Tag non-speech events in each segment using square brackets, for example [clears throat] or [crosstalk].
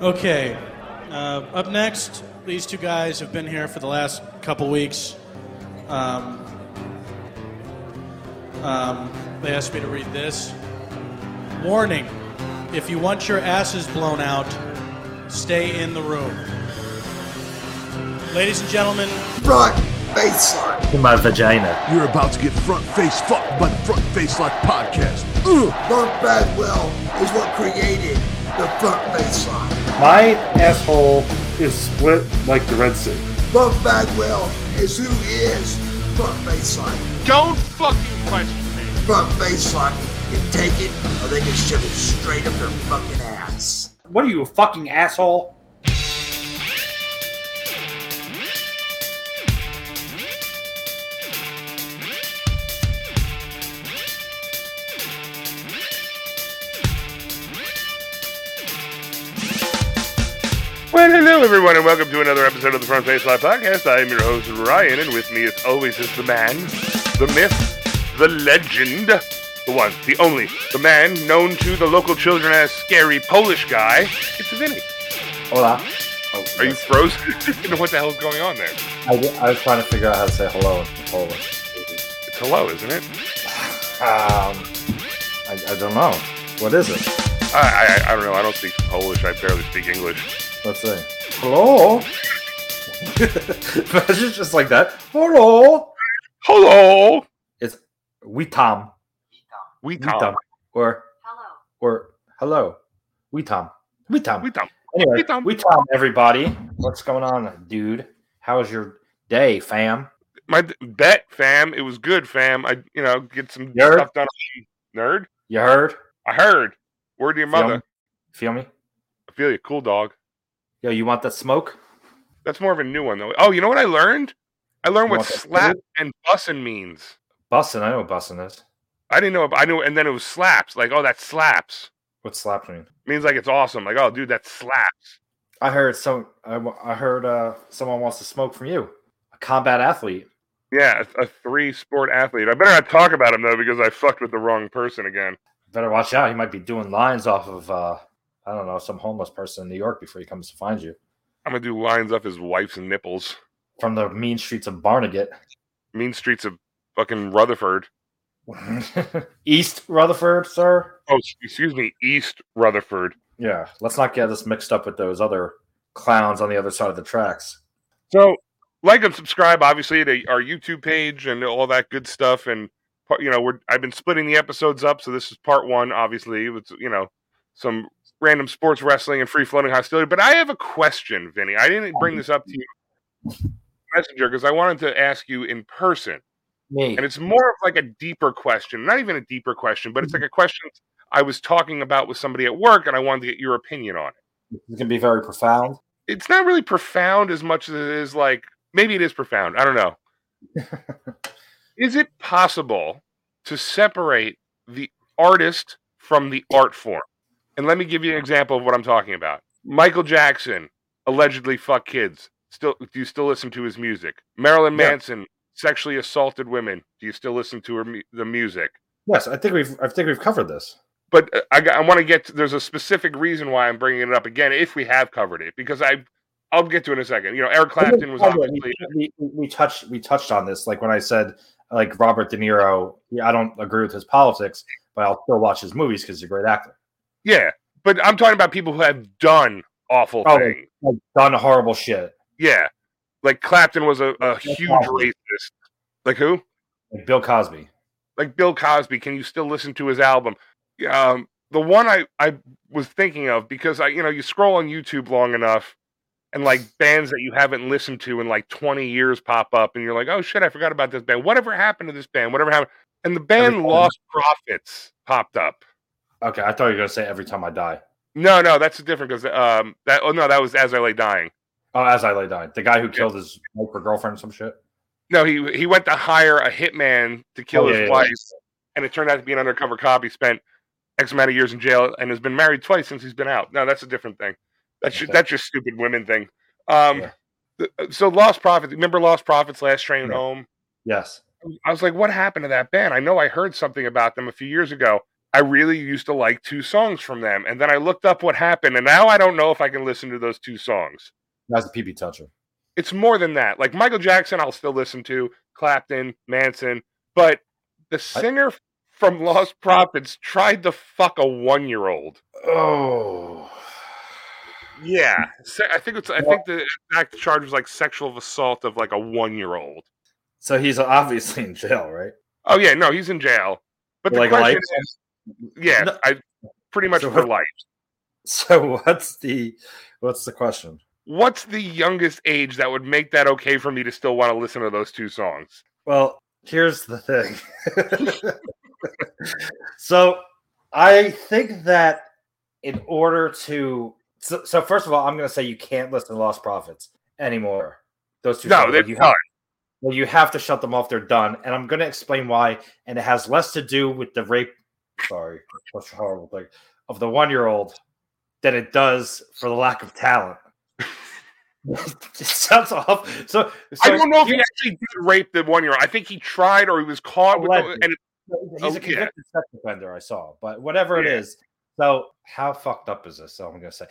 Okay. Uh, up next, these two guys have been here for the last couple weeks. Um, um, they asked me to read this. Warning if you want your asses blown out, stay in the room. Ladies and gentlemen, Brock Baseline. In my vagina. You're about to get front face fucked by the Front Face Lock podcast. Ugh. Mark Bagwell is what created the front baseline. My asshole is split like the Red Sea. Mark Bagwell is who is front baseline. Don't fucking question me. Front baseline can take it or they can shove it straight up their fucking ass. What are you, a fucking asshole? Well, hello, everyone, and welcome to another episode of the Front Face Live Podcast. I am your host, Ryan, and with me, as always, is the man, the myth, the legend, the one, the only, the man known to the local children as Scary Polish Guy. It's Vinny. Hola. Oh, Are you yes. frozen? [laughs] You know what the hell's going on there? I, I was trying to figure out how to say hello in Polish. It's hello, isn't it? Um, I, I don't know. What is it? I, I, I don't know. I don't speak Polish. I barely speak English. Let's see. Hello? [laughs] Imagine just like that. Hello? Hello. It's Witam. We Witam. Tom. Or, or hello. Witam. Witam. We Tom. Anyway, Witam. we Tom, everybody. What's going on, dude? How was your day, fam? My d- bet, fam. It was good, fam. I, you know, get some Nerd. stuff done. Nerd. You heard? I heard. Word to your mother. Feel me? Feel me? I feel you. Cool dog. Yo, you want that smoke? That's more of a new one though. Oh, you know what I learned? I learned You what want that slap and bussin means. Bussin', I know what bussin' is. I didn't know. ab- I knew, and then it was slaps. Like, oh, that slaps What slap mean? means like it's awesome. Like, oh, dude, that slaps. I heard some. I, w- I heard uh, someone wants to smoke from you. A combat athlete. Yeah, a, a three sport athlete. I better not talk about him though because I fucked with the wrong person again. Better watch out. He might be doing lines off of uh, I don't know some homeless person in New York before he comes to find you I'm gonna do lines up his wife's nipples. from the mean streets of Barnegat, [laughs] Mean streets of fucking Rutherford. East Rutherford, sir. Oh, s- excuse me, East Rutherford. Yeah, let's not get this mixed up with those other clowns on the other side of the tracks. So, like and subscribe, obviously, to our YouTube page and all that good stuff. And part- you know, we're I've been splitting the episodes up, so this is part one, obviously, with you know some random sports wrestling and free floating hostility. But I have a question, Vinny. I didn't bring this up to you, messenger, because I wanted to ask you in person, Me. and it's more of like a deeper question, not even a deeper question, but it's like a question I was talking about with somebody at work, and I wanted to get your opinion on it It's going to be very profound. it's not really profound as much as it is like maybe it is profound. I don't know. is it possible to separate the artist from the art form? And let me give you an example of what I'm talking about. Michael Jackson allegedly fucked kids. Still, do you still listen to his music? Marilyn Yeah. Manson sexually assaulted women. Do you still listen to her, mu- the music? Yes, I think we've I think we've covered this. but uh, I, got- I want to get to- there's a specific reason why I'm bringing it up again if we have covered it because I I'll get to it in a second. You know, Eric Clapton was Oh, yeah, obviously we, we, we touched we touched on this like when I said like Robert De Niro. Yeah, I don't agree with his politics, but I'll still watch his movies because he's a great actor. yeah, but I'm talking about people who have done awful Oh, things. Like done horrible shit. Yeah, like Clapton was a, a huge Cosby. racist. Like who? Like Bill Cosby. Like Bill Cosby. Can you still listen to his album? Um, the one I I was thinking of because I you know you scroll on YouTube long enough. And like bands that you haven't listened to in like 20 years pop up, and you're like, oh shit, I forgot about this band. Whatever happened to this band? Whatever happened? And the band Every time. Lost Profits popped up. Okay, I thought you were gonna say every time I die. No, no, that's different because um, that oh no, that was As I Lay Dying. Oh, as I lay dying, the guy who killed his wife or girlfriend, or some shit. No, he he went to hire a hitman to kill Oh, his yeah, yeah, wife, and it turned out to be an undercover cop. He spent X amount of years in jail and has been married twice since he's been out. No, that's a different thing. That's ju- Okay. that's just stupid women thing. Um, Yeah. th- so Lost Profits. Remember Lost Profits? Last Train Yeah. Home. Yes. I was like, what happened to that band? I know I heard something about them a few years ago, I really used to like two songs from them, and then I looked up what happened, and now I don't know if I can listen to those two songs. That's a PB toucher. It's more than that. Like Michael Jackson, I'll still listen to Clapton, Manson, but the singer from [laughs] Lost Prophets tried to fuck a one-year-old. Oh, Yeah, Se- I think it's. I think the exact charge was like sexual assault of like a one-year-old. so he's obviously in jail, right? [laughs] Oh yeah, no, he's in jail. But the Like question life. is, yeah, No. I pretty much So for what- life. So what's the what's the question? What's the youngest age that would make that okay for me to still want to listen to those two songs? Well, here's the thing. [laughs] so I think that in order to so, so first of all, I'm gonna say you can't listen to Lost Prophets anymore. Those two No, songs, they're you done. have, well, you have to shut them off, they're done. And I'm gonna explain why, and it has less to do with the rape sorry, that's a horrible thing of the one year old than it does for the lack of talent. [laughs] it sounds off. So, I so don't know if he actually did rape the one year old. I think he tried or he was caught with the, Allegedly. and He's Oh, yeah. a convicted sex offender, I saw, but whatever Yeah. it is. So, how fucked up is this? So, I'm going to say.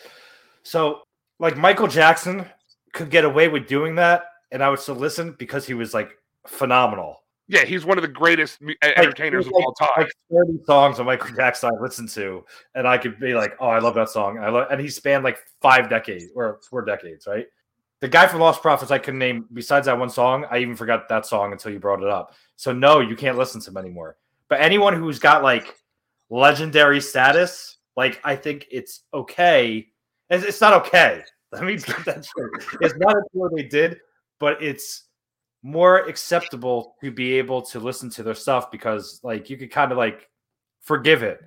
So, like, Michael Jackson could get away with doing that, and I would still listen because he was like phenomenal. yeah, he's one of the greatest mu- e, Like, entertainers there's, of all time. Like 30 songs of Michael Jackson I listened to, and I could be like, oh, I love that song. I love, and he spanned like five decades or four decades, right? The guy from Lost Prophets I couldn't name besides that one song. I even forgot that song until you brought it up. So no, you can't listen to him anymore. But anyone who's got like legendary status, like I think it's okay. It's, it's not okay. Let me get that straight. It's not okay what they did, but it's more acceptable to be able to listen to their stuff because like you could kind of like forgive it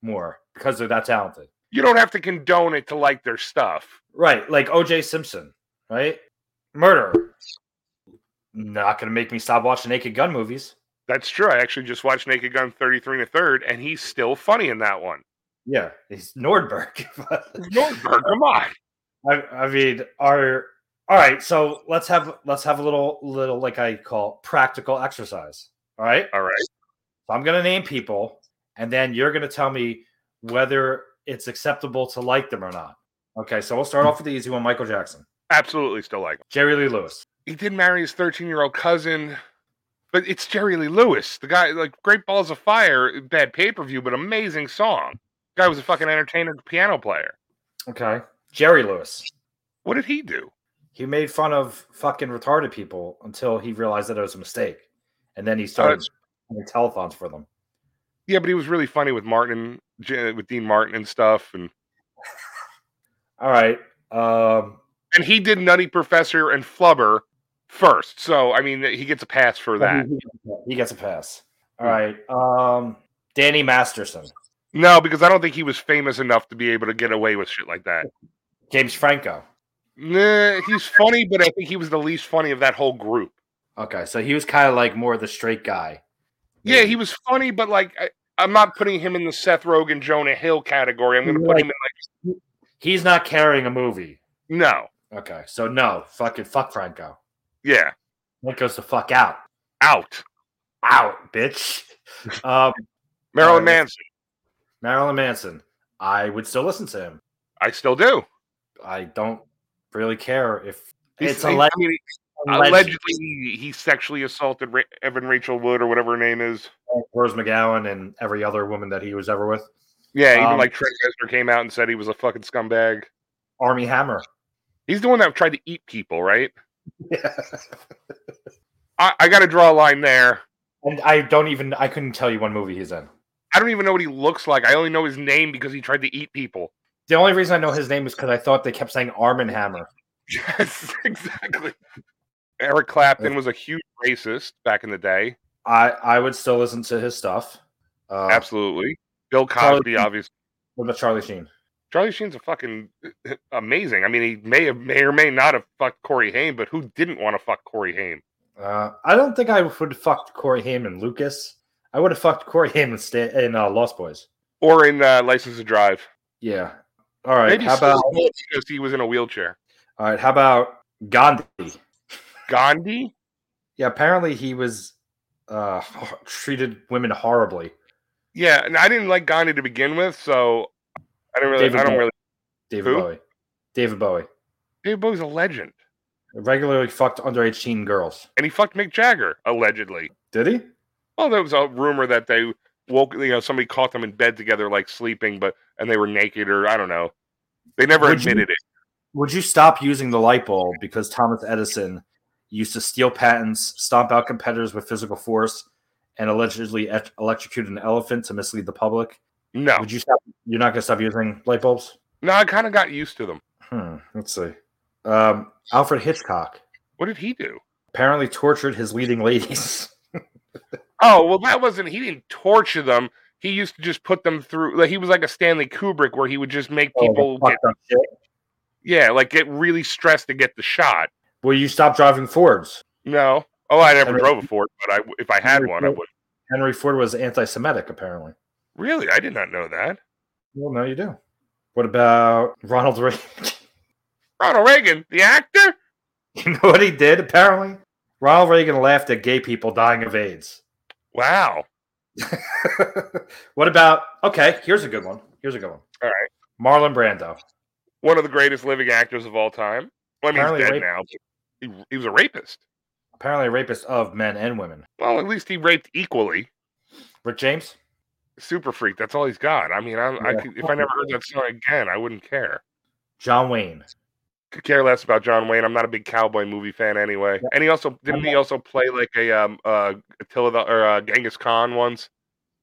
more because they're that talented. you don't have to condone it to like their stuff. Right. Like OJ Simpson, right? Murder. Not gonna make me stop watching naked gun movies. That's true. I actually just watched Naked Gun 33 and a third, and he's still funny in that [laughs] one. Yeah, he's Nordberg. [laughs] Nordberg, come on. I, I mean, are all right. So let's have let's have a little little like I call practical exercise. All right. All right. So I'm gonna name people, and then you're gonna tell me whether it's acceptable to like them or not. Okay. So we'll start off with the easy one: Michael Jackson, Absolutely still like him. Jerry Lee Lewis. He did marry his 13 year old cousin, but it's Jerry Lee Lewis. The guy, like, Great Balls of Fire, bad pay per view, but amazing song. guy was a fucking entertainer, piano player. Okay. Jerry Lewis. What did he do? He made fun of fucking retarded people until he realized that it was a mistake, and then he started that's- doing telethons for them. Yeah, but he was really funny with Martin, J- with Dean Martin and stuff. And, All right. Um, and he did Nutty Professor and Flubber first. So, I mean, he gets a pass for that. Mm-hmm. He gets a pass. All right. Um, Danny Masterson, No, because I don't think he was famous enough to be able to get away with shit like that. James Franco. Nah, he's funny, but I think he was the least funny of that whole group. Okay, so he was kind of like more the straight guy. Yeah, he was funny, but like I, I'm not putting him in the Seth Rogen, Jonah Hill category. I'm going to put Right. him in like He's not carrying a movie. no, Okay, so no, fucking fuck Franco. yeah, Franco's the fuck out, out. out, bitch. Um, Marilyn Uh, Manson, Marilyn Manson. I would still listen to him. I still do. I don't really care if He's- it's he- alleged. I mean, he- allegedly he, he sexually assaalted Ra- Evan Rachel Wood or whatever her name is. Rose McGowan and every other woman that he was ever with. Yeah, even Um, like Trent Reznor came out and said he was a fucking scumbag. Army Hammer. He's the one that tried to eat people, right? Yeah. I, I got to draw a line there. And I don't even. I couldn't tell you one movie he's in. I don't even know what he looks like. I only know his name because he tried to [laughs] eat people. The only reason I know his name is because I thought they kept saying Arm and Hammer. Yes, exactly. Eric Uh, Clapton was a huge racist back in the day. I I would still listen to his stuff. Uh, Absolutely. Bill Charlie Cosby, Sheen. obviously. What about Charlie Sheen? Charlie Sheen's a fucking uh, amazing. I mean, he may have may or may not have fucked Corey Haim, but who didn't want to fuck Corey Haim? Uh, I don't think I would have fucked Corey Haim and Lucas. I would have fucked Corey Haim and Sta- in uh, Lost Boys. Or in uh, License to Drive. Yeah. All right. Maybe how about Stallone because he was in a wheelchair. all right? How about Gandhi? Gandhi? Yeah. Apparently he was uh, treated women horribly. Yeah, and I didn't like Gandhi to begin with, so I don't really. David I don't Bowie. really. David Who? Bowie. David Bowie. David Bowie's a legend, Regularly fucked underage teen girls. and he fucked Mick Jagger allegedly. Did he? Well, there was a rumor that they woke. You know, somebody caught them in bed together, like sleeping, but and they were naked, or I don't know. They never Would you- admitted it. Would you stop using the light bulb because Thomas Edison used to steal patents, stomp out competitors with physical force, and allegedly et- electrocute an elephant to mislead the public? No, Would you stop? You're not going to stop using light bulbs? no, I kind of got used to them. Hmm. Let's see. Um, Alfred Hitchcock What did he do? apparently tortured his leading ladies. [laughs] Oh well, that wasn't. He didn't torture them. He used to just put them through. Like he was like a Stanley Kubrick, where he would just make people Oh, get fucked up shit. yeah, like get really stressed to get the shot. Will you stop driving Fords? No. Oh, I never Henry- drove a Ford, but I w- if I had Henry one, I Ford. would. Henry Ford was anti-Semitic, apparently. Really, I did not know that. Well, no, you do. What about Ronald Reagan? Ronald Reagan, the actor. [laughs] you know what he did? Apparently, Ronald Reagan laughed at gay people dying of AIDS. [laughs] Wow. what about? Okay, here's a good one. Here's a good one. All right, Marlon Brando. one of the greatest living actors of all time. Well, I mean, Apparently he's dead raped. now. but He, he was a rapist. Apparently, a rapist of men and women. Well, at least he raped equally. Rick James. Super freak. That's all he's got. I mean, I, I Yeah. could, if I never heard that song again, I wouldn't care. John Wayne. Could care less about John Wayne. I'm not a big cowboy movie fan anyway. And he also didn't he also play like a um uh Attila the, or uh, Genghis Khan once?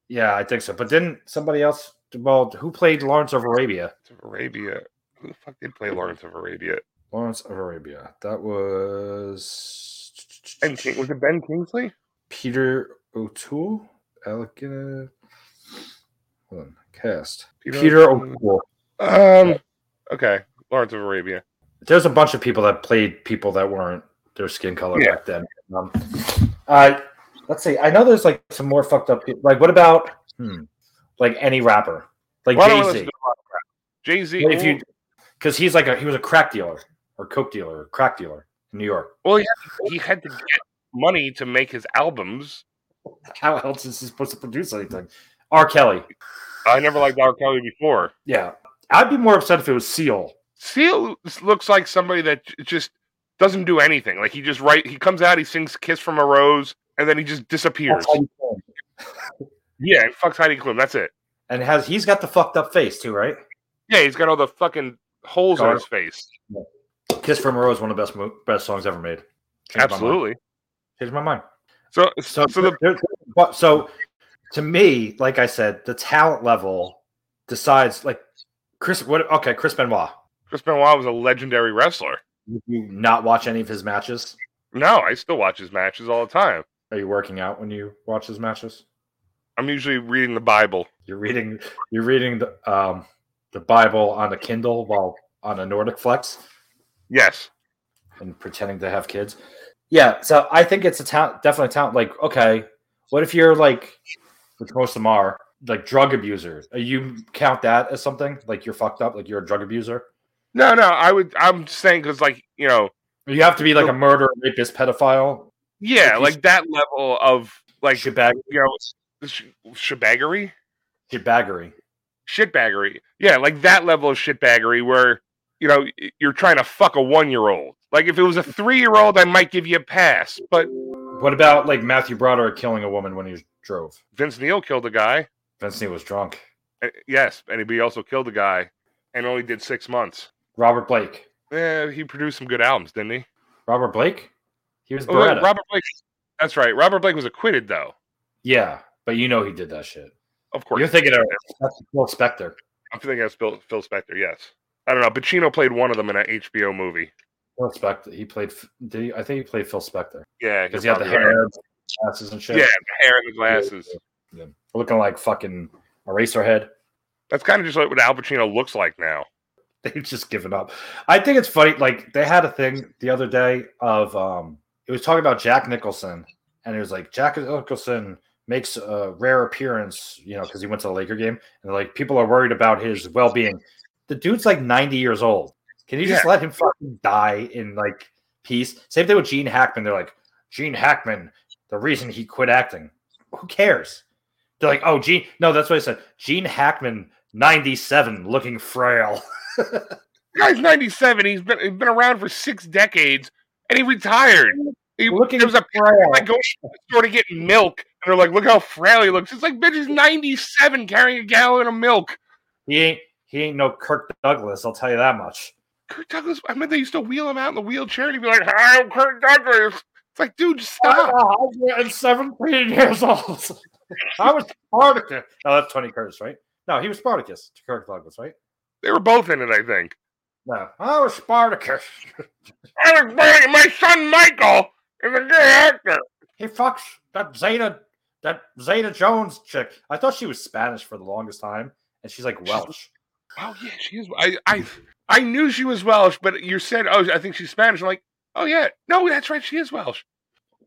Yeah, I think so. But didn't somebody else? Well, who played Lawrence of Arabia? Of Arabia. Who the fuck did play Lawrence of Arabia? Lawrence of Arabia. That was Ben King, was it Ben Kingsley? Peter O'Toole. Alec, uh, hold on, cast Peter, O'Toole. Um. Okay, Lawrence of Arabia. There's a bunch of people that played people that weren't their skin color Yeah. back then. Um, uh, let's see. I know there's like some more fucked up. People. Like, what about hmm, like any rapper, like Why don't I Jay listen Z? to a lot of crap? Jay-Z. If you, well- because he's like a he was a crack dealer or coke dealer or crack dealer in New York. well, he had, he had to get money to make his albums. How else is he supposed to produce anything? R. Kelly. I never liked R. Kelly before. Yeah. I'd be more upset if it was Seal. Seal looks like somebody that j- just doesn't do anything. Like he just write. He comes out, he sings "Kiss from a Rose," and then he just disappears. That's how you feel. Yeah, and fucks Heidi Klum. That's it. And has he's got the fucked up face too, right? Yeah, he's got all the fucking holes Got on it. his face. Kiss from a Rose, one of the best mo- best songs ever made. Changed my mind. Absolutely. Changed my mind. So, So, so, the there- but- so to me, like I said, the talent level decides. Like Chris, what? Okay, Chris Benoit. Chris Benoit was a legendary wrestler. Would you not watch any of his matches? No, I still watch his matches all the time. Are you working out when you watch his matches? I'm usually reading the Bible. You're reading. You're reading the um the Bible on a Kindle while on a Nordic Flex. Yes. and pretending to have kids. Yeah, so I think it's a talent, definitely a talent. Like, okay, what if you're like, which most of them are, like drug abuser? Uh, You count that as something? Like you're fucked up? Like you're a drug abuser? No, no, I would. I'm saying because, like, you know, You have to be like a murderer, rapist, pedophile, yeah, If you- like that level of like, shitbag, you know, sh- shebaggery, shitbaggery. shitbaggery. Yeah, like that level of shitbaggery where you know y- you're trying to fuck a one year old. Like, if it was a three year old, I might give you a pass. But What about like Matthew Broderick killing a woman when he drove? Vince Neil killed a guy. Vince Neil was drunk. Uh, Yes, and he also killed a guy, and only did six months. Robert Blake. Yeah, he produced some good albums, didn't he? Robert Blake? He was Oh, wait, Beretta. Robert Blake. That's right. Robert Blake was acquitted, though. yeah, but you know he did that shit. Of course. You're thinking of that's Phil Spector. I'm thinking that's Phil, Phil Spector. Yes. I don't know. Pacino played one of them in an HBO movie. Phil Spector. He played. Did he, I think he played Phil Spector Yeah, because he you're had the probably hair, right. glasses, and shit. Yeah, the hair and the glasses. Yeah. looking like fucking eraser head. That's kind of just like what Al Pacino looks like now. [laughs] They've just given up. I think it's funny. Like they had a thing the other day of um, it was talking about Jack Nicholson, and it was like Jack Nicholson makes a rare appearance, you know, because he went to the Laker game, and like people are worried about his well being. The dude's like ninety years old. Can you just Yeah. let him fucking die in like peace? Same thing with Gene Hackman. They're like Gene Hackman, the reason he quit acting. Who cares? They're like, oh, Gene. No, that's what I said. Gene Hackman, 97, looking frail. Guy's 97. He's been, he's been around for six decades, and he retired. He, Looking there was a frail. like going to the store to get milk, and they're like, "Look how frail he looks." It's like, bitch, he's 97, carrying a gallon of milk. He ain't he ain't no Kirk Douglas, I'll tell you that much. Kurt Douglas. I mean, they used to wheel him out in the wheelchair, and he'd be like, "Hi, I'm Kurt Douglas." It's like, dude, stop. I'm 17 years old. [laughs] I was Spartacus. No, that's Tony Curtis, right? No, he was Spartacus. Kirk Douglas, right? They were both in it, I think. No, I was Spartacus. I was born- my son Michael is a good actor. He fucks that Zeta that Zeta Jones chick. I thought she was Spanish for the longest time, and she's like Welsh. Oh yeah, she is. I I I knew she was Welsh, but you said, "Oh, I think she's Spanish." I'm like, "Oh yeah, no, that's right, she is Welsh."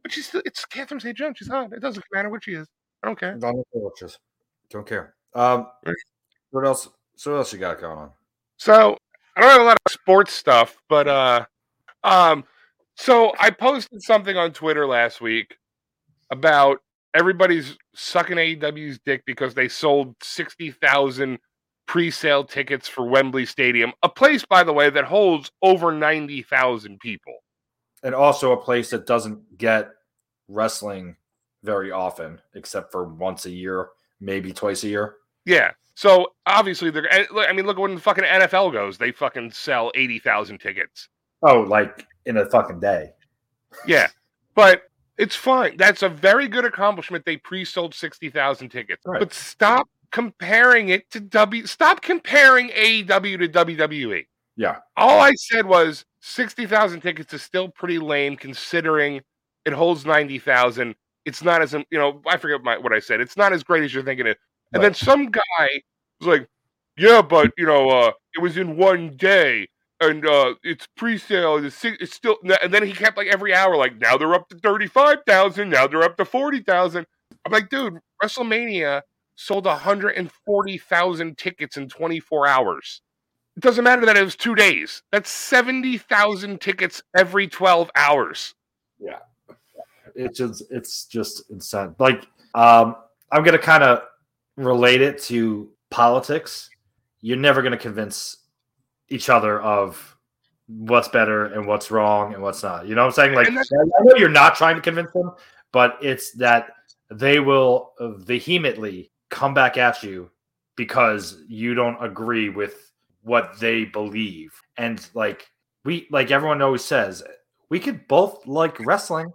But she's still, it's Catherine Zeta Jones. She's hot. It doesn't matter what she is. I don't care. Don't Welches. Don't care. Um, Right. what else? So what else you got going on? So I don't have a lot of sports stuff, but uh, um, so I posted something on Twitter last week about everybody's sucking AEW's dick because they sold sixty thousand pre-sale tickets for Wembley Stadium, a place, by the way, that holds over ninety thousand people. and also a place that doesn't get wrestling very often, except for once a year, maybe twice a year. Yeah. So obviously they're. and look- I mean, look when the fucking NFL goes, they fucking sell eighty thousand tickets. Oh, like in a fucking day. Yeah, but it's fine. That's a very good accomplishment. They pre-sold sixty thousand tickets. Right. But stop comparing it to W. Stop comparing AEW to WWE. Yeah. All I said was sixty thousand tickets is still pretty lame considering it holds ninety thousand. It's not as you know. I forget my, what I said. It's not as great as you're thinking it. And then Right. some guy was like, "Yeah, but you know, uh, it was in one day, and uh, it's pre-sale. and It's, si- it's still." And then he kept like every hour, like, "Now they're up to thirty-five thousand. Now they're up to forty thousand. I'm like, "Dude, WrestleMania sold hundred and forty thousand tickets in twenty-four hours. It doesn't matter that it was two days. That's seventy thousand tickets every twelve hours." It's just it's just insane. Like um, I'm gonna kind of relate it to politics. You're never gonna convince each other of what's better and what's wrong and what's not. You know what I'm saying? Like And that's- I know you're not trying to convince them, but it's that they will vehemently come back at you because you don't agree with what they believe. And like we like everyone always says, we could both like wrestling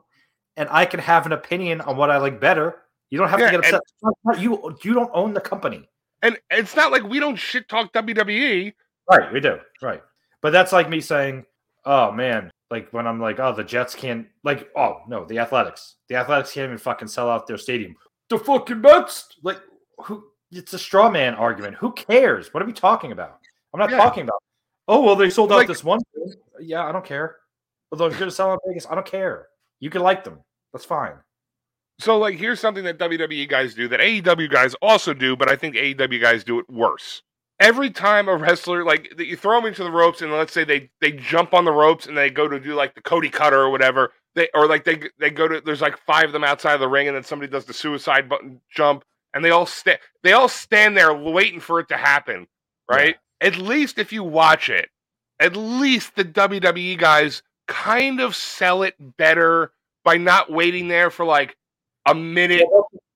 and I can have an opinion on what I like better. You don't have Yeah, to and- get upset. You you don't own the company. And it's not like we don't shit talk E. WWE. Right, we do. Right. But that's like me saying, oh man, like when I'm like, oh, the Jets can't, like, oh no, the Athletics. The Athletics can't even fucking sell out their stadium. The fucking Mets. Like, who? It's a straw man argument. Who cares? What are we talking about? I'm not Yeah. talking about. Oh, well, they sold out Like- this one. thing." Yeah, I don't care. Although they're going to sell out in Vegas, I don't care. You can like them. That's fine. So, like, here's something that WWE guys do that AEW guys also do, but I think AEW guys do it worse. Every time a wrestler, like, that you throw them into the ropes, and let's say they they jump on the ropes and they go to do like the Cody Cutter or whatever, they or like they they go to there's like five of them outside of the ring, and then somebody does the suicide button jump, and they all stand they all stand there waiting for it to happen, right? At least if you watch it, at least the WWE guys kind of sell it better by not waiting there for like a minute.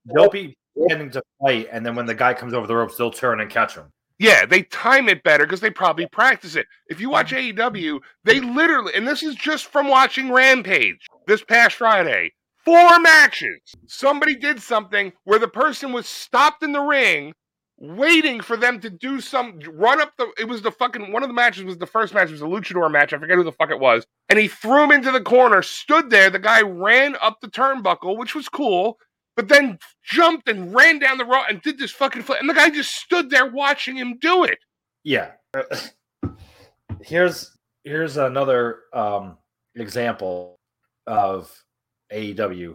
They'll be getting to fight. And then when the guy comes over the ropes, they'll turn and catch him. Yeah, they time it better because they probably practice it. If you watch AEW, they literally, and this is just from watching Rampage this past Friday, four matches. Somebody did something where the person was stopped in the ring waiting for them to do some run up the it was the fucking one of the matches was the first match it was a luchador match i forget who the fuck it was and he threw him into the corner stood there the guy ran up the turnbuckle which was cool but then jumped and ran down the road and did this fucking flip. And the guy just stood there watching him do it. yeah [laughs] here's here's another um example of aew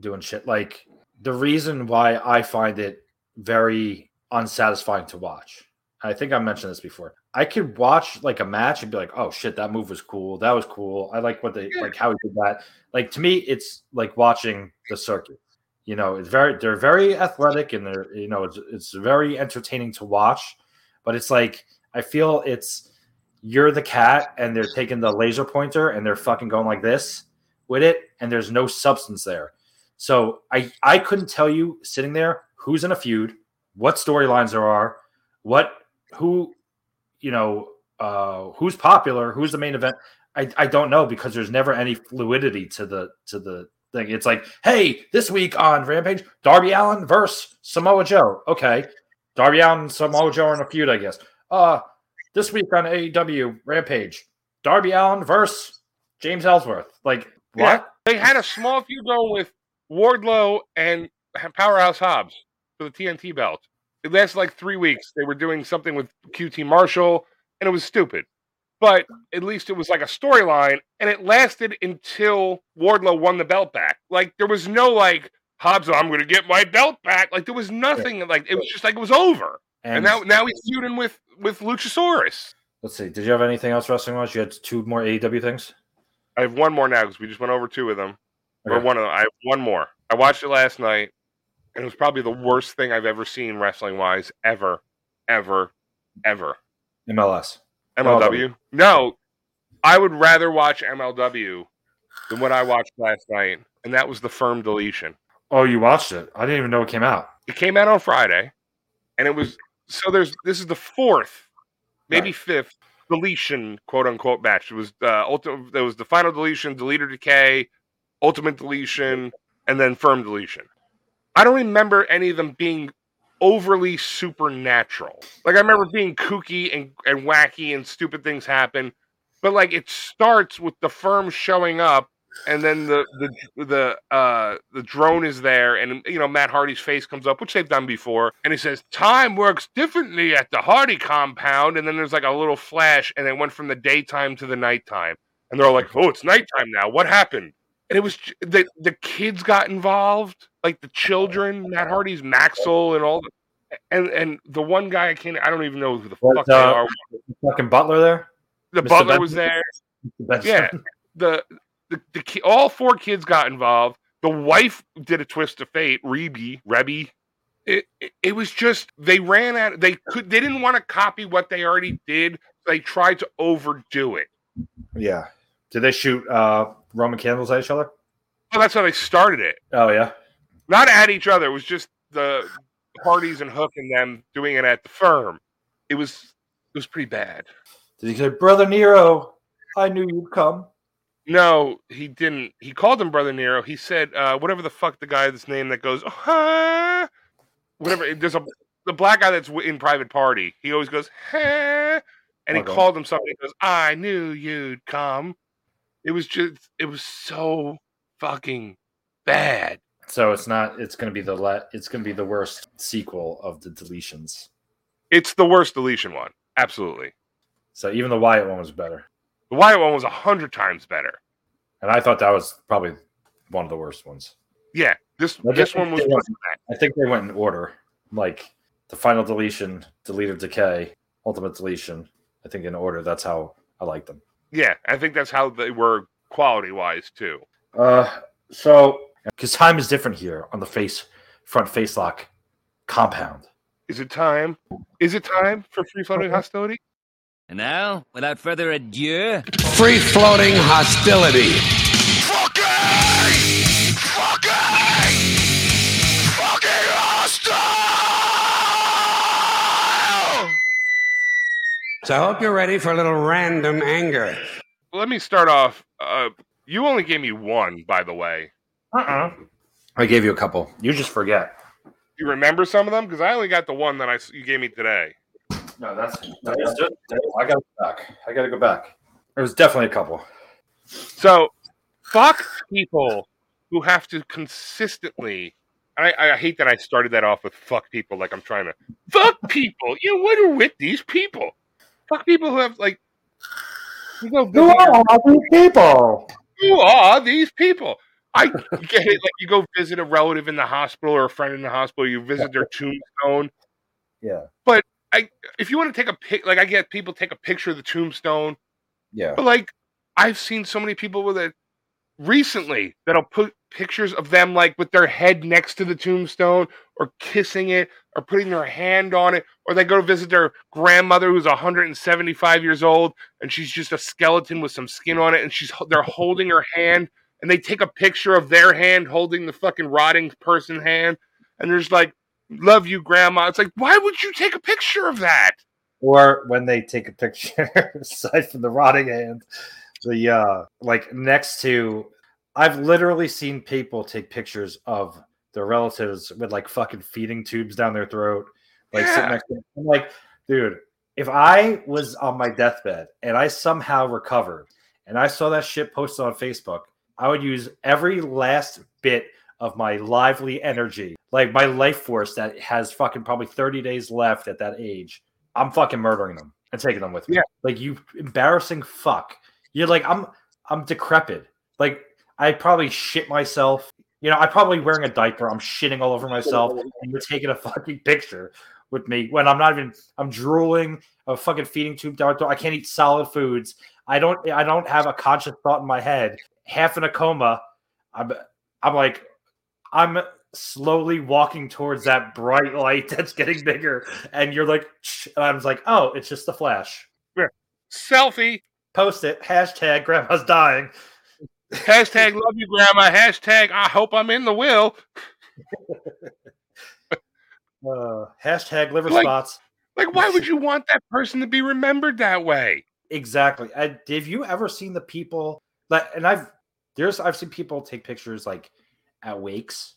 doing shit like the reason why i find it very unsatisfying to watch i think i mentioned this before i could watch like a match and be like oh shit that move was cool that was cool i like what they like how he did that like to me it's like watching the circuit You know, it's very they're very athletic and they're you know it's it's very entertaining to watch, but it's like I feel it's you're the cat and they're taking the laser pointer and they're fucking going like this with it and there's no substance there. So I I couldn't tell you sitting there who's in a feud, what storylines there are, what who you know uh who's popular, who's the main event. I, I don't know because there's never any fluidity to the to the thing. It's like, hey, this week on Rampage, Darby Allen versus Samoa Joe. Okay. Darby Allen and Samoa Joe are in a feud, I guess. Uh this week on AEW Rampage, Darby Allen versus James Ellsworth. Like what? Yeah. They had a small feud going with Wardlow and Powerhouse Hobbs for the TNT belt. It lasted like three weeks. They were doing something with QT Marshall, and it was stupid. But at least it was like a storyline, and it lasted until Wardlow won the belt back. Like there was no like Hobbs, I'm going to get my belt back. Like there was nothing. Like it was just like it was over. And, now now he's feuding with with Luchasaurus. let's see. Did you have anything else wrestling wise? You had two more AEW things. I have one more now because we just went over two of them. Or Okay. one of them. I have one more. I watched it last night, and it was probably the worst thing I've ever seen wrestling wise ever, ever, ever. MLS. MLW. No, I would rather watch MLW than what I watched last night, and that was the firm deletion. Oh, you watched it. I didn't even know it came out. It came out on Friday, and it was so. There's this is the fourth, maybe Right. fifth deletion, quote unquote match. It was uh, ultimate. There was the final deletion, deleter decay, ultimate deletion, and then firm deletion. I don't remember any of them being overly supernatural. Like I remember being kooky and, and wacky and stupid things happen, but like it starts with the firm showing up and then the the the uh the drone is there and you know Matt Hardy's face comes up, which they've done before, and he says, Time works differently at the Hardy compound, and then there's like a little flash and it went from the daytime to the nighttime. And they're all like, Oh, it's nighttime now. What happened? And it was j- the the kids got involved, like the children, Matt Hardy's Maxwell and all the and and the one guy I can't I don't even know who the Was, fuck they uh, are. Fucking Butler there. The Mr. butler Benson? was there. That's- Yeah, [laughs] the the, the ki- all four kids got involved. The wife did a twist of fate. Reby, Rebby. It, it it was just they ran out. They could they didn't want to copy what they already did. They tried to overdo it. Yeah. Did they shoot uh, Roman candles at each other? Well, that's how they started it. Oh yeah. Not at each other. It was just the parties and Hook and them doing it at the firm. It was it was pretty bad. Did he say, "Brother Nero, I knew you'd come"? No, he didn't. He called him Brother Nero. He said, uh, whatever the fuck the guy's name that goes, [laughs] huh? Whatever. There's a the black guy that's w- in private party. He always goes, huh? And he Okay. called him something. He goes, I knew you'd come. It was just, it was so fucking bad. So it's not. It's going to be the let. It's going to be the worst sequel of the deletions. It's the worst deletion one. Absolutely. So even the Wyatt one was better, The Wyatt one was a hundred times better. and I thought that was probably one of the worst ones. Yeah. This Well, this they- one was they went- I think they went in order, like the final deletion, deleted decay, ultimate deletion. I think in order. That's how I like them. yeah. I think that's how they were quality wise too. Uh, so because time is different here on the face front face lock compound. Is it time? Is it time for free floating hostility? And now, without further ado, Free floating hostility. So I hope you're ready for a little random anger. Let me start off. Uh, you only gave me one, by the way. Uh-uh. I gave you a couple. You just forget. You remember some of them because I only got the one that I s- you gave me today. No, that's, that's just, I gotta go back. I gotta go back. There was definitely a couple. So, fuck people who have to consistently. I, I hate that I started that off with fuck people. Like I'm trying to fuck people. You know, what are with these people? Fuck people who have like. You know, Who are all these people? who are these people? I get it. Like you go visit a relative in the hospital or a friend in the hospital, you visit their tombstone. Yeah. If you want to take a pic, like I get people take a picture of the tombstone, Yeah. but like I've seen so many people with it recently that'll put pictures of them like with their head next to the tombstone or kissing it or putting their hand on it or they go to visit their grandmother who's 175 years old and she's just a skeleton with some skin on it and she's they're holding her hand and they take a picture of their hand holding the fucking rotting person hand and there's like love you grandma it's like why would you take a picture of that or when they take a picture [laughs] aside from the rotting hand the uh like next to i've literally seen people take pictures of their relatives with like fucking feeding tubes down their throat like Yeah. sitting next to them. I'm like dude if i was on my deathbed and i somehow recovered and i saw that shit posted on facebook i would use every last bit of my lively energy like my life force that has fucking probably 30 days left at that age I'm fucking murdering them and taking them with me. Yeah. Like you embarrassing fuck. You're like I'm I'm decrepit. Like I probably shit myself. You know, I'm probably wearing a diaper. I'm shitting all over myself and you're taking a fucking picture with me when I'm not even I'm drooling a fucking feeding tube down my throat. I can't eat solid foods. I don't I don't have a conscious thought in my head. Half in a coma. I'm I'm like I'm slowly walking towards that bright light [laughs] that's getting bigger, and you're like, "Shh," and I was like, oh, it's just the flash. selfie Post it. Hashtag grandma's dying. hashtag love you grandma hashtag i hope i'm in the will Uh, hashtag liver Like- spots. like why would you want that person to be remembered that way Exactly. I, have you ever seen the people like? And I've there's I've seen people take pictures like at wakes,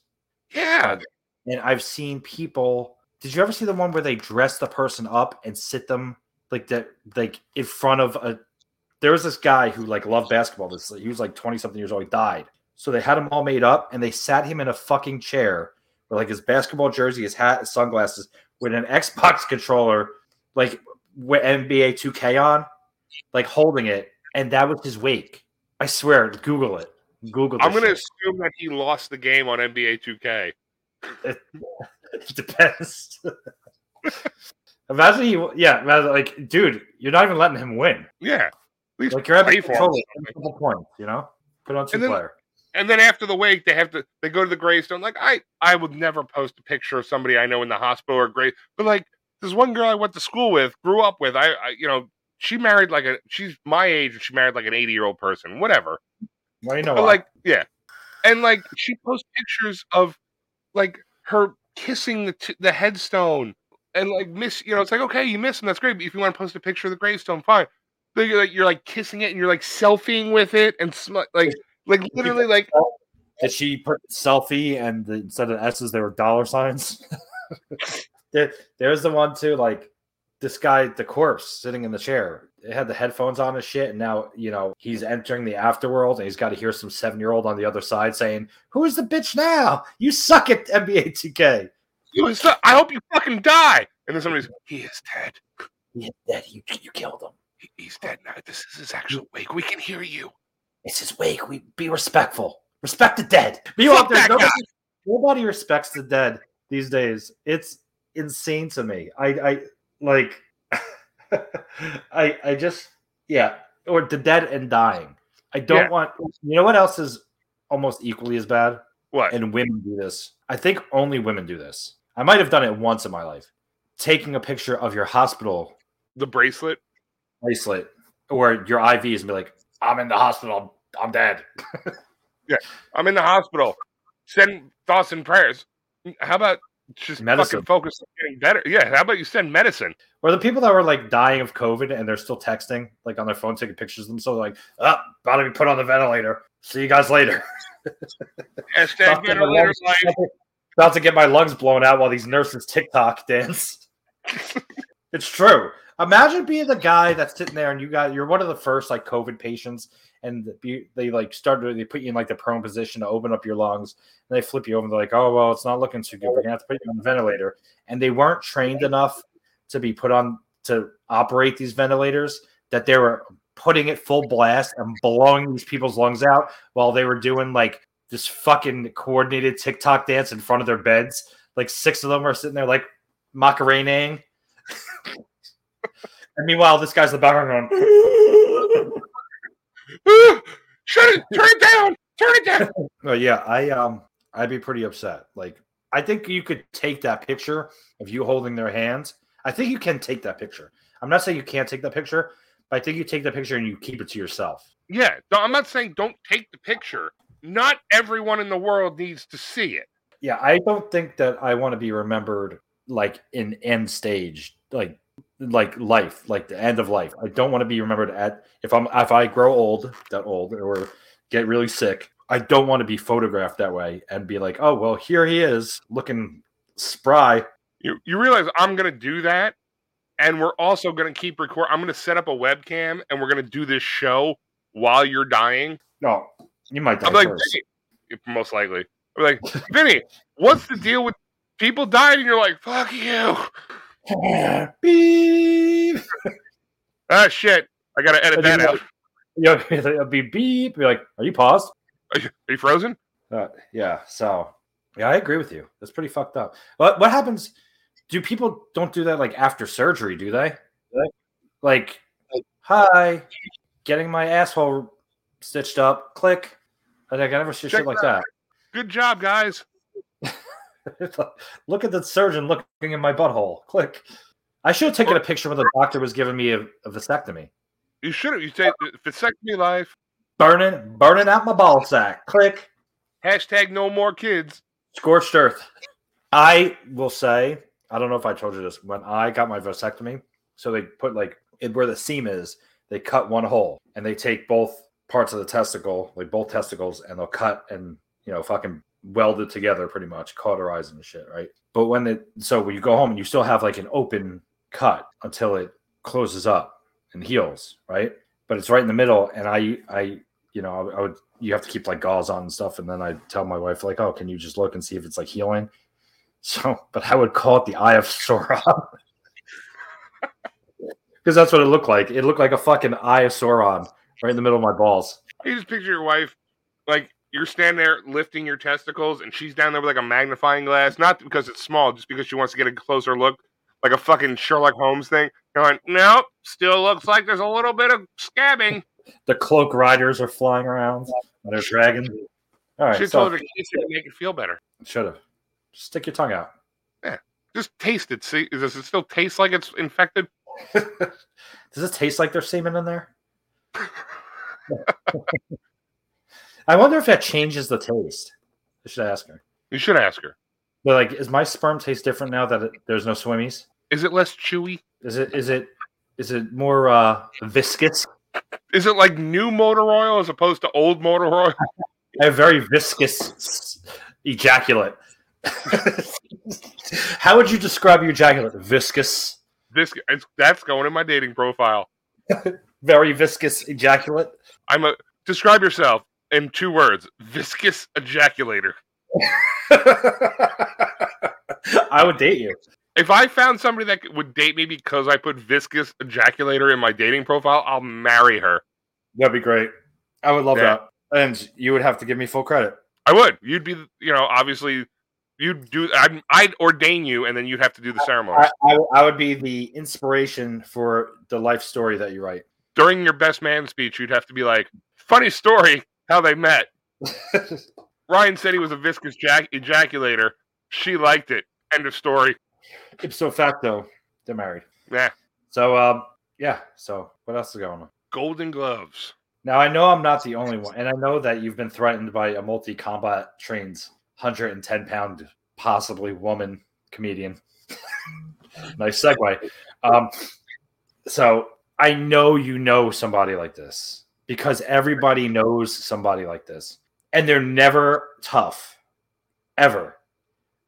yeah and I've seen people. Did you ever see the one where they dress the person up and sit them like that, like in front of a? There was this guy who like loved basketball. This he was like twenty something years old. He died, so they had him all made up and they sat him in a fucking chair with like his basketball jersey, his hat, his sunglasses, with an Xbox controller, like with NBA Two K on, like holding it, and that was his wake. I swear, Google it. Google. i'm this gonna shit. assume that he lost the game on nba 2k It [laughs] depends. imagine you, yeah, imagine, like, dude, you're not even letting him win. yeah At least Like, you're at play the for him. control of a couple points, you know? Put on two then- player. and then after the wake, they have to they go to the gravestone. Like I, I would never post a picture of somebody I know in the hospital or grave. But like this one girl I went to school with, grew up with. I, I you know, she married like a she's my age and she married like an eighty year old person. Whatever. Well, you know, But what? like yeah, and like she posts pictures of like her kissing the t- the headstone and like miss. You know, it's like okay, you miss him. That's great. But if you want to post a picture of the gravestone, fine. But you're like you're like kissing it and you're like selfieing with it and sm- like [laughs] like literally like did she put selfie and the, instead of S's, they were dollar signs? [laughs] there, there's the one too, like this guy, the corpse sitting in the chair. It had the headphones on and shit, and now you know he's entering the afterworld, and he's got to hear some seven-year-old on the other side saying, "Who is the bitch now? You suck at NBA 2K." You is I hope you fucking die. And then somebody's, he is dead. Yeah, that you you killed him. He- He's dead now. This is his actual wake. We can hear you. It's his wake. We be respectful. Respect the dead. Meanwhile, Fuck there's that nobody, guy. nobody respects the dead these days. It's insane to me. I, I like, [laughs] I, I just, yeah, or the dead and dying. I don't Yeah. want. You know what else is almost equally as bad? What? And women do this. I think only women do this. I might have done it once in my life. Taking a picture of your hospital the bracelet? bracelet or your IVs and be like, "I'm in the hospital. I'm dead." I'm in the hospital. Send thoughts and prayers. How about just Medicine. fucking focus on getting better? Yeah. How about you send medicine? Or the people that were like dying of COVID and they're still texting, like on their phone, taking pictures of themselves, like, oh, about to be put on the ventilator. See you guys later. Hashtag better later life. about to get my lungs blown out while these nurses TikTok dance. [laughs] it's true. Imagine being the guy that's sitting there and you got you're one of the first like COVID patients, and you, they like started they put you in like the prone position to open up your lungs, and they flip you over. And they're like, oh well, it's not looking too good. We're gonna have to put you on the ventilator, and they weren't trained enough to be put on to operate these ventilators that they were putting it full blast and blowing these people's lungs out while they were doing like this fucking coordinated TikTok dance in front of their beds. Like six of them are sitting there like macarenaing. [laughs] and meanwhile, this guy's in the background going, [laughs] Shut it. Turn it down. Turn it down. No, yeah, I um, I'd be pretty upset. Like, I think you could take that picture of you holding their hands. I think you can take that picture. I'm not saying you can't take that picture, but I think you take that picture and you keep it to yourself. Yeah, no, I'm not saying don't take the picture. Not everyone in the world needs to see it. Yeah, I don't think that I want to be remembered like in end stage, like like life, like the end of life. I don't want to be remembered at if I'm if I grow old, that old, or get really sick. I don't want to be photographed that way and be like, oh well, here he is looking spry. You you realize I'm gonna do that, and we're also gonna keep record. I'm gonna set up a webcam, and we're gonna do this show while you're dying. No, you might die I'm like, first. Vinny, most likely. I'm like, Vinny, what's the deal with people dying? And you're like, fuck you. [laughs] Beep. [laughs] Ah, shit. I gotta edit And you'll that be out. like- you'll be- It'll be beep. Be like, are you paused? Are you, are you frozen? Uh, yeah. So, yeah, I agree with you. That's pretty fucked up. What what happens? Do people don't do that like after surgery? Do they? Like, hi, getting my asshole stitched up. Click. Like I never see shit Check like that that. Good job, guys. It's [laughs] like, Look at the surgeon looking in my butthole. Click. I should have taken a picture when the doctor was giving me a, a vasectomy. You should have. You said vasectomy life. Burning, burning out my ball sack. Click. Hashtag no more kids. Scorched earth. I will say, I don't know if I told you this. When I got my vasectomy, so they put like it, where the seam is, they cut one hole and they take both parts of the testicle, like both testicles, and they'll cut and you know fucking weld it together, pretty much cauterize and shit, right? But when it so when you go home and you still have like an open cut until it closes up and heals, right? But it's right in the middle, and I I you know, I, I would you have to keep like gauze on and stuff, and then I tell my wife like, oh, can you just look and see if it's like healing? [laughs] So, but I would call it the eye of Sauron [laughs] because that's what it looked like. It looked like a fucking eye of Sauron right in the middle of my balls. You just picture your wife, like you're standing there lifting your testicles, and she's down there with like a magnifying glass, not because it's small, just because she wants to get a closer look, like a fucking Sherlock Holmes thing. Going, nope, still looks like there's a little bit of scabbing. The cloak riders are flying around. They're dragging. All right, She so told her to kiss it to make it feel better. should have stick your tongue out. Just taste it. See, does it still taste like it's infected? Does it taste like there's semen in [laughs] there? [laughs] I wonder if that changes the taste. I should ask her. You should ask her. But like, is my sperm taste different now that it, there's no swimmies? Is it less chewy? Is it is it is it more uh, viscous? Is it like new motor oil as opposed to old [laughs] motor oil? I have very viscous s- ejaculate. [laughs] How would you describe your ejaculate? Viscous, This it's, that's going in my dating profile. very viscous ejaculate. [laughs] I'm a describe yourself in two words: viscous ejaculator. I would date you. If I found somebody that would date me because I put viscous ejaculator in my dating profile, I'll marry her. That'd be great. I would love Yeah. that. And you would have to give me full credit. I would. You'd be, you know, obviously, you'd do. I'd, I'd ordain you, and then you'd have to do the ceremony I, I, I would be the inspiration for the life story that you write. during your best man speech. You'd have to be like, "Funny story, how they met." Ryan said he was a viscous jack- ejaculator. She liked it. End of story. [laughs] Ipso facto, they're married. Yeah. So um, yeah. So what else is going on? Golden gloves. Now I know I'm not the only one, and I know that you've been threatened by a multi-combat trained 110 pound, possibly woman comedian. [laughs] nice segue. Um, so I know you know somebody like this because everybody knows somebody like this, and they're never tough, ever.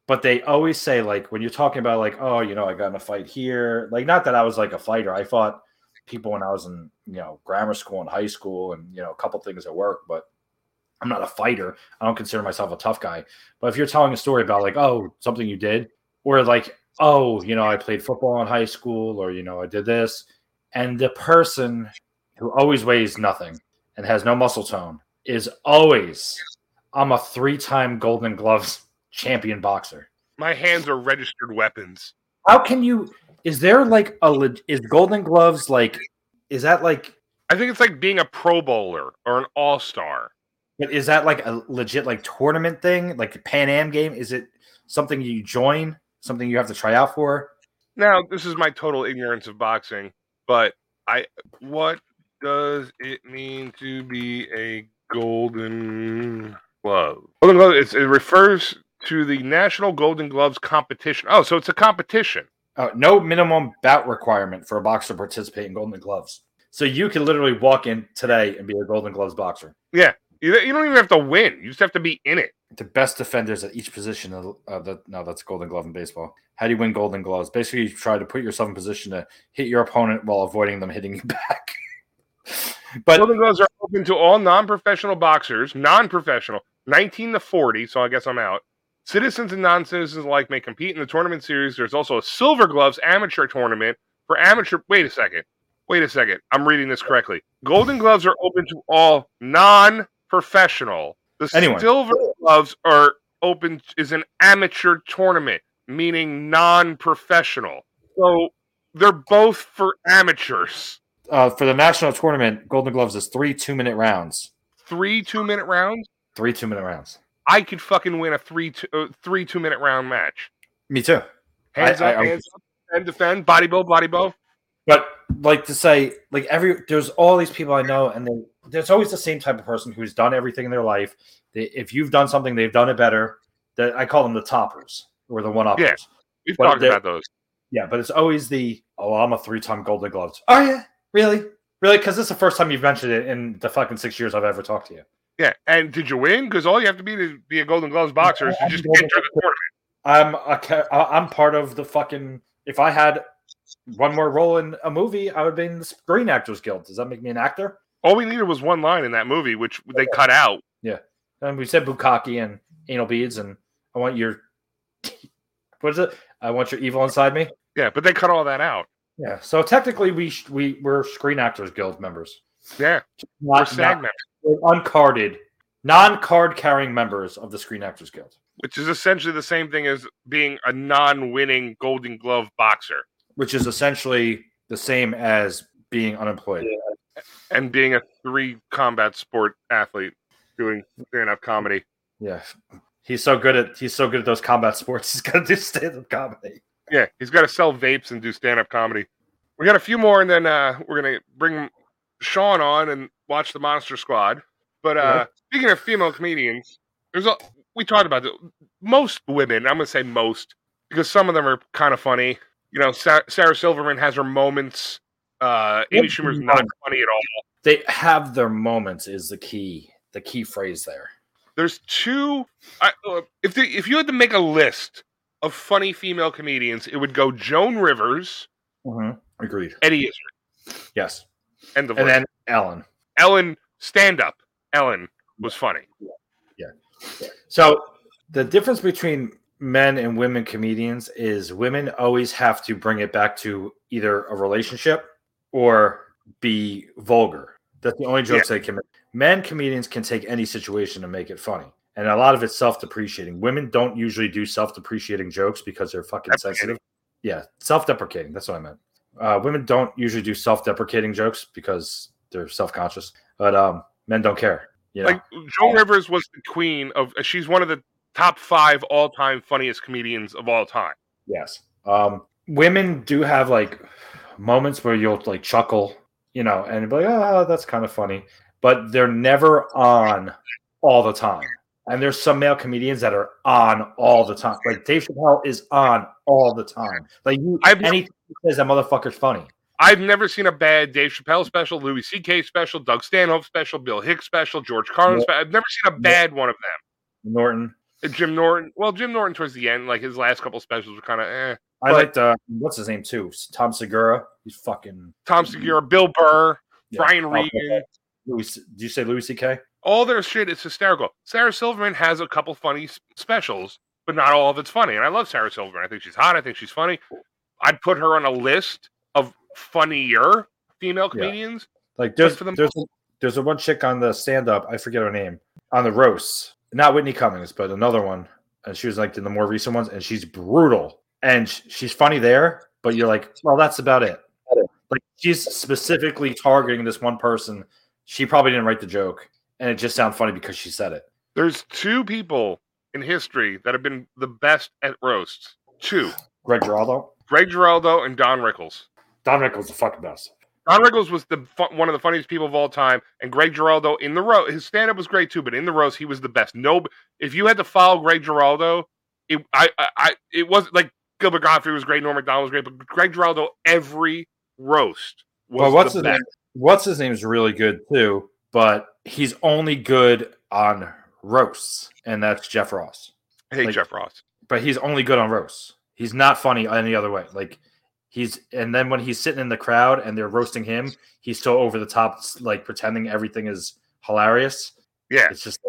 But they always say like when you're talking about like oh you know I got in a fight here like not that I was like a fighter I fought people when I was in you know grammar school and high school and you know a couple things at work, but I'm not a fighter. I don't consider myself a tough guy. But if you're telling a story about like oh something you did or like oh you know I played football in high school or you know I did this and the person who always weighs nothing and has no muscle tone is always I'm a three-time golden gloves [laughs] champion boxer. My hands are registered weapons. How can you is there like a leg- is golden gloves like is that like I think it's like being a Pro Bowler or an All Star. But is that like a legit like tournament thing, like a Pan Am game? Is it something you join, something you have to try out for? Now, this is my total ignorance of boxing, but I what does it mean to be a golden glove? Golden glove it's, it refers to the National Golden Gloves competition. Oh, so it's a competition. Uh, no minimum bout requirement for a boxer to participate in Golden Gloves. So you can literally walk in today and be a Golden Gloves boxer. You, you don't even have to win. You just have to be in it. The best defenders at each position of, of the no, that's Golden Glove in baseball. How do you win Golden Gloves? Basically, you try to put yourself in position to hit your opponent while avoiding them hitting you [laughs] back. but Golden Gloves are open to all non-professional boxers, non-professional, 19 to 40, so I guess I'm out. Citizens and non-citizens alike may compete in the tournament series. There's also a Silver Gloves amateur tournament for amateur. Wait a second. Wait a second. I'm reading this correctly. Golden Gloves are open to all non-professional. The Anyone. Silver Gloves are open is an amateur tournament, meaning non-professional. So they're both for amateurs. uh, for the national tournament, Golden Gloves is three two minute rounds. Three two-minute rounds. Three two minute rounds. I could fucking win a three two, uh, three two minute round match. Me too. Hands I- up, I- I- hands up, defend, defend, body blow, body blow. But like to say, like every there's all these people I know, and they there's always the same type of person who's done everything in their life. They, if you've done something, they've done it better. That I call them the toppers or the one uppers. Yeah. We've Well, talked there- about those. Yeah, but it's always the oh, I'm a three time Golden Gloves. Oh yeah, really, really? Because this is the first time you've mentioned it in the fucking six years I've ever talked to you. Yeah. And did you win? Because all you have to be to be a Golden Gloves [laughs] boxer is to just enter the tournament. I'm a, ca- I- I'm part of the fucking. If I had one more role in a movie, I would be in the Screen Actors Guild. Does that make me an actor? All we needed was one line in that movie, which they cut out. And we said bukkake and anal beads, and I want your what is it? I want your evil inside me. Yeah, but they cut all that out. Yeah. So technically, we sh- we we're Screen Actors Guild members, Yeah. not, Or SAG not- members, we're uncarded, non-card carrying members of the Screen Actors Guild. which is essentially the same thing as being a non winning Golden Glove boxer which is essentially the same as being unemployed. and being a three combat sport athlete doing stand up comedy. Yeah. He's so good at he's so good at those combat [laughs] sports. He's gonna do stand up comedy. Yeah, he's got to sell vapes and do stand up comedy. We got a few more, and then uh, we're gonna bring Sean on and watch the Monster Squad. But uh, Yeah. speaking of female comedians, there's a we talked about this. most women. I'm gonna say most because some of them are kind of funny. You know, Sa- Sarah Silverman has her moments. Uh, Amy Schumer's not funny at all. They have their moments is the key the key phrase there. There's two. I, uh, if the, if you had to make a list of funny female comedians, it would go Joan Rivers, Agreed. Eddie Izzard, Yes. end of And list. then Ellen. Ellen stand up. Ellen was funny. So the difference between men and women comedians is women always have to bring it back to either a relationship or be vulgar. That's the only jokes they can make. Men comedians can take any situation and make it funny. And a lot of it's self depreciating. Women don't usually do self depreciating jokes because they're fucking sensitive. Yeah, self deprecating. That's what I meant. Uh, women don't usually do self deprecating jokes because they're self conscious, but um, men don't care. You know? Like Joan Rivers was the queen of. She's one of the top five all time funniest comedians of all time. Yes. Um, women do have like moments where you'll like chuckle, you know, and be like, ah, that's kind of funny. But they're never on all the time. And there's some male comedians that are on all the time. Like Dave Chappelle is on all the time. Like you, I've- anything he says that motherfucker's funny. I've never seen a bad Dave Chappelle special, Louis C.K. special, Doug Stanhope special, Bill Hicks special, George Carlin Yeah. special. I've never seen a Yeah. bad one of them. Norton. Uh, Jim Norton. Well, Jim Norton towards the end, like his last couple specials were kind of eh. I But- liked uh, what's his name too? Tom Segura. He's fucking Tom Segura, Bill Burr, Mm-hmm. yeah. Brian Oh, Regan. Louis, do you say Louis C.K.? all their shit is hysterical. Sarah Silverman has a couple funny s- specials, but not all of it's funny. And I love Sarah Silverman. I think she's hot. I think she's funny. I'd put her on a list of funnier female Yeah. comedians. Like there's for the there's there's a one chick on the stand up, I forget her name, on the roasts. Not Whitney Cummings, but another one. And she was like in the more recent ones, and she's brutal. And sh- she's funny there, but you're like, well, that's about it. Like she's specifically targeting this one person. She probably didn't write the joke, and it just sounded funny because she said it. There's two people in history that have been the best at roasts. Two. Greg Giraldo, Greg Giraldo and Don Rickles. Don Rickles, the fucking best. Don Rickles was the fu- one of the funniest people of all time, and Greg Giraldo in the roast, his stand up was great too, but in the roast, he was the best. No, if you had to follow Greg Giraldo, it I I, I it was like Gilbert Godfrey was great, Norm Macdonald was great, but Greg Giraldo every roast was Well, what's the his best. name? What's his name is really good too, but he's only good on roasts, and that's Jeff Ross. I hate Like- Jeff Ross. But he's only good on roasts. He's not funny any other way. Like he's, and then when he's sitting in the crowd and they're roasting him, he's so over the top, like pretending everything is hilarious. Yeah, It's just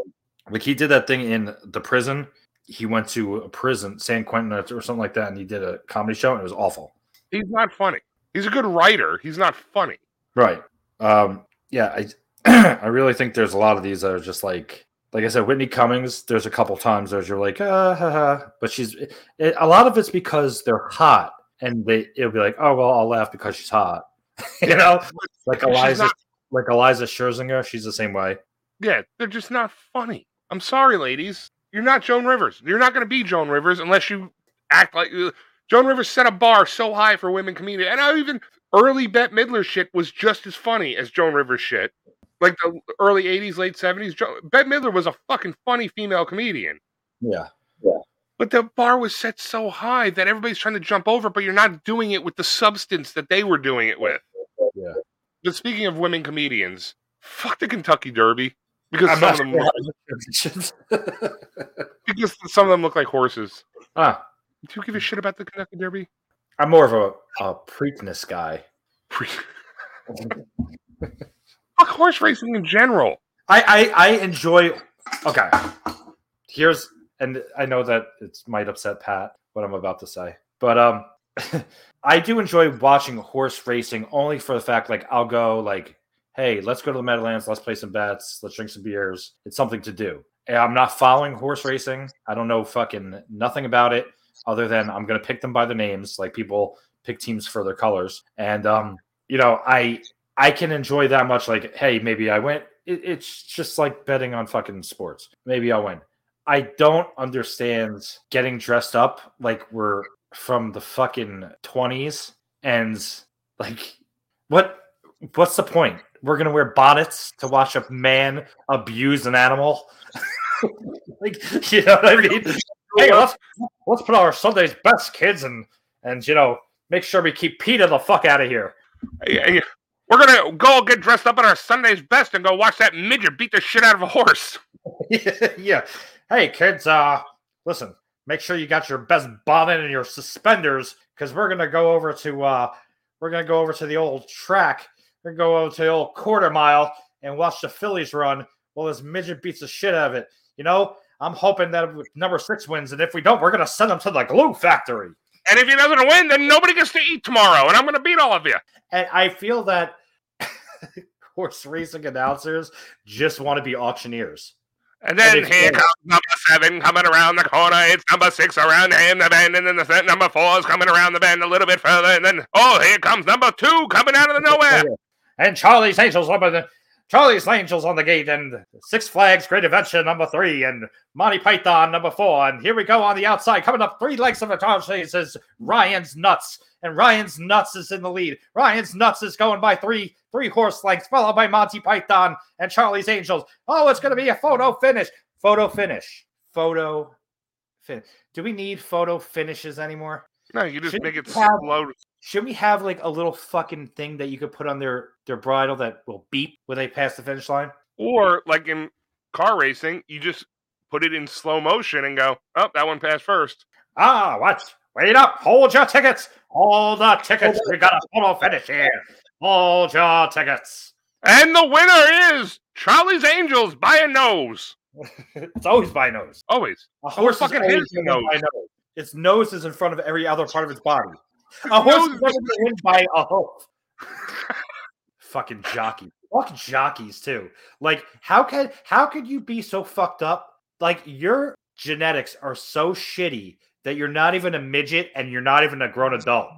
like he did that thing in the prison. He went to a prison, San Quentin or something like that, and he did a comedy show, and it was awful. he's not funny. He's a good writer. He's not funny. Right. Um, yeah, I [clears throat] I really think there's a lot of these that are just like like I said, Whitney Cummings. There's a couple times there's you're like, ah, ha, ha. but she's it, a lot of it's because they're hot, and they it'll be like, oh well, I'll laugh because she's hot, [laughs] you know, like She's Eliza, not- like Eliza Scherzinger. She's the same way. Yeah, they're just not funny. I'm sorry, ladies. You're not Joan Rivers. You're not going to be Joan Rivers unless you act like you. Joan Rivers set a bar so high for women comedians. And I even early Bette Midler shit was just as funny as Joan Rivers shit. Like the early 80s, late 70s. Jo- Bette Midler was a fucking funny female comedian. Yeah. But the bar was set so high that everybody's trying to jump over, but you're not doing it with the substance that they were doing it with. Yeah. But speaking of women comedians, fuck the Kentucky Derby. Because I'm some not of them sure were- how to- because some of them look like horses. [laughs] ah, Do you give a shit about the Kentucky Derby? [laughs] I'm more of a, a Preakness guy. Pre- Fuck horse racing in general. I, I I enjoy. Okay, here's and I know that it might upset Pat what I'm about to say, but um, [laughs] I do enjoy watching horse racing only for the fact like I'll go like, hey, let's go to the Meadowlands, let's play some bets, let's drink some beers. It's something to do. And I'm not following horse racing. I don't know fucking nothing about it other than I'm gonna pick them by their names, like people pick teams for their colors, and um, you know, I I can enjoy that much. Like, hey, maybe I went. It, it's just like betting on fucking sports. Maybe I'll win. I don't understand getting dressed up like we're from the fucking twenties and like what what's the point? We're gonna wear bonnets to watch a man abuse an animal. [laughs] like you know what I mean? Hey, let's let's put on our Sunday's best kids and and you know make sure we keep Peter the fuck out of here. Yeah, yeah. We're gonna go get dressed up in our Sunday's best and go watch that midget beat the shit out of a horse. [laughs] yeah. Hey, kids, uh, listen, make sure you got your best bonnet and your suspenders because we're going to go over to, uh, we're going to go over to the old track. We're going to go over to the old quarter mile and watch the Phillies run while this midget beats the shit out of it. You know, I'm hoping that number six wins. And if we don't, we're going to send them to the glue factory. And if he doesn't win, then nobody gets to eat tomorrow, and I'm gonna beat all of you. And I feel that [laughs] horse racing announcers just want to be auctioneers. And then And it's- here comes number seven coming around the corner. It's number six around him, the bend, and then the set number four is coming around the bend a little bit further, and then oh, here comes number two coming [laughs] out of the nowhere. and Charlie's Angels number the Charlie's Angels on the gate and Six Flags Great Adventure number three and Monty Python number four and here we go on the outside coming up three legs of a Charlie's is Ryan's Nuts and Ryan's Nuts is in the lead. Ryan's Nuts is going by three three horse lengths followed by Monty Python and Charlie's Angels. Oh, it's going to be a photo finish. Photo finish. Photo finish. Do we need photo finishes anymore? No, you just Shouldn't make it you have- slow. Should we have like a little fucking thing that you could put on their their bridle that will beep when they pass the finish line? Or like in car racing, you just put it in slow motion and go, oh, that one passed first. Ah, what? Wait up! Hold your tickets! All the tickets! We got a photo finish here! Hold your tickets! And the winner is Charlie's Angels by a nose. It's always by nose. Always. A horse fucking is hate always the winning nose. by nose. Its nose is in front of every other part of [laughs] its body. A horse nose is is- never going to win by a hoof. [laughs] fucking jockey. Fuck jockeys too. Like, how can how could you be so fucked up? Like your genetics are so shitty that you're not even a midget and you're not even a grown adult.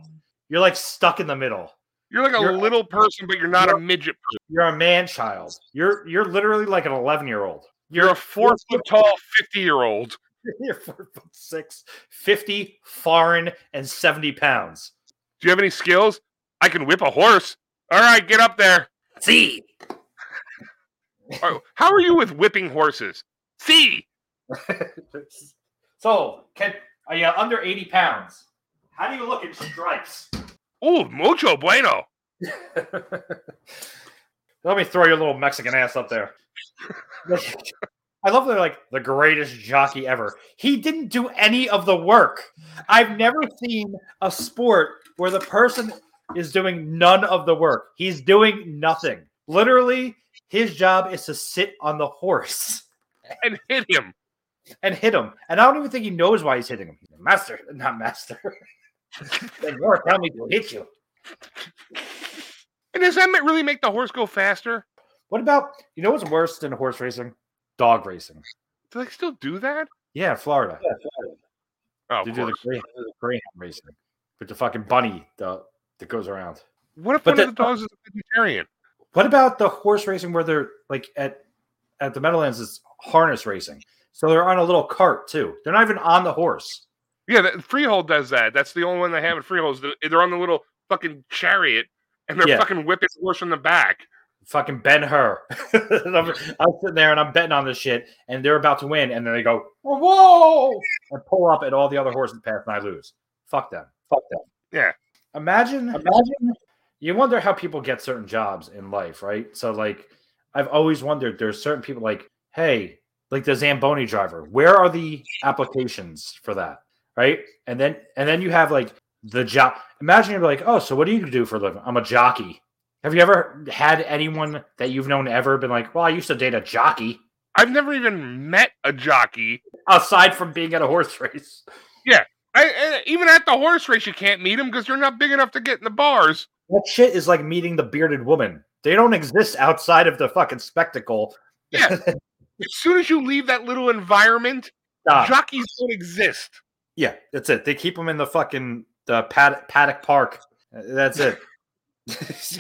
You're like stuck in the middle. You're like a You're- little person, but you're not a You're- midget person. You're a man child. You're you're literally like an 11 year old. You're a four foot tall, 50 year old. [laughs] You're four foot six, 50 foreign, and 70 pounds. Do you have any skills? I can whip a horse. All right, get up there. See? Oh, How are you with whipping horses? See, so, can are you under 80 pounds? How do you look in stripes? ooh, mucho bueno. [laughs] Let me throw your little Mexican ass up there. [laughs] I love they're like the greatest jockey ever. He didn't do any of the work. I've never seen a sport where the person is doing none of the work. He's doing nothing. Literally, his job is to sit on the horse And hit him. and hit him. And I don't even think he knows why he's hitting him. Master, [laughs] not master. Senor, tell me to hit you. And does that ma- really make the horse go faster? What about you know what's worse than horse racing? Dog racing. Do they still do that? Yeah, Florida. Oh, of they do the course. greyhound, the greyhound racing with the fucking bunny the, that goes around. What if but one that- of the dogs is a vegetarian? What about the horse racing where they're like at at the Meadowlands? It's harness racing, so they're on a little cart too. They're not even on the horse. Yeah, that, Freehold does that. That's the only one they have in Freehold. is that They're on the little fucking chariot and they're Yeah. fucking whipping the horse in the back. Fucking Ben Hur. And [laughs] I'm, I'm sitting there and I'm betting on this shit, and they're about to win, and then they go "Oh, whoa and pull up at all the other horses pass, and I lose. Fuck them. Fuck them. Yeah. Imagine. Imagine. You wonder how people get certain jobs in life, right? So like, I've always wondered. There's certain people like, hey, like the Zamboni driver. Where are the applications for that, right? And then and then you have like the job. Imagine you're like, oh, so what do you do for a living? I'm a jockey. Have you ever had anyone that you've known ever been like, well, I used to date a jockey I've never even met a jockey. aside from being at a horse race? I, and even at the horse race, you can't meet them because they're not big enough to get in the bars. That shit is like meeting the bearded woman. They don't exist outside of the fucking spectacle. [laughs] Yeah. as soon as you leave that little environment, Stop. jockeys don't exist. Yeah, that's it. They keep them in the fucking the pad- paddock park. Uh, That's it. [laughs]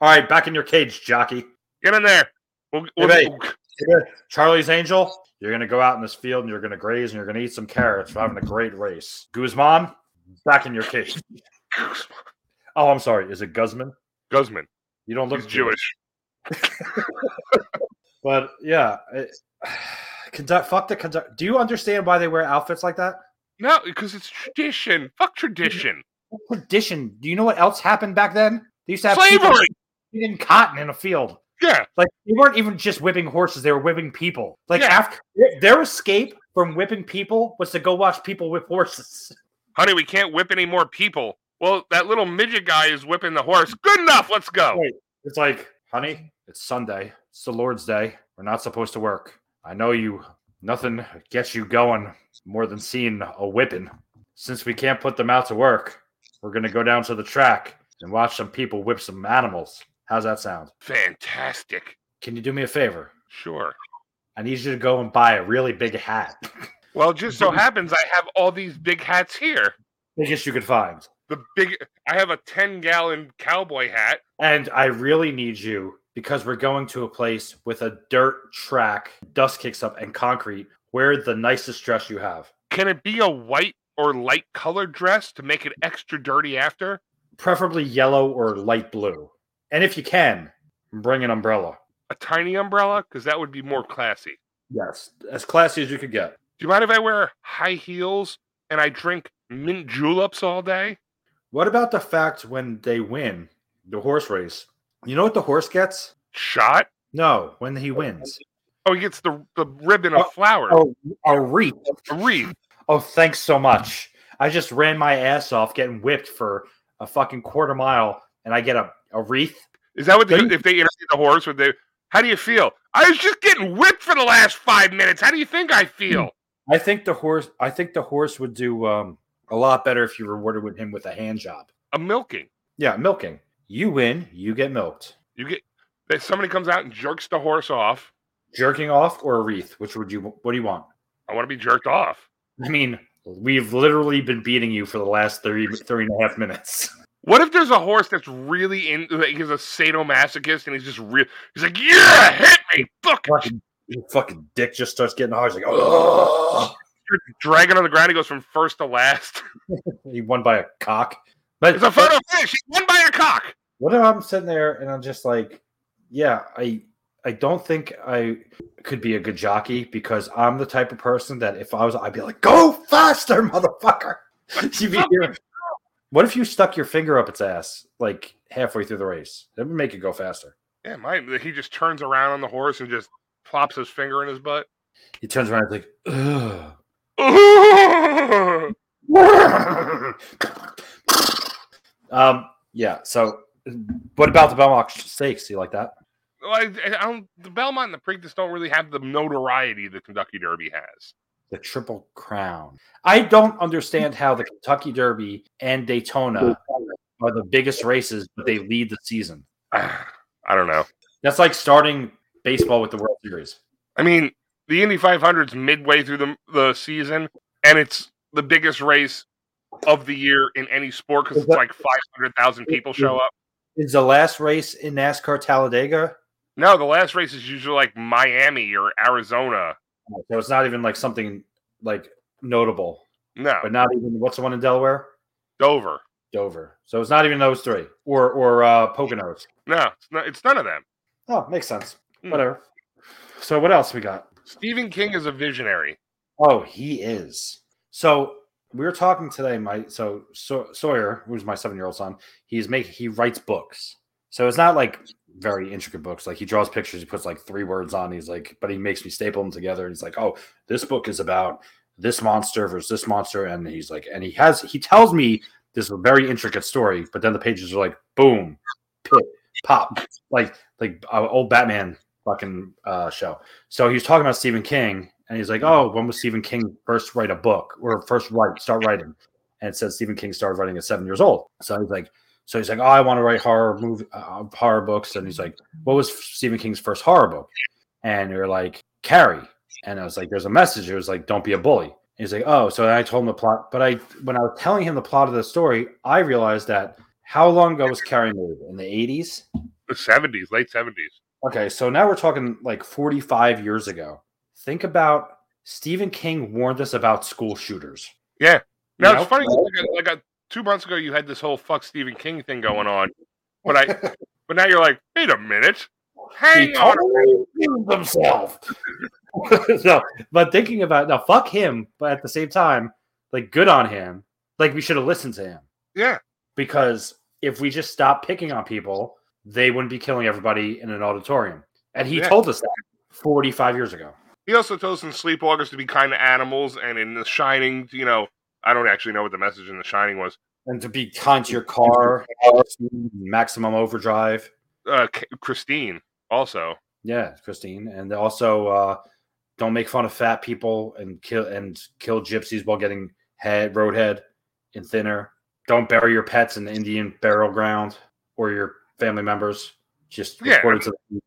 All right, back in your cage, jockey. Get in there. We'll, we'll, oh, Hey, we'll- Charlie's Angel, you're gonna go out in this field and you're gonna graze and you're gonna eat some carrots for having a great race. Guzman, back in your cage. Oh, I'm sorry. Is it Guzman? Guzman. You don't look He's Jewish. But yeah, it, [sighs] conduct. Fuck the conduct. Do you understand why they wear outfits like that? No, because it's tradition. Fuck tradition. Tradition. Do you know what else happened back then? They used to have people Slavery. eating cotton in a field. Yeah. Like they weren't even just whipping horses; they were whipping people. Like Yeah. after their escape from whipping people was to go watch people whip horses. Honey, we can't whip any more people. Well, that little midget guy is whipping the horse. Good enough. Let's go. It's like, honey, it's Sunday. It's the Lord's day. We're not supposed to work. I know you. Nothing gets you going more than seeing a whipping. Since we can't put them out to work, we're gonna go down to the track and watch some people whip some animals. How's that sound? Fantastic. Can you do me a favor? Sure. I need you to go and buy a really big hat, Well, it just so happens I have all these big hats here. biggest you could find. The big I have a 10 gallon cowboy hat. And I really need you because we're going to a place with a dirt track, dust kicks up, and concrete. Wear the nicest dress you have, Can it be a white or light colored dress to make it extra dirty after? preferably yellow or light blue. And if you can, bring an umbrella. A tiny umbrella? Because that would be more classy. Yes, as classy as you could get. Do you mind if I wear high heels and I drink mint juleps all day? What about the fact when they win the horse race? You know what the horse gets? Shot? No, when he wins, Oh, he gets the, the ribbon of Oh, flowers. a, a wreath. A wreath. Oh, thanks so much. I just ran my ass off getting whipped for a fucking quarter mile, and I get a, a wreath. Is that what they, Don't you- if they interview the horse? Would they? How do you feel? I was just getting whipped for the last five minutes. How do you think I feel? I think the horse. I think the horse would do um, a lot better if you rewarded with him with a hand job. A milking. Yeah, milking. You win, you get milked. You get that somebody comes out and jerks the horse off. Jerking off or a wreath? Which would you? What do you want? I want to be jerked off. I mean, we've literally been beating you for the last 30, 30 and a half minutes. What if there's a horse that's really in? Like, he's a sadomasochist, and he's just real. He's like, "Yeah, hit me, [laughs] fuck!" Fucking, your fucking dick just starts getting hard. He's like, oh, Dragging on the ground, he goes from first to last. he won by a cock. But It's a photo finish. He won by a cock. what if I'm sitting there and I'm just like, yeah, I I don't think I could be a good jockey because I'm the type of person that if I was, I'd be like, go faster, motherfucker. [laughs] You'd be here. What if you stuck your finger up its ass like halfway through the race? That would make it go faster. Yeah, my, he just turns around on the horse and just plops his finger in his butt. He turns around and like, ugh. [laughs] That's um, yeah. So, what about the Belmont stakes? You like that? Well, I, I don't, the Belmont and the Preakness don't really have the notoriety the Kentucky Derby has. [sighs] The Triple Crown. I don't understand how the Kentucky Derby and Daytona are the biggest races, but they lead the season. Ah, I don't know. That's like starting baseball with the World Series. I mean, the Indy 500's midway through the, the season, and it's the biggest race of the year in any sport because it's like 500,000 people show up. Is the last race in NASCAR Talladega? No, the last race is usually like Miami or Arizona. So it's not even like something like notable, No, but not even what's the one in Delaware? Dover. Dover. So it's not even those three or or uh, Poconos. No, it's, not, it's none of them. Oh, makes sense. Hmm. Whatever. So what else we got? Stephen King is a visionary. Oh, he is. So we were talking today, my so, so Sawyer, who's my seven year old son, he's make he writes books. So it's not like very intricate books. Like he draws pictures, he puts like three words on. He's like, but he makes me staple them together. And he's like, oh, this book is about this monster versus this monster. And he's like, and he has he tells me this very intricate story, but then the pages are like boom, pit, pop, like like uh, old Batman fucking uh, show. So he was talking about Stephen King, and he's like, "Oh, when was Stephen King first write a book or first write start writing?" And it says Stephen King started writing at seven years old. So he's like, "So he's like, oh, I want to write horror movie uh, horror books." And he's like, "What was Stephen King's first horror book?" And you're like, "Carrie." And I was like, "There's a message." It was like, "Don't be a bully." And He's like, oh, so I told him the plot, but I when I was telling him the plot of the story, I realized that how long ago was Carrie made? In the 80s? The 70s, late 70s. Okay, so now we're talking like 45 years ago. Think about Stephen King warned us about school shooters. Yeah. You Now know? it's funny. 'cause Like, a, like a, two months ago, you had this whole "fuck Stephen King" thing going on, but [laughs] I, but now you're like, wait a minute, hang He on. totally killed himself. [laughs] no, but thinking about now, fuck him, but at the same time, like good on him. Like we should have listened to him Yeah, because if we just stopped picking on people, they wouldn't be killing everybody in an auditorium. And he Yeah. told us that 45 years ago. he also tells in Sleepwalkers to be kind to animals, and in The Shining, you know, I don't actually know what the message in The Shining was. And to be kind to your [laughs] car, maximum overdrive. Uh, K- Christine also. Yeah, Christine, and also uh, don't make fun of fat people and kill and kill gypsies while getting head roadhead and thinner. Don't bury your pets in the Indian burial ground or your family members. Just Yeah. report it to the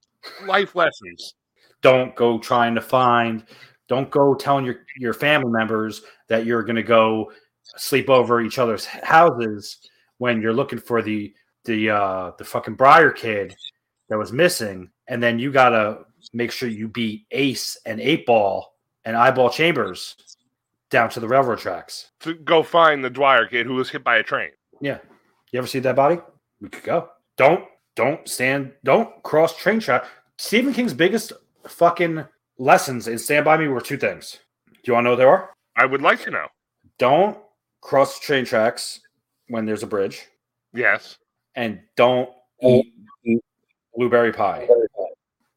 Life lessons. don't go trying to find don't go telling your your family members that you're going to go sleep over each other's houses when you're looking for the the uh the fucking briar kid that was missing and then you got to make sure you beat ace and eight ball and eyeball chambers down to the railroad tracks To go find the Dwyer kid who was hit by a train. yeah you ever see that body we could go don't don't stand don't cross train track stephen king's biggest fucking lessons in stand by me were two things do you want to know what they are I would like to know. don't cross train tracks when there's a bridge Yes, and don't eat blueberry pie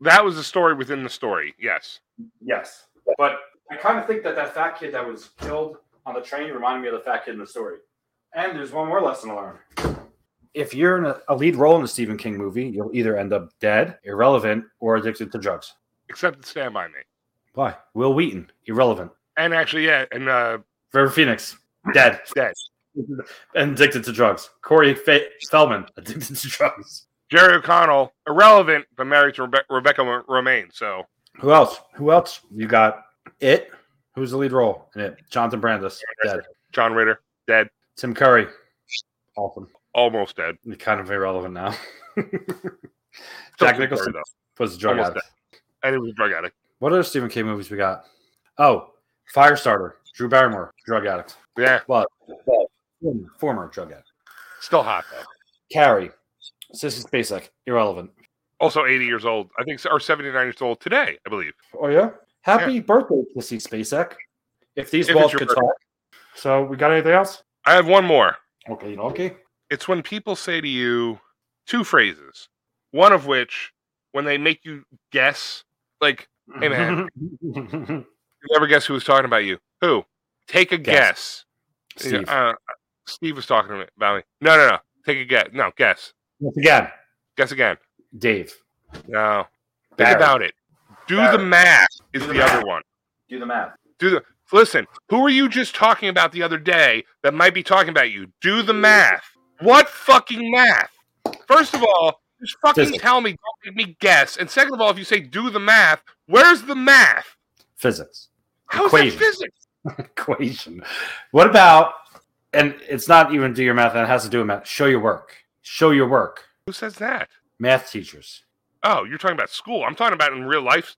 that was the story within the story. Yes, yes but i kind of think that that fat kid that was killed on the train reminded me of the fat kid in the story and there's one more lesson to learn if you're in a, a lead role in a stephen king movie you'll either end up dead irrelevant or addicted to drugs except it's Stand by Me. why will wheaton irrelevant And actually, yeah, and uh, river phoenix dead dead. and addicted to drugs corey Fe- feldman [laughs] addicted to drugs Jerry O'Connell, irrelevant, but married to Rebe- Rebecca Romaine. So Who else? Who else? You got it. Who's the lead role in it? Jonathan Brandis, dead. John Ritter, dead. Tim Curry, awesome. almost dead. They're kind of irrelevant now. [laughs] Still Jack pretty Nicholson blurry, was a though. drug Almost addict. dead. And he was a drug addict. What other Stephen King movies we got? Oh, Firestarter, Drew Barrymore, drug addict. Yeah, Well, well, former- former drug addict. still hot though. Carrie, Sissy Spacek, irrelevant. Also, eighty years old. I think, or seventy-nine years old today. I believe. Oh yeah, happy birthday, Sissy Spacek. If these If walls it's your could talk. So we got anything else? I have one more. Okay, okay. it's when people say to you two phrases, one of which, when they make you guess, like, hey man, you never guess who was talking about you. Who? Take a Guess. guess. You Steve. go, Uh, Steve was talking to me about me. No, no, no. Take a guess. No, guess. Once again, Guess again. [laughs] Dave. No. Think Barry. about it. Do the Barry. math is Do the, the other math. one. Do the math. Do the listen. Who were you just talking about the other day that might be talking about you? Do the math. What fucking math? First of all, just fucking Physics. tell me. Don't make me guess. And second of all, if you say do the math, where's the math? Physics. [laughs] How's Equation. that physics? Equation. What about? And it's not even do your math. That has to do with math. Show your work. Show your work. Who says that? Math teachers. Oh, you're talking about school. I'm talking about in real life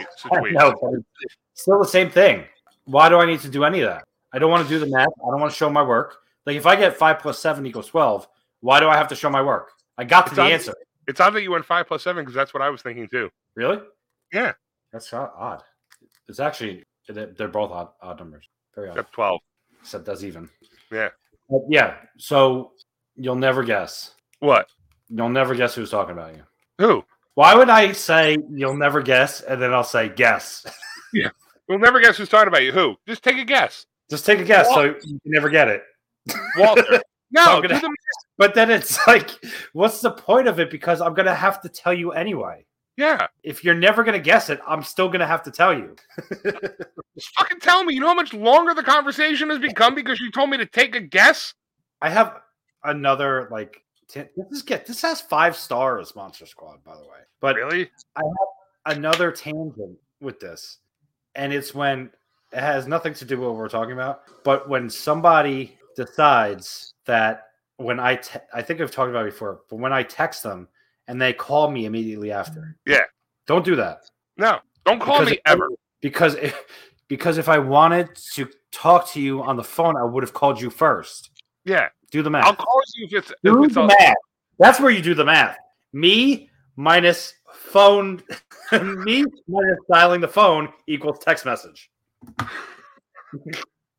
[laughs] I situations. know, but it's still the same thing. Why do I need to do any of that? I don't want to do the math. I don't want to show my work. Like if I get five plus seven equals twelve, why do I have to show my work? I got to It's the obvious. answer. It's odd that you went five plus seven because that's what I was thinking too. Really? Yeah. That's o- odd. It's actually they're they're both odd, odd numbers. Very odd. Except twelve. Except that's even. Yeah. But yeah. So you'll never guess. What? You'll never guess who's talking about you. Who? Why would I say you'll never guess and then I'll say guess? [laughs] We'll never guess who's talking about you. Who? Just take a guess. Just take a guess so you can never get it. [laughs] Walter. No, I'm do gonna- the- But then it's [laughs] like, what's the point of it? Because I'm gonna have to tell you anyway. yeah. If you're never gonna guess it, I'm still gonna have to tell you. Just fucking tell me. You know how much longer the conversation has become because you told me to take a guess? I have another like. Ten, this is get this has five stars, Monster Squad, by the way. But Really? another tangent with this, and it's when it has nothing to do with what we're talking about, but when somebody decides that when I te- I think I've talked about it before, but when I text them and they call me immediately after, Yeah. don't do that. No. Don't call Because me if I- ever. because if, because if I wanted to talk to you on the phone, I would have called you first. Yeah. Do the I'll math. call you if it's, if Do it's the all, math. That's where you do the math. Me minus phone, [laughs] me minus dialing the phone equals text message.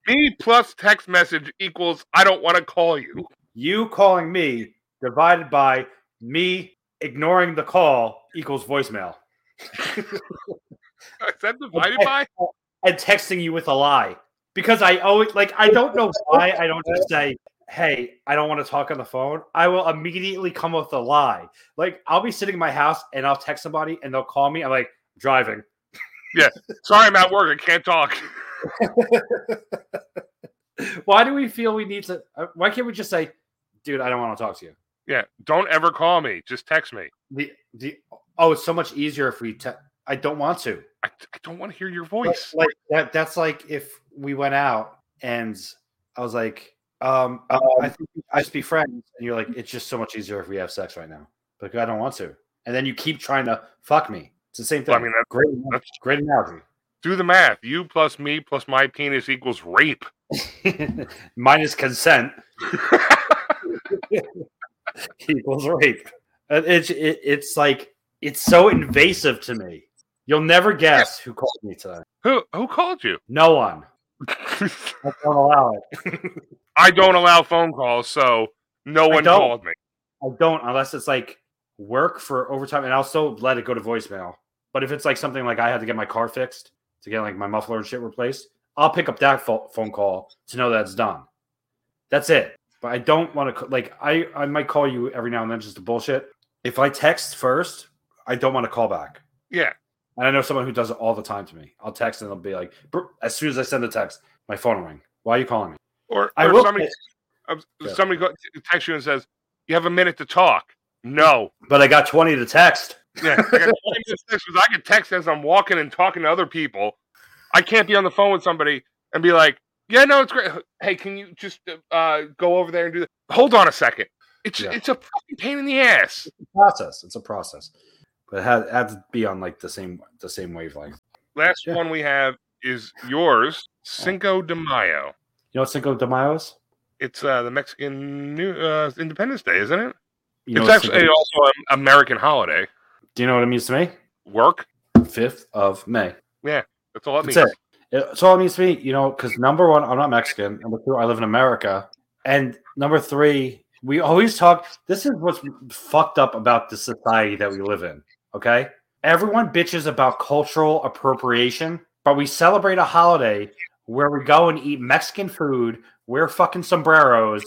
me plus text message equals I don't want to call you. [laughs] You calling me divided by me ignoring the call equals voicemail. Is that divided Okay. by? and texting you with a lie because I always like I don't know why I don't just say hey I don't want to talk on the phone. I will immediately come up with a lie. Like I'll be sitting in my house and I'll text somebody and they'll call me. I'm like driving. Sorry, I'm at work. I can't talk. Why do we feel we need to? uh, Why can't we just say, dude, I don't want to talk to you? Yeah. Don't ever call me. Just text me. The the oh, it's so much easier if we. Te- I don't want to. I, I don't want to hear your Like- voice. Like that. That's like if we went out and I was like, um, I think we should just be friends, and you're like, it's just so much easier if we have sex right now. Like I don't want to, and then you keep trying to fuck me. It's the same thing. Well, I mean, that's- great, that's- great analogy. Do the math. You plus me plus my penis equals rape. [laughs] Minus consent [laughs] equals rape. Uh, It's it, it's like it's so invasive to me. You'll never guess who called me today. Who who called you? [laughs] No one. I don't allow it. I don't allow phone calls, so no one don't. called me. I don't unless it's like work for overtime, and I'll still let it go to voicemail. But if it's like something like I had to get my car fixed to get like my muffler and shit replaced, I'll pick up that pho- phone call to know that's done. That's it. But I don't want to like I I might call you every now and then just to bullshit. If I text first, I don't want to call back. Yeah. And I know someone who does it all the time to me. I'll text and they'll be like, "Br- as soon as I send the text, my phone will ring. Why are you calling me? Or, I or will somebody, um, Yeah. somebody go- texts you and says, "You have a minute to talk." No, But I got twenty to text. yeah, I got 20 minutes to text because I can text as I'm walking and talking to other people. I can't be on the phone with somebody and be like, "Yeah, no, it's great. Hey, can you just uh, uh, go over there and do that?" Hold on a second. It's Yeah. it's a fucking pain in the ass. Process. It's a process, but it had, it had to be on like the same the same wavelength. Last Yeah. one we have is yours, Cinco de Mayo. You know what Cinco de Mayo is? It's uh, the Mexican New uh, Independence Day, isn't it? You know it's what actually Cinco- also an American holiday. do you know what it means to me? Work. Fifth of May. That's all it That's means. it. It- That's all it means to me, you know, because number one, I'm not Mexican. Number two, I live in America. And number three, we always talk. This is what's fucked up about the society that we live in. Okay. Everyone bitches about cultural appropriation, but we celebrate a holiday where we go and eat Mexican food, wear fucking sombreros,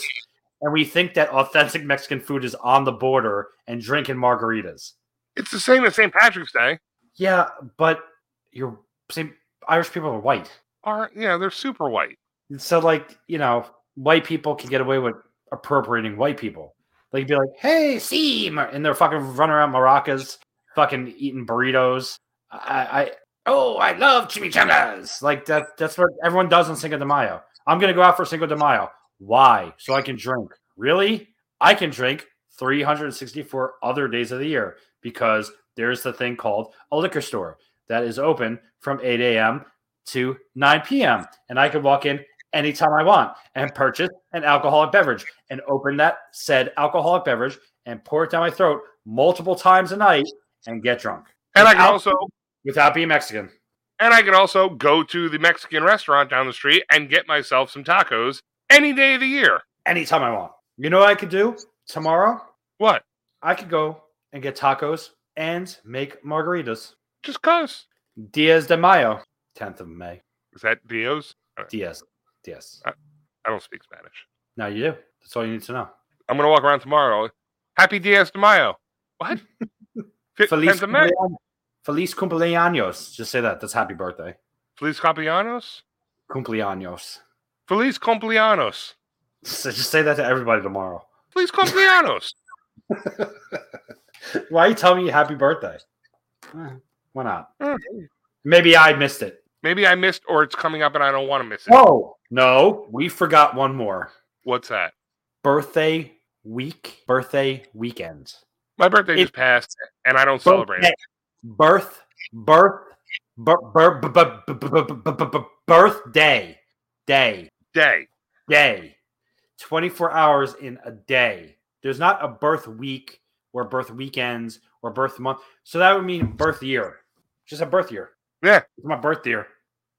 and we think that authentic Mexican food is on the border and drinking margaritas. It's the same as St. Patrick's Day. Yeah, but you're same Irish people are white. Are yeah, they're super white. And so, like, you know, white people can get away with appropriating white people. They can be like, hey, see, Mar-" and they're fucking running around maracas, fucking eating burritos. I, I oh, I love chimichangas. Like, that, that's what everyone does on Cinco de Mayo. I'm going to go out for Cinco de Mayo. Why? So I can drink. Really? I can drink 364 other days of the year because there's the thing called a liquor store that is open from 8 a.m. to 9 p.m. And I can walk in anytime I want and purchase an alcoholic beverage and open that said alcoholic beverage and pour it down my throat multiple times a night and get drunk And I can Without- also without being Mexican. and I can also go to the Mexican restaurant down the street and get myself some tacos any day of the year. Anytime I want. You know what I could do tomorrow? What? I could go and get tacos and make margaritas. Just cause. Diaz de Mayo, 10th of May. Is that Dio's? Diaz. Diaz. I don't speak Spanish. Now you do. That's all you need to know. I'm gonna walk around tomorrow. Happy Diaz de Mayo. [laughs] What? Fi- Feliz tenth of May? cumpleaños. Feliz cumpleaños. Just say that. That's happy birthday. Feliz Capianos? Cumpleaños. [laughs] Feliz cumpleaños. So just say that to everybody tomorrow. Feliz cumpleaños. Why are you telling me happy birthday? Eh, Why not? Mm. Maybe I missed it. Maybe I missed or it's coming up and I don't want to miss it. Whoa. No, we forgot one more. What's that? Birthday week, birthday weekend. My birthday It- just passed and I don't celebrate it. Birth, birth, bir- bir- b- b- b- b- b- b- b- b- birthday, day, Day. day. 24 hours in a day. There's not a birth week or birth weekends or birth month. So that would mean birth year. Just a birth year. Yeah. It's my birth year.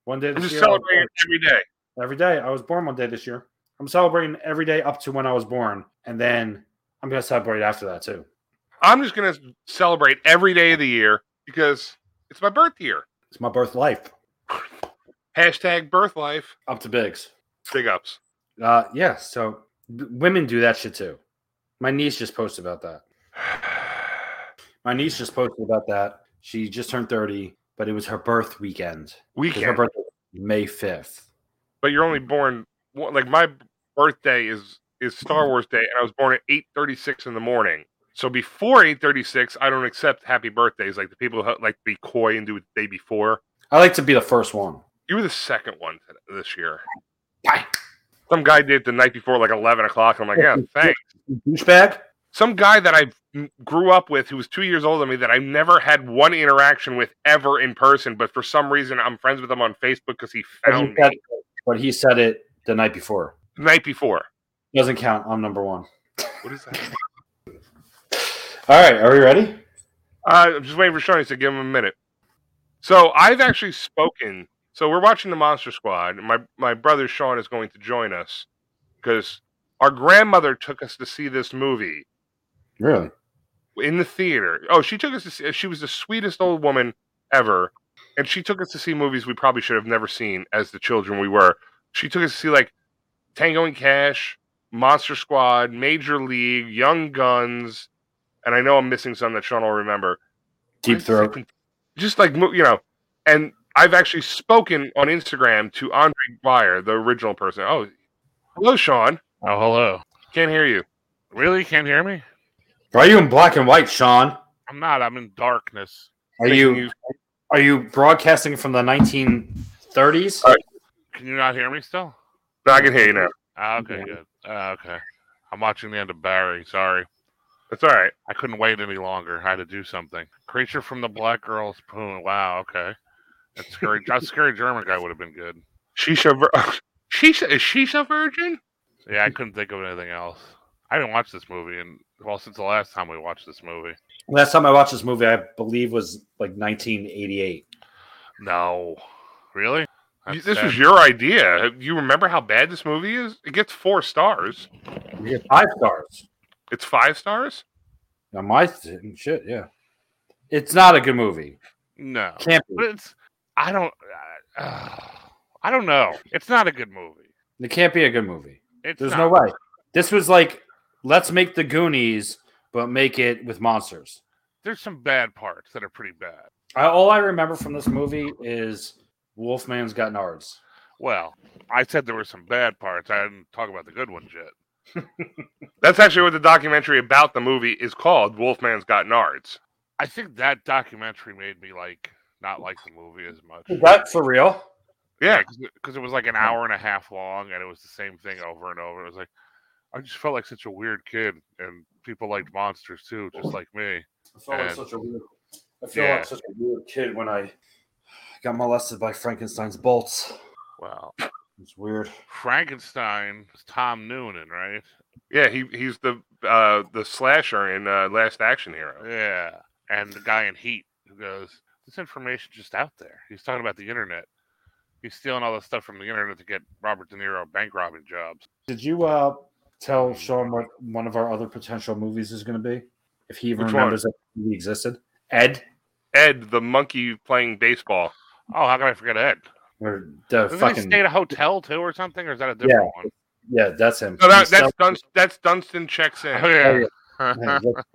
One day I'm this just year, I was celebrating every day. born. every day. I was born one day this year. I'm celebrating every day up to when I was born, and then I'm gonna celebrate after that too. I'm just gonna celebrate every day of the year because it's my birth year. It's my birth life. Hashtag birth life. Up to bigs. Big ups. Uh, yeah. So b- women do that shit too. My niece just posted about [sighs] that. My niece just posted about that. She just turned 30, but it was her birth weekend. 'Cause Her Weekend. birthday was May 5th. But you're only born one- like my birthday is is Star Wars Day, and I was born at 8:36 in the morning. So before 8:36, I don't accept happy birthdays like the people who like to be coy and do it the day before. I like to be the first one. You were the second one t- this year. Why? Some guy did it the night before, like 11 o'clock. I'm like, yeah, thanks. Douchebag? some guy that I m- grew up with who was two years older than me that I've never had one interaction with ever in person, but for some reason I'm friends with him on Facebook because he But he found said- me but he said it the night before. the night before. Doesn't count. I'm number one. What is that? All right. Are we ready? Uh, I'm just waiting for Shawnee to give him a minute. So I've actually spoken. So we're watching the Monster Squad. and My my brother Sean is going to join us because our grandmother took us to see this movie. Really? in the theater. Oh, she took us to see, she was the sweetest old woman ever. And she took us to see movies we probably should have never seen as the children we were. She took us to see like Tango and Cash, Monster Squad, Major League, Young Guns, and I know I'm missing some that Sean will remember. Deep throat. Just like mo- you know, and I've actually spoken on Instagram to Andre Dwyer, the original person. Oh, hello, Sean. Oh, hello. Can't hear you. Really? You Can't hear me? Why are you in black and white, Sean? I'm not. I'm in darkness. Are Making you are you broadcasting from the 1930s? Can you not hear me still? No, I can hear you now. Ah, okay, good. Ah, okay. I'm watching the end of Barry. Sorry. That's all right. I couldn't wait any longer. I had to do something. Creature from the Black Girl's Poon. Wow. Okay. That [laughs] scary, that scary German guy would have been good. Shisha, vir- [laughs] Shisha is Shisha virgin? Yeah, I couldn't think of anything else. I didn't watch this movie, and well, since the last time we watched this movie, Last time I watched this movie, I believe was like 1988. no, really. You- That's this sad. was your idea. You remember how bad this movie is? It gets four stars. We get five stars. It's five stars. Now my shit, yeah. It's not a good movie. no. Can't But be. it's I don't uh, I don't know. It's not a good movie. It can't be a good movie. It's There's not. no way. This was like, let's make the Goonies, but make it with monsters. There's some bad parts that are pretty bad. I, all I remember from this movie is Wolfman's got nards. Well, I said there were some bad parts. I didn't talk about the good ones yet. [laughs] That's actually what the documentary about the movie is called. Wolfman's Got Nards. I think that documentary made me like not like the movie as much. Is that for real? Yeah, because it was like an hour and a half long, and it was the same thing over and over. It was like I just felt like such a weird kid, and people liked monsters too, just like me. I felt like And- such a weird. I feel Yeah. like such a weird kid when I got molested by Frankenstein's bolts. Wow, It's weird. Frankenstein is Tom Noonan, right? yeah. He he's the uh, the slasher in uh, Last Action Hero. Yeah. And the guy in Heat who goes, This information's just out there. He's talking about the internet. He's stealing all this stuff from the internet to get Robert De Niro bank robbing jobs. Did you uh, tell Sean what one of our other potential movies is going to be? If he even Which one? remembers that he existed, Ed Ed, the monkey playing baseball. Oh, how can I forget Ed? or the Doesn't he fucking stay at a hotel too or something? Or is that a different one? yeah, that's him. No, that, He's that's Dunst, that's Dunstan checks in. Oh, yeah. [laughs] Yeah, [laughs] look,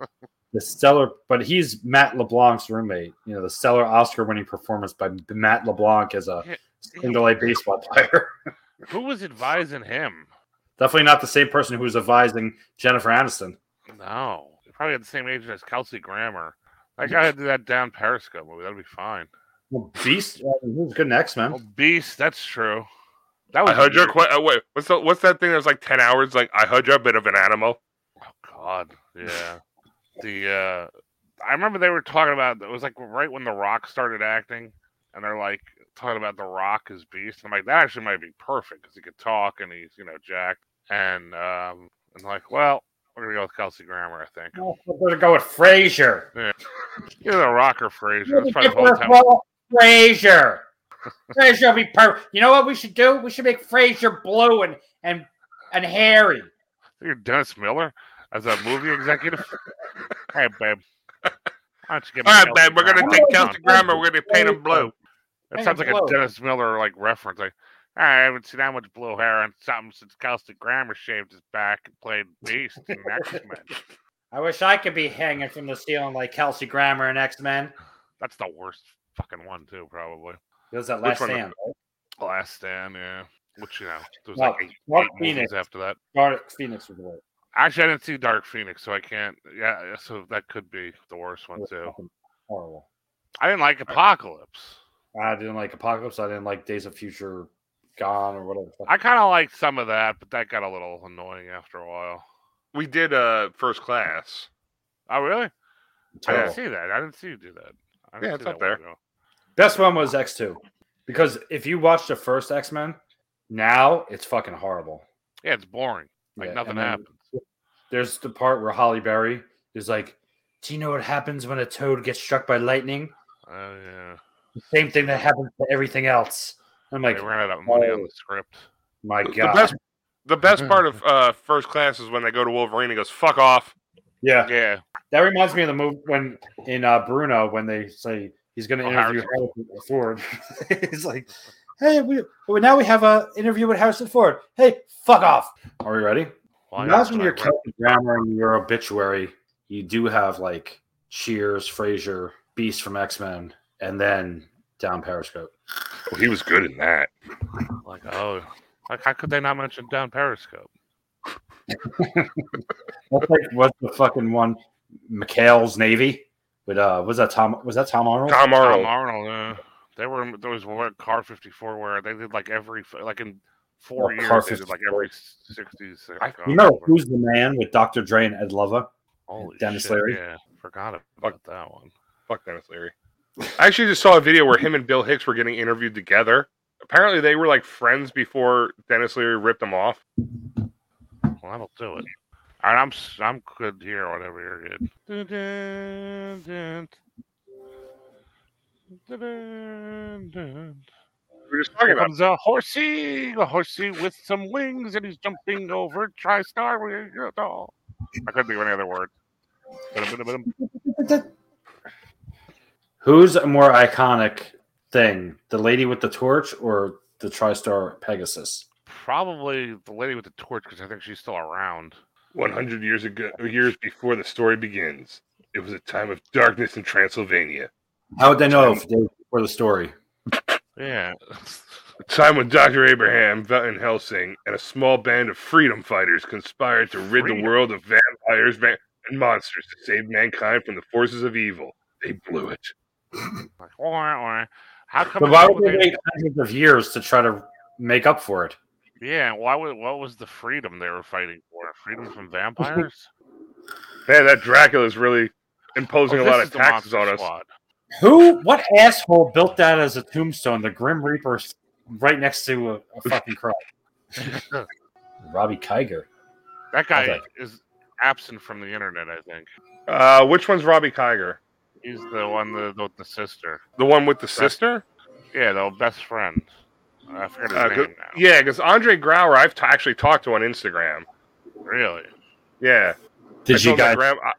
the stellar, but he's Matt LeBlanc's roommate. You know, the stellar Oscar-winning performance by Matt LeBlanc as a Yeah. single A baseball player. [laughs] Who was advising him? Definitely not the same person who was advising Jennifer Aniston. No. He Probably had the same agent as Kelsey Grammer. Mm. That guy had to do that down Periscope movie. That'd be fine. Well, Beast, I mean, he was good in X Oh, [laughs] Men. Beast, that's true. That was I heard your weird. que- uh, wait. What's the, what's that thing that was like ten hours? Like I heard you're a bit of an animal. Oh God, yeah. The uh, I remember they were talking about it was like right when The Rock started acting, and they're like talking about The Rock as Beast. And I'm like, that actually might be perfect because he could talk and he's you know jacked. And um, and like, well, we're gonna go with Kelsey Grammer, I think. Oh, I'm gonna go with Frasier. Either The Rock or Frazier. That's probably the whole time. Frasier. Frasier will be perfect. You know what we should do? We should make Frasier blue and and and hairy. You're Dennis Miller as a movie executive. hey, babe. Why don't you get me All right, Kelsey babe. We're gonna Grammer? take Come on. Kelsey Grammer. We're gonna paint him blue. That Hey, sounds like Blow. a Dennis Miller like reference. Like I haven't seen that much blue hair on something since Kelsey Grammer shaved his back and played Beast in X Men. I wish I could be hanging from the ceiling like Kelsey Grammer and X Men. That's the worst fucking one too, probably. It was that Which last one? stand. right? Last Stand, yeah. Which you know, there was No, like eight, Dark eight movies Phoenix. after that. Scarlet Phoenix was the word. Actually, I didn't see Dark Phoenix, so I can't. Yeah, so that could be the worst It one was too. fucking Horrible. I didn't like Apocalypse. I didn't like Apocalypse. I didn't like Days of Future Gone or whatever. the fuck. I kind of liked some of that, but that got a little annoying after a while. We did uh first class. Oh, really? I Terrible. didn't see that. I didn't see you do that. I didn't Yeah, see it's that up there. one go. Best one was X two, because if you watch the first X Men, now it's fucking horrible. Yeah, it's boring. Like Yeah, nothing and then happens. There's the part where Holly Berry is like, "Do you know what happens when a toad gets struck by lightning? Oh yeah. The same thing that happens to everything else." I'm like, they ran out of money on oh. the script. my The god, best- The best part [laughs] of uh first class is when they go to Wolverine and goes fuck off. yeah. Yeah. That reminds me of the move when in uh, Bruno when they say he's going to Oh, interview Harrison Ford. [laughs] he's like, "Hey, we well, now we have a interview with Harrison Ford. Hey, fuck off. Are we ready? Well, I Imagine got your what I read. Kelsey Grammer and your obituary. You do have like Cheers, Frasier, Beast from X Men, and then down Periscope. Well, he was good in that. like oh like how could they not mention down Periscope? That's like what's the fucking one? McHale's Navy with uh, was that Tom? Was that Tom Arnold? Tom Tom Arnold. Arnold, uh, they were there was one car fifty four where they did like every like in four Oh, years. Car They did 54. like every sixties. I- You know who's the man with Dr. Dre and Ed Lova? Holy Dennis shit, Leary? Yeah, forgot about Fuck. that one. Fuck Dennis Leary. I actually just saw a video where him and Bill Hicks were getting interviewed together. Apparently, they were like friends before Dennis Leary ripped them off. Well, that'll do it. All right, I'm s- I'm good here. Whatever you're good. Dun, dun, dun. Dun, dun, dun. We were just talking Here about comes a horsey, a horsey with some wings, and he's jumping over TriStar. with a doll. I couldn't think of any other word. Ba-dum-ba-dum-ba-dum. Who's a more iconic thing, the lady with the torch or the TriStar Pegasus? Probably the lady with the torch, because I think she's still around. 100 years ago, years before the story begins. It was a time of darkness in Transylvania, How would they know if they were the story? Yeah. a time when Dr. Abraham, Van Helsing, and a small band of freedom fighters conspired to rid Freedom. the world of vampires va- and monsters to save mankind from the forces of evil. They blew it. like, or, or. How come? But why people would they didn't- wait hundreds of years to try to make up for it? Yeah, why would what was the freedom they were fighting for? Freedom [laughs] from vampires? Man, that Dracula's really imposing Oh, a lot of this is the taxes Monster on us. Squad. Who? What asshole built that as a tombstone? The Grim Reaper right next to a, a fucking cross. Robbie Kiger. That guy Okay. is absent from the internet, I think. Uh, which one's Robbie Kiger? He's the one the the, the sister. The one with the sister? Yeah, the best friend. I forget his Uh, name go- now. Yeah, because Andre Grauer, I've t- actually talked to on Instagram. Really? Yeah. I Did you told my guys? grandma- I,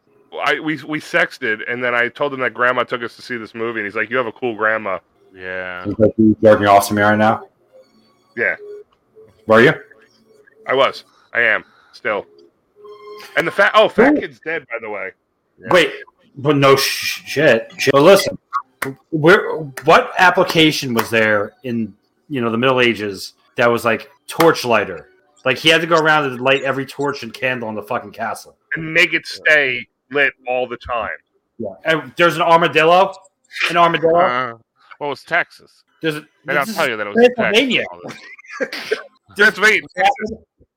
I- we, we sexted, and then I told him that grandma took us to see this movie, and he's like, You have a cool grandma. Yeah. You jerking off to me right now? Yeah. Were you? I was. I am. Still. And the fat, oh, fat kid's dead, by the way. Wait, but no sh- shit. shit. But listen, where what application was there in you know the Middle Ages that was like torch lighter? Like he had to go around and light every torch and candle in the fucking castle. And make it stay lit all the time. Yeah, and Uh, there's an armadillo, an armadillo. Uh, well, it was Texas. There's a, They don't this tell is you that it was Pennsylvania. Texas. all [laughs] this- That's me.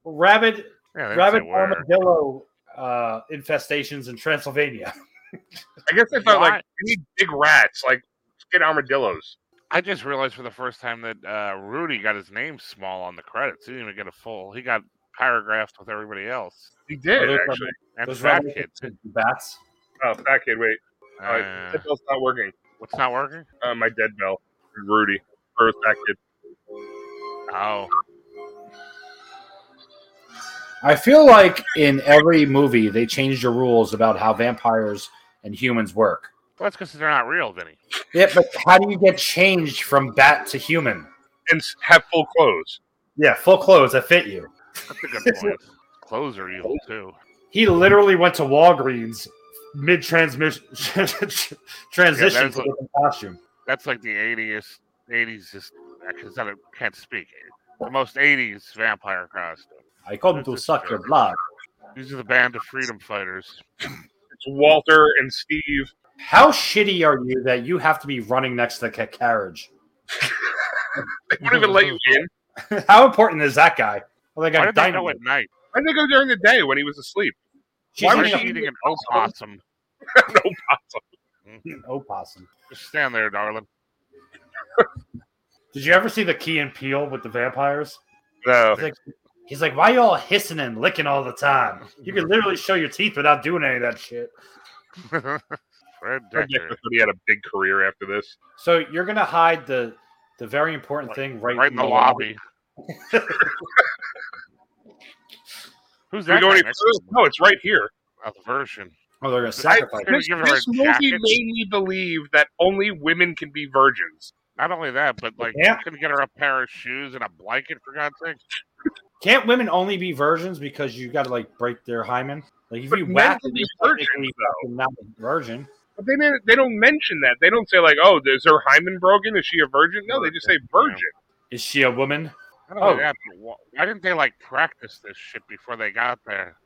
rabid, Yeah, they didn't say rabid where. armadillo uh, infestations in Transylvania. [laughs] I guess they thought, Why? like, we need big rats. Like, let's get armadillos. I just realized for the first time that uh, Rudy got his name small on the credits. He didn't even get a full. He got paragraphed with everybody else. He Oh, did, those are- actually. And Those Fat rabid Kid. bats. Oh, fat kid, wait. Uh, Uh, that bell's not working. what's not working? Uh, my dead bell. Rudy. Or that kid. Oh, I feel like in every movie they change the rules about how vampires and humans work. well, that's because they're not real, Vinny. Yeah, but how do you get changed from bat to human? And s- have full clothes. Yeah, full clothes that fit you. That's a good point. Clothes are evil too. He literally went to Walgreens mid transmission [laughs] transition that is to a- a different costume. That's like the 80s, 80s is actually it's not a, can't speak. The most 80s vampire costume. I come That's to just suck your terrible. blood. These are the band of freedom fighters. It's Walter and Steve. How shitty are you that you have to be running next to the ca- carriage? They won't even [laughs] let you in. How important is that guy? Well, they got Why did they go dynamite. at night? Why did they go during the day when he was asleep? She's Why was eating she a- [laughs] eating an opossum? no possum. an opossum. Just stand there, darling. Did you ever see the Key and Peel with the vampires? No. He's like, he's like, why y'all hissing and licking all the time? You can literally show your teeth without doing any of that shit. [laughs] Fred Fred Decker. Decker thought He had a big career after this. So you're gonna hide the the very important thing right, Right in the lobby. [laughs] Who's Do we that? go guy any next further? to him? No, it's right here. A version. Oh, they're gonna I, sacrifice. They're gonna this give her this a movie jacket. made me believe that only women can be virgins. Not only that, but like Yeah. you can get her a pair of shoes and a blanket for God's sake. Can't women only be virgins because you got to like break their hymen? Like if But you men whack can them, be you're virgins, technically though. fucking not a virgin. But they didn't, they don't mention that. They don't say like, "Oh, is her hymen broken? Is she a virgin?" No, they just say virgin. Is she a woman? Not only Oh. that, but wh- why didn't they like practice this shit before they got there?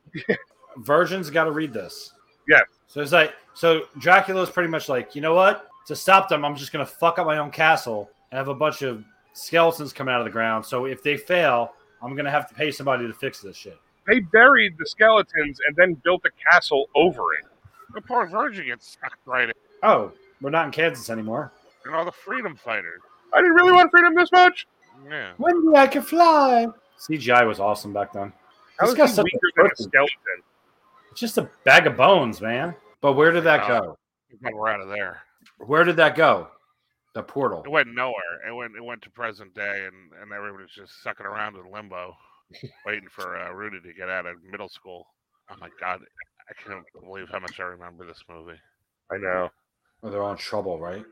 Virgins got to read this. Yeah. So it's like so Dracula's pretty much like you know what to stop them I'm just gonna fuck up my own castle and have a bunch of skeletons coming out of the ground. So if they fail, I'm gonna have to pay somebody to fix this shit. They buried the skeletons and then built a castle over it. The poor Virgin gets sucked right in. Oh, we're not in Kansas anymore. And all the freedom fighters. I didn't really want freedom this much. Yeah. Wendy, I can fly. CGI was awesome back then. How This is guy's he such a weaker than a person. skeleton? It's just a bag of bones, man. But where did that Yeah. go? Like, We're out of there. Where did that go? The portal. It went nowhere. It went it went to present day, and and everybody's just sucking around in limbo, [laughs] waiting for uh, Rudy to get out of middle school. Oh my god, I can't believe how much I remember this movie. I know. Oh, they're all in trouble, right?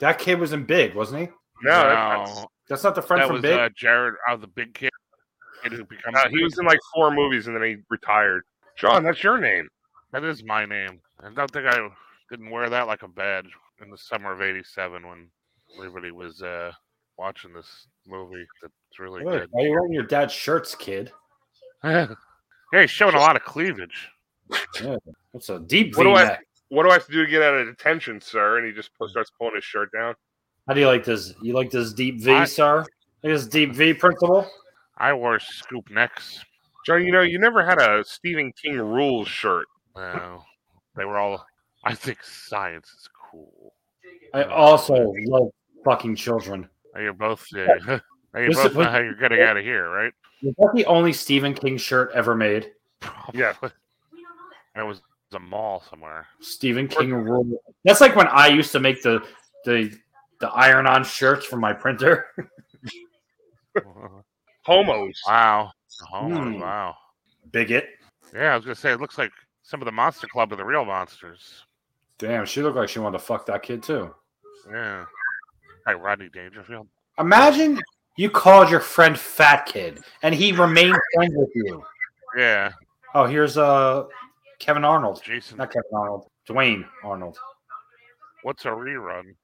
That kid was in Big, wasn't he? No, Wow. that's- That's not the friend that from was Big. uh, Jared, oh, the big kid, kid who becomes. Uh, he was in like four movies and then he retired. John, that's your name. That is my name. I don't think I didn't wear that like a badge in the summer of '87 when everybody was uh, watching this movie. That's really Look, good. why are you wearing your dad's shirts, kid? [laughs] yeah, he's showing a lot of cleavage. That's a deep What do I- V-neck. What do I have to do to get out of detention, sir? And he just pu- starts pulling his shirt down. How do you like this? You like this deep V, I- sir? Like this deep V, principal? I wore scoop necks. John, you know, you never had a Stephen King rules shirt. Wow. They were all. I think science is cool. I also love fucking children. Now You're both. Yeah. [laughs] now you This is both know what- how you're getting out of here, right? Is that the only Stephen King shirt ever made? Yeah. Probably. [laughs] And it was a mall somewhere. Stephen King rule. That's like when I used to make the the the iron on shirts for my printer. [laughs] [laughs] Homos. wow. Oh, Hmm. Wow. Bigot. Yeah, I was gonna say it looks like some of the Monster Club are the real monsters. Damn, she looked like she wanted to fuck that kid too. Yeah. Like Rodney Dangerfield. Imagine you called your friend Fat Kid and he remained friends with you. Yeah. Oh, here's uh Kevin Arnold. Jason. Not Kevin Arnold. Dwayne Arnold. What's a rerun?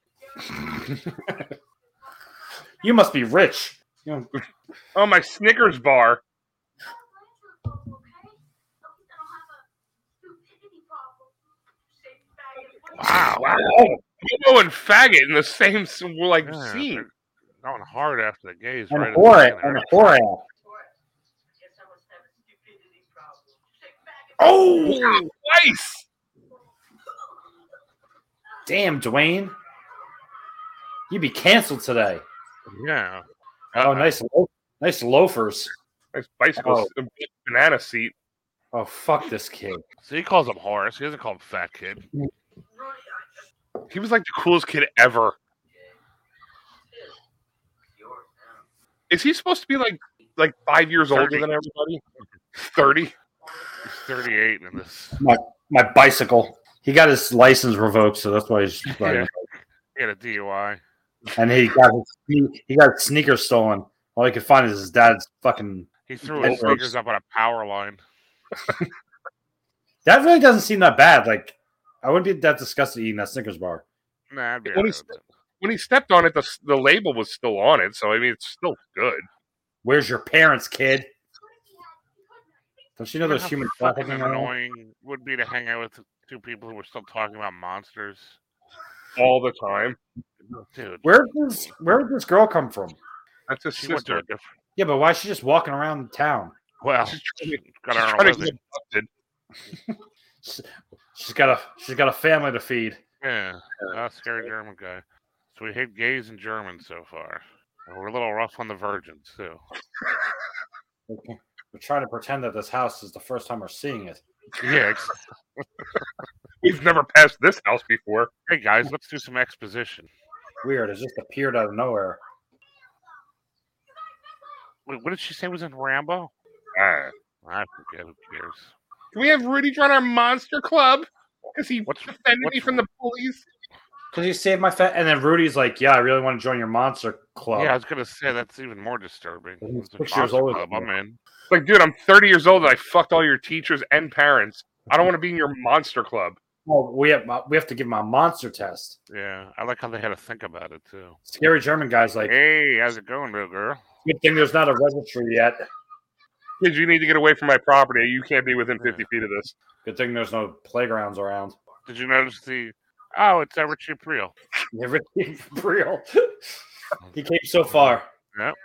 You must be rich. You know, Oh, my Snickers bar. Wow. Wow. Homo and faggot in the same s- like Yeah, scene. they're Going hard after the gays, and right? at the whore beginning. and whore ass. Oh, twice. Damn, Dwayne. You'd be canceled today. Yeah. Oh, Uh, nice, Oh. lo- nice loafers. Nice bicycle s- banana seat. Oh, fuck this kid. So he calls him Horace. He doesn't call him Fat Kid. He was like the coolest kid ever. Is he supposed to be like like five years older 30. than everybody? Thirty. He's 38 in this. My bicycle. He got his license revoked, so that's why [laughs] he's riding. He had a DUI. And he got his sne- he got his sneakers stolen. All he could find is his dad's fucking. He threw his Oh, gross. sneakers up on a power line. That really doesn't seem that bad. Like I wouldn't be that disgusted eating that Snickers bar. Nah, I'd be What alright is with it. When he stepped on it, the s- the label was still on it, so I mean it's still good. Where's your parents, kid? Don't you know there's human How trafficking? fucking going on? annoying would be to hang out with two people who were still talking about monsters. All the time. Dude, Where did this Where did this girl come from? That's his she went to a sister. different. Yeah, but why is she just walking around town? Well, She's she trying to, [laughs] got she's her own trying to get living. abducted. She's got a she's got a family to feed. Yeah, uh, scary German guy. So we hate gays and Germans so far. And We're a little rough on the virgins too. Okay. We're trying to pretend that this house is the first time we're seeing it. [laughs] Yeah. ex- We've never passed this house before. hey guys, let's do some exposition. Weird. It just appeared out of nowhere. Wait, what did she say was in Rambo? Ah. I forget. Who cares? Can we have Rudy join our monster club? Because he What's- defended me what's- from the police. Cause you saved my fat, and then Rudy's like, "Yeah, I really want to join your monster club." yeah, I was gonna say that's even more disturbing. Well, he's It's a six years monster older club, than I'm in. It's Like, dude, I'm 30 years old and I fucked all your teachers and parents. I don't want to be in your monster club. Well, we have uh, we have to give him a monster test. Yeah, I like how they had to think about it too. Scary German guy's like, hey, how's it going, little girl? "Good thing there's not a registry yet. Kids, you need to get away from my property. You can't be within 50 feet of this. Good thing there's no playgrounds around." [laughs] Did you notice the? Oh, it's uh, Richie Priel. [laughs] Never came for real. he came so far. He's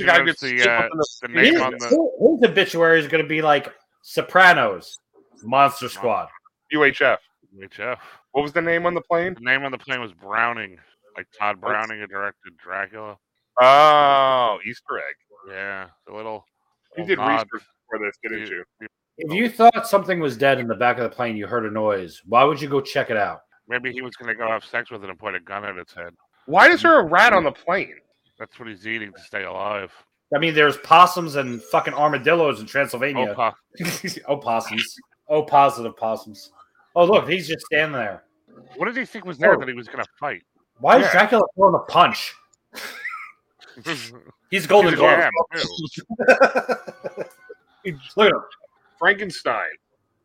He's She a guy who knows gets the, skipped uh, on the the street. name His, on the his obituary is going to be like Sopranos, Monster Squad. UHF. UHF. What was the name on the plane? The name on the plane was Browning, like Todd Browning, who directed Dracula. Oh, Easter egg. Yeah, the little. You little did nod. research before this, didn't you? If you thought something was dead in the back of the plane, you heard a noise. Why would you go check it out? Maybe he was going to go have sex with it and point a gun at its head. Why is there a rat on the plane? That's what he's eating to stay alive. I mean, there's possums and fucking armadillos in Oh, Transylvania. Opa. [laughs] Opossums. Oh, positive possums. Oh, look, he's just standing there. What did he think was there Oh. that he was going to [laughs] fight? Why is Yeah. Dracula throwing a punch? He's He's a Golden Glove. jam, too. [laughs] Look at him. Frankenstein.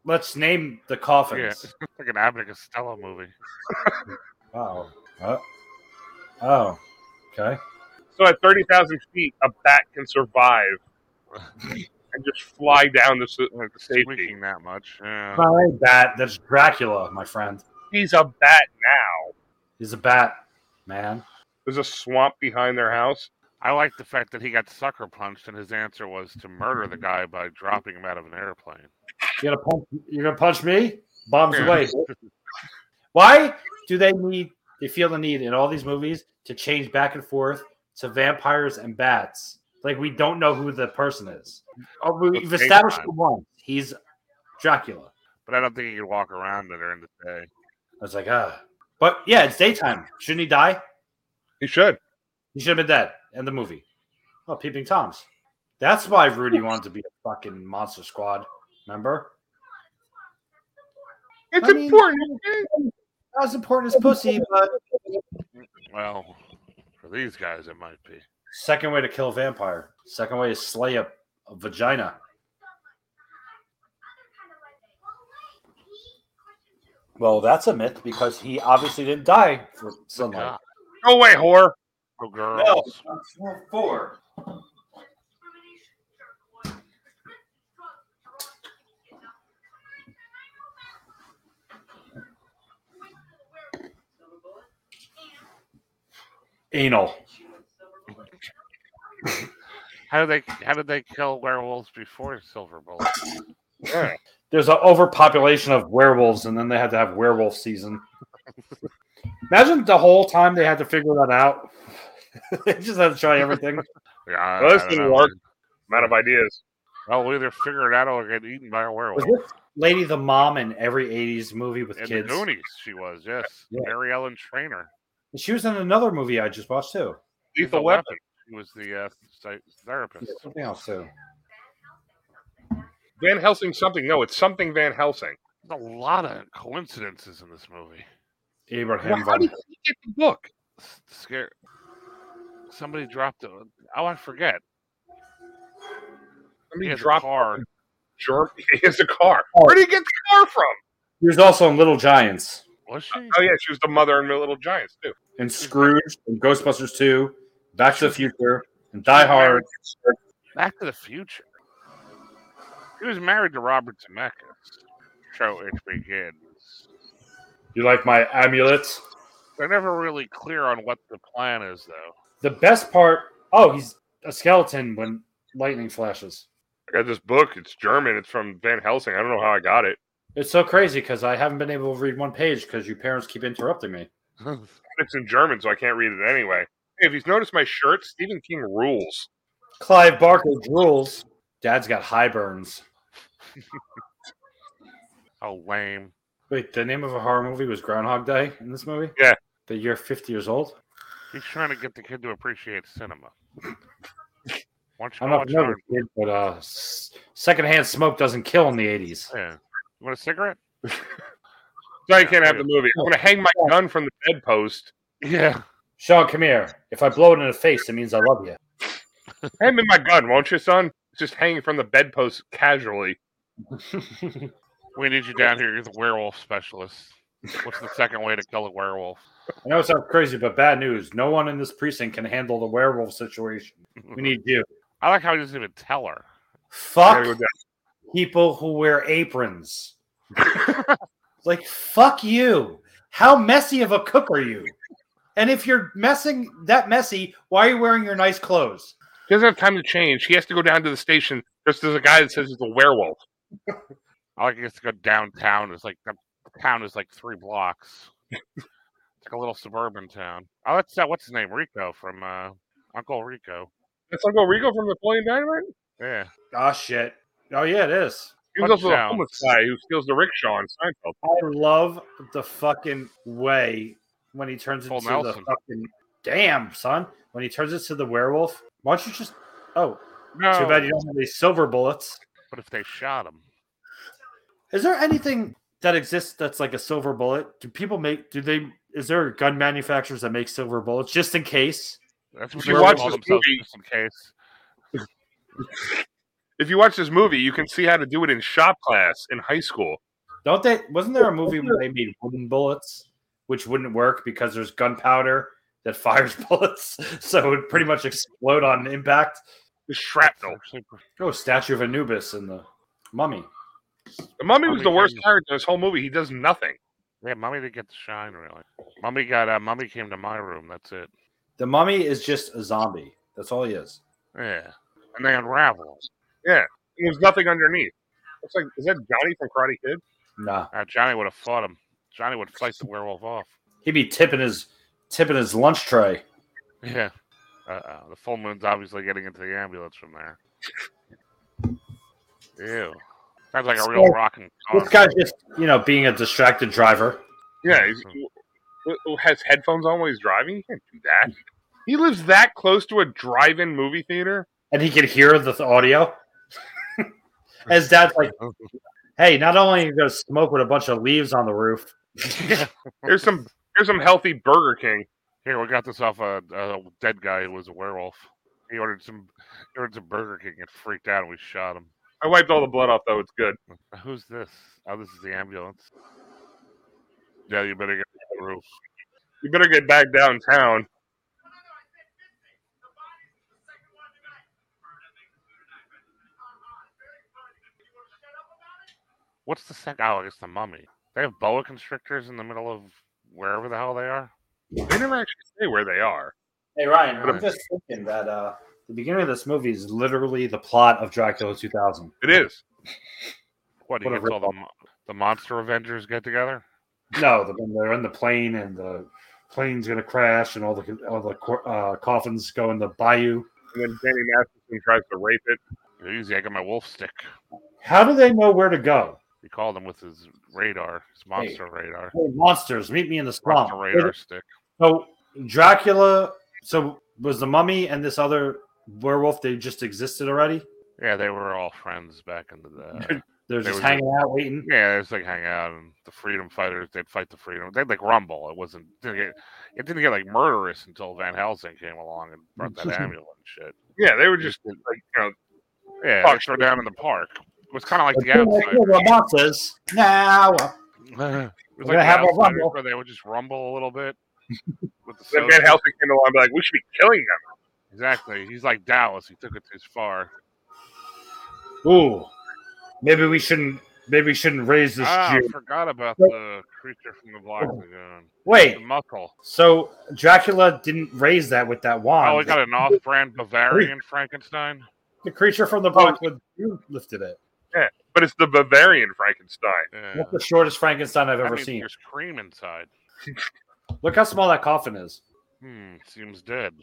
Let's name the coffins. like an Abbott and Costello movie. Wow. Oh. oh. Okay. So at 30,000 feet, a bat can survive and just fly down the, su- the safety. Squeaking that much. Yeah. Hi, bat. That's Dracula, my friend. He's a bat now. He's a bat, man. There's a swamp behind their house. I like the fact that he got sucker punched, and his answer was to murder the guy by dropping him out of an airplane. You gonna punch? You gonna punch me? Bombs Yeah. away. Why do they need? They feel the need in all these movies to change back and forth to vampires and bats. Like we don't know who the person is. Oh, we- We've Okay, established fine. the one. He's Dracula. [laughs] But I don't think he could walk around it during the day. I was like, ah. But yeah, it's daytime. Shouldn't he die? He should. He should have been dead. End the movie. Oh, Peeping Toms. That's why Rudy wanted to be a fucking Monster Squad. Remember? It's I mean- important. Not as important as pussy, but Well, for these guys, it might be. second way to kill a vampire. Second way is slay a, a vagina. Well, that's a myth because he obviously didn't die from sunlight. God. Go away, whore. Oh, girls. Four. Anal. How did they how did they kill werewolves before Silver Bullet? there's an overpopulation of werewolves, and then they had to have werewolf [laughs] season. Imagine the whole time they had to figure that out. [laughs] they just had to try everything. Yeah, I- Well, this I don't didn't know, work. man. I'm out of ideas. Well, we'll either figure it out or get eaten by a Was werewolf. this lady the mom in every '80s movie with In kids? the Goonies, she was, yes. Yeah. Mary Ellen Trainer. And she was in another movie I just watched too. Lethal weapon. She was the uh, psy- therapist. Something else too. Van Helsing something. No, it's something Van Helsing. There's a lot of coincidences in this movie. Abraham. Well, how von- did he get the book? S- Scare. Somebody dropped a. Oh, I forget. He Somebody has a dropped car. germ. [laughs] He has a car. Oh. Where did he get the car from? He was also in Little Giants Was she? Oh yeah, she was the mother in Little Giants too. and Scrooge and Ghostbusters 2, Back to the Future, and Die Hard. Back to the Future. He was married to Robert Zemeckis. Show it begins. You like my amulets? They're never really clear on what the plan is, though. The best part. Oh, he's a skeleton when lightning flashes. I got this book. It's German. It's from Van Helsing. I don't know how I got it. It's so crazy because I haven't been able to read one page because your parents keep interrupting me. It's in German, so I can't read it anyway. Hey, if you've noticed my shirt, Stephen King rules. Clive Barker drools. Dad's got high burns. Oh, lame. Wait, the name of a horror movie was Groundhog Day in this movie? Yeah. The year 50 years old? He's trying to get the kid to appreciate cinema. Why don't I don't Oh, you go know if watch you know another? this kid, but uh, s- secondhand smoke doesn't kill in the 80s. Yeah. You want [laughs] a cigarette? So I Yeah, can't have yeah. the movie. I'm gonna hang my gun from the bedpost. [laughs] Yeah. Sean, come here. If I blow it in the face, it means I love you. Hand me my gun, won't you, son? It's Just hanging from the bedpost casually. [laughs] We need you down here. You're the werewolf specialist. What's the second way to kill a werewolf? I know it sounds crazy, but bad news. No one in this precinct can handle the werewolf situation. We need you. [laughs] I like how he doesn't even tell her. I gotta go Fuck down. people who wear aprons. like, fuck you. How messy of a cook are you? And if you're messing that messy, why are you wearing your nice clothes? He doesn't have time to change. He has to go down to the station just as a guy that says he's a [laughs] werewolf. I like it to go downtown. It's like the town is like three blocks. it's like a little suburban town. Oh, that's that. What's his name? Rico from uh, Uncle Rico. That's Uncle Rico from Napoleon Dynamite. Yeah. Oh shit. Oh yeah, it is. He was also the Touchdowns. homeless guy who steals the rickshaw in Seinfeld. I love the fucking way when he turns Full into the Nelson. fucking damn son. When he turns into the werewolf, why don't you just? Oh, No. too bad you don't have these silver bullets. But if they shot him, Is there anything that exists that's like a silver bullet? Do people make? Do they? Is there gun manufacturers that make silver bullets just in case? that's If what you they watch call this themselves movie- just in case. [laughs] If you watch this movie, you can see how to do it in shop class in high school. Don't they? Wasn't there a movie where they made wooden bullets, which wouldn't work because there's gunpowder that [laughs] fires bullets, so it would pretty much explode on impact. The shrapnel. Actually, Oh, statue of Anubis and the mummy. The mummy was Mummy the worst Dynamite. character in this whole movie. He does nothing. Yeah, mummy didn't get to shine really. Mummy got uh, mummy came to my room. That's it. The mummy is just a zombie. That's all he is. Yeah, and they unravel. There's nothing underneath. It's like is that Johnny from Karate Kid? Nah, Uh, Johnny would have fought him. Johnny would fight the werewolf off. he'd be tipping his tipping his lunch tray. Yeah. Uh oh. The full moon's obviously getting into the ambulance from there. Ew. Sounds like a real So- rocking This guy's just you know being a distracted driver. [laughs] Yeah, he's, who- who has headphones on while he's driving. He can't do that. He lives that close to a drive-in movie theater. and he could hear the th- audio. His dad's like, "Hey, not only are you gonna smoke with a bunch of leaves on the roof, [laughs] There's some there's some healthy Burger King. Here, we got this off a, a dead guy who was a werewolf. He ordered some he ordered some Burger King and freaked out and we shot him. I wiped all the blood off though. It's good. Who's this? Oh, this is the ambulance. Yeah, you better get on the roof. You better get back downtown. What's the second? Oh, it's the mummy. They have boa constrictors in the middle of wherever the hell they are. They never actually say where they are. "Hey, Ryan, I'm just thinking that uh, the beginning of this movie is literally the plot of Dracula 2000." It is. What? He What a gets all the, mo- the monster Avengers get together. No, the, when they're in the plane and the plane's gonna crash, and all the all the cor- uh, coffins go in the bayou. And then Danny Masterson tries to rape it. Easy, I got my wolf stick. How do they know where to go? He called him with his radar, his monster radar, Hey, monsters, meet me in the swamp. monster radar stick. So Dracula. So was the mummy and this other werewolf? They just existed already. Yeah, they were all friends back in the. They're They just were hanging out, waiting. [laughs] yeah, they just like hang out and the freedom fighters. They'd fight the freedom. They'd like rumble. It wasn't. Didn't get, it didn't get like murderous until Van Helsing came along [laughs] and brought that ambulance shit. Yeah, they were just like you know Yeah, Oh, they throw down in the park. It was kind of like the Pretty much outside. what Lamont says. Now, [laughs] it We're was gonna like have have a rumble. where they would just rumble a little bit. [laughs] with the Then soda. Van Helsing came along and be like, we should be killing them. Exactly. He's like Dallas. He took it too far. ooh, maybe we shouldn't. Maybe we shouldn't raise this Ah, I Jew. forgot about the creature from the Oh. block lagoon. The Wait, muscle. so Dracula didn't raise that with that wand. Oh, we got an [laughs] off-brand Bavarian Frankenstein. the creature from Oh. the box with you lifted it. But it's the Bavarian Frankenstein. Yeah. That's the shortest Frankenstein I've That ever means seen. There's cream inside. Look how small that coffin is. Hmm. Seems dead.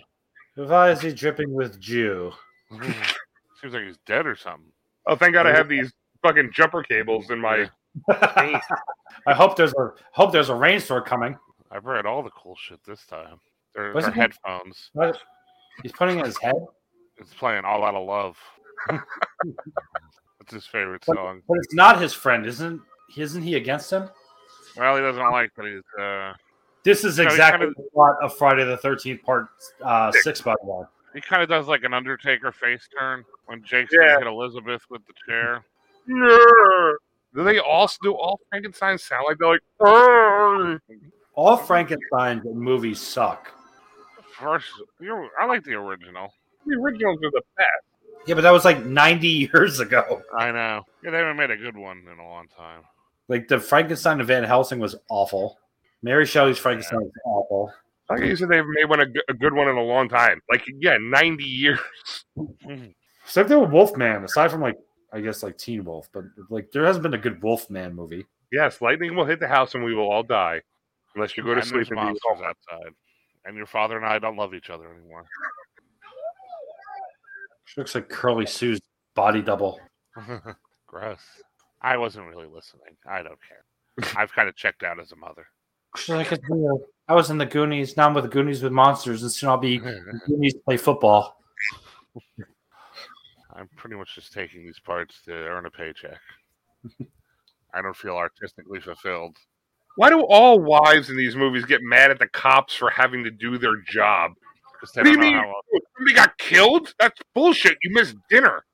Why is he dripping with Jew? [laughs] seems like he's dead or something. Oh, thank God I have these fucking jumper cables in my. [laughs] I hope there's a hope there's a rainstorm coming. I've read all the cool shit this time. They're, they're Wasn't that- headphones. What? He's putting it in his head. It's playing All Out of Love. [laughs] That's his favorite What- song. But it's not his friend, isn't? Isn't he against him? Well, he doesn't like that he's. Uh, This is No, he exactly kinda- the plot of Friday the Thirteenth Part uh, Six. Six, by the way. he kind of does like an Undertaker face turn when Jake's Yeah. gonna hit Elizabeth with the chair. Do they all do all Frankenstein sound like they're like? Uh. "Arr!" All Frankenstein movies suck. First, you I like the original. The originals are the best. Yeah, but that was like ninety [laughs] years ago. I know. Yeah, they haven't made a good one in a long time. Like the Frankenstein of Van Helsing was awful. Mary Shelley's Frankenstein was awful. I think you said they've made one a, g- a good one in a long time. Like yeah, ninety years. [laughs] Except there with Wolfman, aside from like I guess like Teen Wolf, but like there hasn't been a good Wolfman movie. Yes, lightning will hit the house and we will all die, unless you go to And there's sleep and be monsters outside. And your father and I don't love each other anymore. She looks like Curly Sue's body double. [laughs] Gross. I wasn't really listening. I don't care. I've kind of checked out as a mother. She's like, "It's real. I was in the Goonies. Now I'm with the Goonies with monsters, and soon I'll be Goonies play football. [laughs] I'm pretty much just taking these parts to earn [laughs] a paycheck. I don't feel artistically fulfilled. Why do all wives in these movies get mad at the cops for having to do their job? Because they What do you don't know mean? how else- Somebody got killed? That's bullshit. You missed dinner.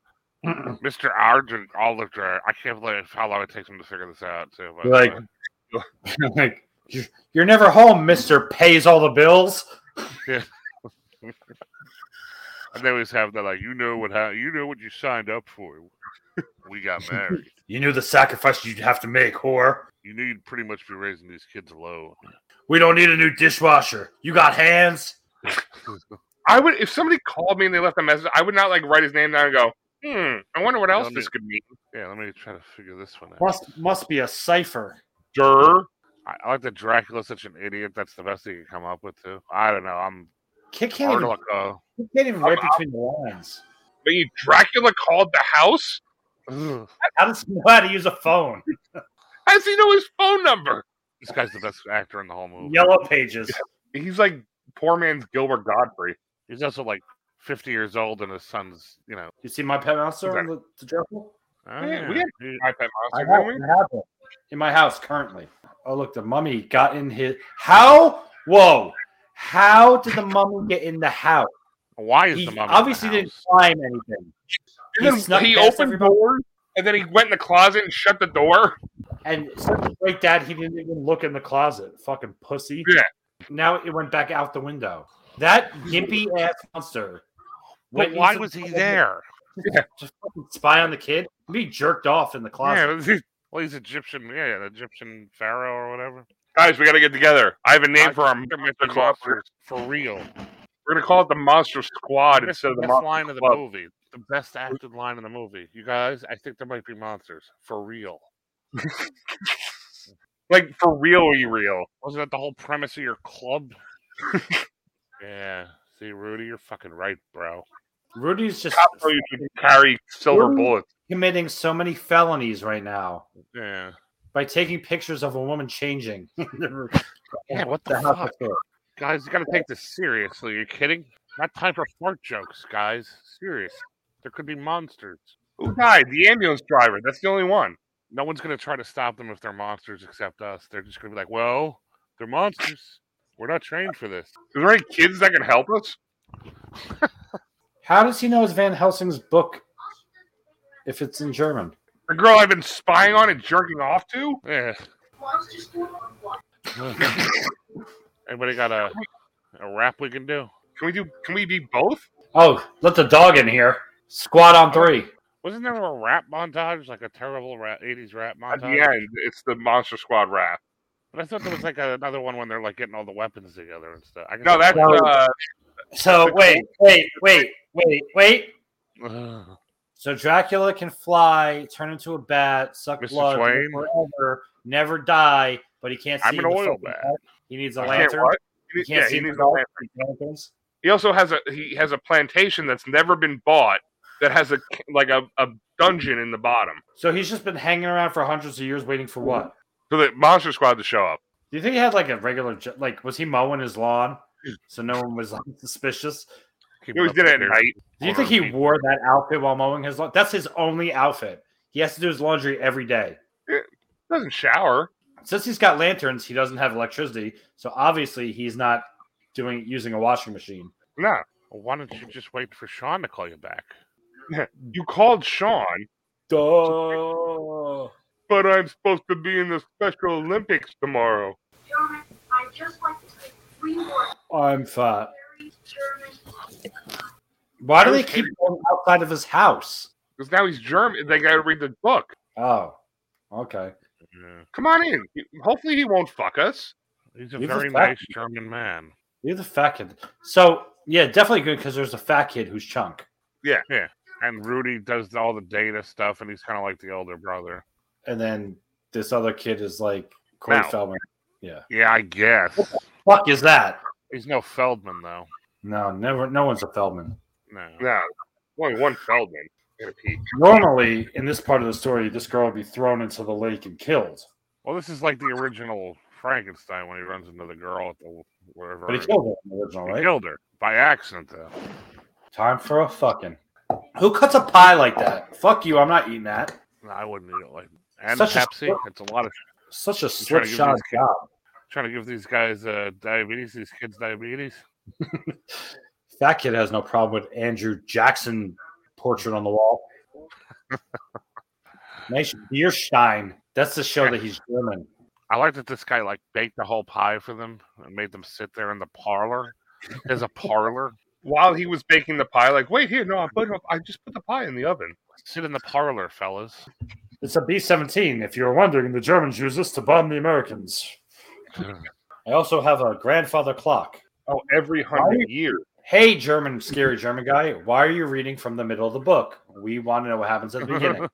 Mr. Argent Oliver. I can't believe how long it takes him to figure this out. Too, by the Like- way. like "You're- you're never home, Mister. Pays all the bills. and they always have that like, you know what? Ha- you know what you signed up for. We [laughs] got married. You knew the sacrifice you'd have to make, whore. you knew you'd pretty much be raising these kids alone. We don't need a new dishwasher. You got hands. I would if somebody called me and they left a message, I would not like write his name down and go, hmm, I wonder what else Don't this do- could mean. Yeah, let me try to figure this one out. Must must be a cipher. Durr. I, I like that Dracula's such an idiot. That's the best he can come up with too. I don't know. I'm Kid can't even, Arnalco. Kid can't even read between the lines. Wait, Dracula called the house? this How does he know how to use a [laughs] phone? How does he know his phone number? guy's the best actor in the whole movie. Yellow pages. He's like poor man's Gilbert Godfrey. He's also like 50 years old, and his son's, you know. You see my pet monster on the, the jungle? Oh, Yeah, we yeah. had- He- I pet I monster, have, didn't we? I have it in my house currently. Oh, look, the mummy got in his. How? Whoa. How did the mummy get in the house? Why is He the mummy obviously in the didn't house? climb anything. And then snuck he past opened everybody. doors and then he went in the closet and shut the door. And something like that, he didn't even look in the closet. Fucking pussy. Yeah. Now it went back out the window. That gimpy ass monster. But went why into was the he closet there? To fucking spy on the kid? Be jerked off in the closet. Yeah, he- well, he's Egyptian. Yeah, yeah, the Egyptian pharaoh or whatever. Guys, we got to get together. I have a name I for our think monster it might be club. We're monsters, for real. going to call it the Monster Squad Best, instead of the best Monster line of the Club. movie. The best acted line in the movie. You guys, I think there might be monsters for real. [laughs] Like for real, you real. Wasn't that the whole premise of your club? [laughs] yeah. See, Rudy, you're fucking right, bro. Rudy's just How you can carry silver Wouldn't- bullets? committing so many felonies right now Yeah. by taking pictures of a woman changing. [laughs] Yeah, what the, The house fuck? is there. Guys, you gotta take this seriously. You're kidding? Not time for fart jokes, guys. Serious. There could be monsters. Who died? The ambulance driver. That's the only one. No one's gonna try to stop them if they're monsters except us. They're just gonna be like, Well, they're monsters. We're not trained for this. Is there any kids that can help us? How does he know it's Van Helsing's book if it's in German? The girl I've been spying on and jerking off to? [laughs] Yeah. Anybody got a a rap we can do? Can we do? Can we be both? Oh, let the dog in here. Squad on three. Wasn't there a rap montage, like a terrible rap, 80s rap At the montage? end, Uh, it's the Monster Squad rap. But I thought there was like another one when they're like getting all the weapons together and stuff. I guess No, that's No. uh, So wait, wait, wait, wait, wait. Ugh. So Dracula can fly, turn into a bat, suck Mr. blood Swain? forever, never die, but he can't see. I'm an the oil fucking man. dark. He needs a I can't- lantern. what? He He- can't yeah, see he the needs a dark. lantern. He lanterns. He also has a he has a plantation that's never been bought that has a like a, a dungeon in the bottom So he's just been hanging around for hundreds of years waiting for what? for the Monster Squad to show up. Do you think he had like a regular, jo- like, was he mowing his lawn so no one was [laughs] like, suspicious? Keep He always up did the it at appearance. night. Do you Hold think on, he people. wore that outfit while mowing his lawn? That's his only outfit. He has to do his laundry every day. Doesn't shower. Since he's got lanterns, he doesn't have electricity, so obviously he's not doing using a washing machine. No, Well, why don't you just wait for Sean to call you back? [laughs] you called Sean, Duh. but I'm supposed to be in the Special Olympics tomorrow. German. I just like to say three words. I'm fat. Very German. Why do they keep going outside of his house? Because now he's German. They got to read the book. Oh, okay. Yeah. Come on in. Hopefully, he won't fuck us. He's a Leave us very back. nice German man. You're the fat kid. So yeah, definitely good because there's a fat kid who's Chunk, Yeah, yeah. And Rudy does all the data stuff, and he's kind of like the older brother. and then this other kid is like Corey Mal. Feldman. Yeah, I guess. Fuck is that? He's no Feldman though. No, never. No one's a Feldman. No. No, only one Feldman. Gotta pee. Normally, in this part of the story, this girl would be thrown into the lake and killed, Well, this is like the original Frankenstein when he runs into the girl at the wherever. but he killed her in the original, He right? killed her by accident though. Time for a fucking. Who cuts a pie like that? Fuck you! I'm not eating that. No, I wouldn't eat it like. And Such a Pepsi. slut. It's a lot of Such a trying slip to give shot these kids- job. trying to give these guys uh, diabetes. These kids diabetes. That kid has no problem with Andrew Jackson portrait on the wall. nice Bierstein. That's the show that he's German. I like that this guy like baked the whole pie for them and made them sit there in the parlor. There's a parlor. While he was baking the pie, like, wait here, no, I put I just put the pie in the oven. Sit in the parlor, fellas. [sighs] It's a B seventeen. If you're wondering, the Germans use this to bomb the Americans. I also have a grandfather clock. Oh, every hundred years. Hey, German, scary German guy, why are you reading from the middle of the book? We want to know what happens at the beginning.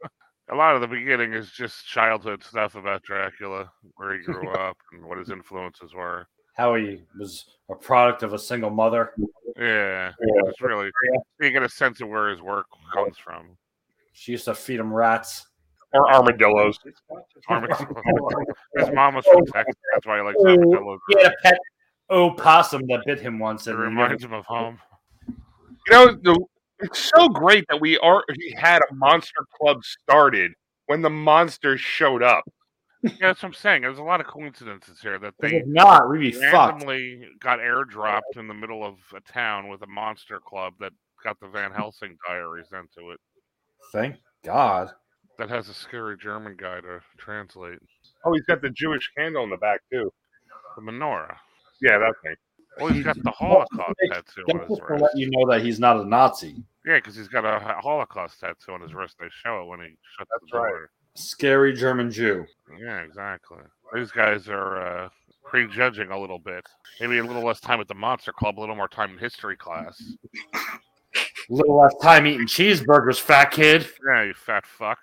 a lot of the beginning is just childhood stuff about Dracula, where he [laughs] grew up and what his influences were. How he was a product of a single mother. Yeah, it's really you get a sense of where his work comes from. She used to feed him rats. Or armadillos. Armadillo. his mom was from Texas, that's why he likes armadillos. He had a pet opossum that bit him once, It and he reminds him of home. You know, the, it's so great that we are we had a monster club started when the monsters showed up. Yeah, that's what I'm saying. There's a lot of coincidences here that never- they If not, we'd be fucked. randomly got airdropped in the middle of a town with a monster club that got the Van Helsing diaries into it. Thank God. That has a scary German guy to translate. Oh, he's got the Jewish candle in the back too. The menorah. Yeah, that thing. Well, [laughs] he's got the Holocaust tattoo on That's his just to wrist. let you know that he's not a Nazi. Yeah, because he's got a ho- Holocaust tattoo on his wrist. They show it when he shuts That's the right. door. Scary German Jew. Yeah, exactly. These guys are uh, prejudging a little bit. Maybe a little less time at the Monster Club, a little more time in history class. Little less time eating cheeseburgers, fat kid. Yeah, you fat fuck.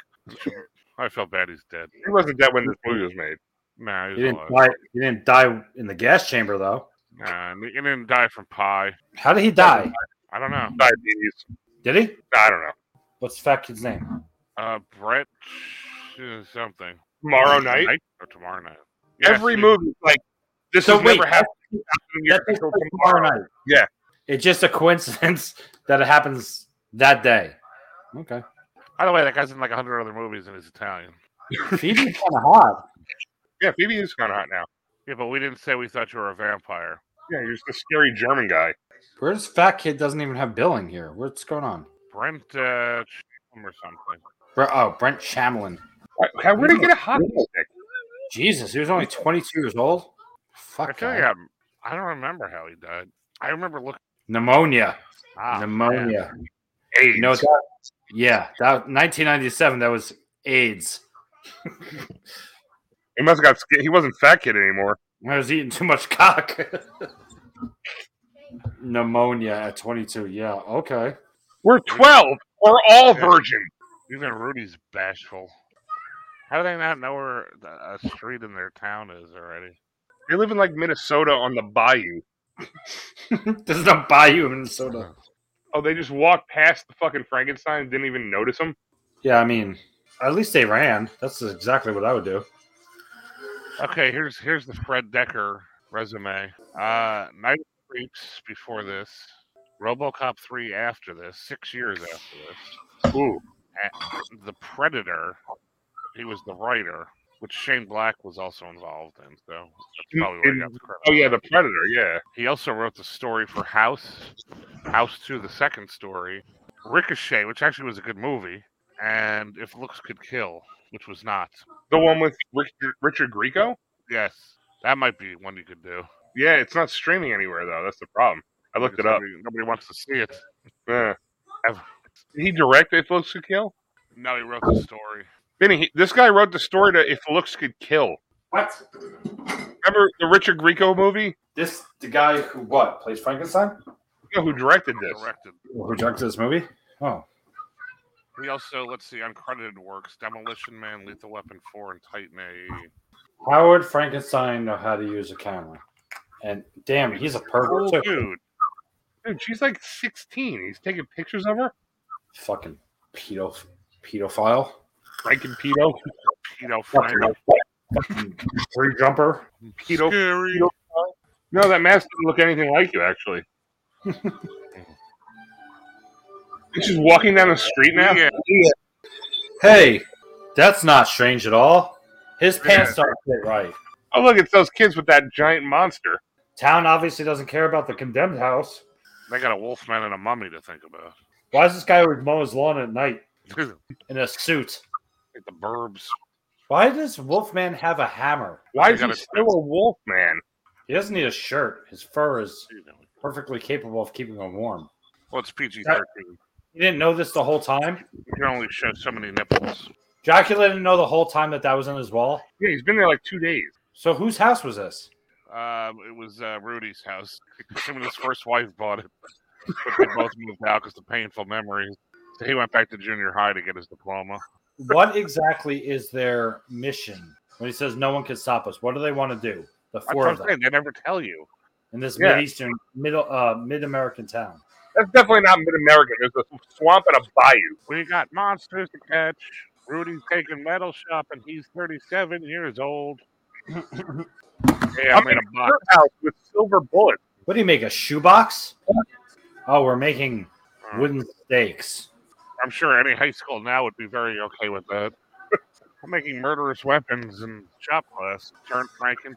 I feel bad he's dead. He wasn't dead when this movie was made. Nah, He he's didn't alive. die. He didn't die in the gas chamber though. Nah, and he he didn't die from pie. How did he die? I don't know. Diabetes. Did he? I don't know. What's the fat kid's name? Uh, Brett sh- uh, something. Tomorrow night. or tomorrow night. Every see, movie is like this So has wait, never happened in years That takes until place tomorrow. tomorrow night. Yeah. It's just a coincidence [laughs] that it happens that day. Okay. By the way, that guy's in like a hundred other movies and he's Italian. Phoebe's kind of hot. Yeah, Phoebe is kind of hot now. Yeah, but we didn't say we thought you were a vampire. Yeah, you're just a scary German guy. Where's fat kid doesn't even have billing here? What's going on? Brent uh, Shum or something. Bre- Oh, Brent Shamlin. How where did he get a hockey stick? Jesus, he was only 22 years old. I Fuck feel that. like I'm, I don't remember how he died. I remember looking. Pneumonia. Ah, man. Pneumonia. AIDS. You know what that? Yeah, that 1997. That was AIDS. he must have got. sca- He wasn't fat kid anymore. I was eating too much cock. [laughs] Pneumonia at 22. Yeah. Okay. [laughs] We're twelve. We're all virgin. Even Rudy's bashful. How do they not know where the- a street in their town is already? They live in like Minnesota on the bayou. There's no bayou in Minnesota. Oh, they just walked past the fucking Frankenstein and didn't even notice him. Yeah, I mean, at least they ran. That's exactly what I would do. Okay, here's here's the Fred Decker resume. Uh, Night of the Creeps before this, RoboCop three after this, six years after this. Ooh, The Predator, he was the writer, which Shane Black was also involved in. So that's probably where he got the credit. oh yeah, the Predator. Yeah, He also wrote the story for House, House 2, the second story, Ricochet, which actually was a good movie, and If Looks Could Kill, which was not. the one with Richard, Richard Grieco. Yes, that might be one you could do. Yeah, it's not streaming anywhere though. That's the problem. I looked it up. Nobody, nobody wants to see it. Yeah. Ever. Did he direct If Looks Could Kill? No, he wrote the story. Benny, he, this guy wrote the story to If Looks Could Kill. What? Remember the Richard Grieco movie? This the guy who what plays Frankenstein? You know who directed this? Directed. Who directed this movie? Oh, He also, let's see, uncredited works Demolition Man, Lethal Weapon 4, and Titan E. A. how would Frankenstein know how to use a camera? And damn, he's a pervert too. Cool dude. Dude, she's like 16. He's taking pictures of her. Fucking pedo, pedophile, Frank and pedo. Pedo Frank. free jumper. Pedo. Scary. No, that mask doesn't look anything like you, actually. [laughs] And she's walking down the street now. Yeah. Hey, that's not strange at all. His pants don't fit right. Oh, look, it's those kids with that giant monster. Town obviously doesn't care about the condemned house. They got a wolfman and a mummy to think about. [laughs] Why is this guy always mowing his lawn at night like in a suit? the burbs. Why does Wolfman have a hammer? Why They is got he a- still a wolf man? He doesn't need a shirt. His fur is You know. perfectly capable of keeping him warm. Well, it's PG 13. He didn't know this the whole time. You can only show so many nipples. Dracula didn't know the whole time that that was in his wall. Yeah, he's been there like two days. So whose house was this? Um, it was uh, Rudy's house. [laughs] Him and his first wife bought it, but they both moved out because of painful memories. So he went back to junior high to get his diploma. What exactly is their mission? When he says no one can stop us, what do they want to do? The That's four what I'm of them saying. They never tell you. in this Yeah. mid eastern, middle, uh, mid American town. That's definitely not mid American. There's a swamp and a bayou. We got monsters to catch. Rudy's taking metal shopping. He's 37 [laughs] years old. yeah, I'm in a box. Her house with silver bullets. What do you make a shoebox? Oh, we're making Uh-huh. wooden stakes. I'm sure any high school now would be very okay with that. I'm making murderous weapons and shop class. Turn Franken.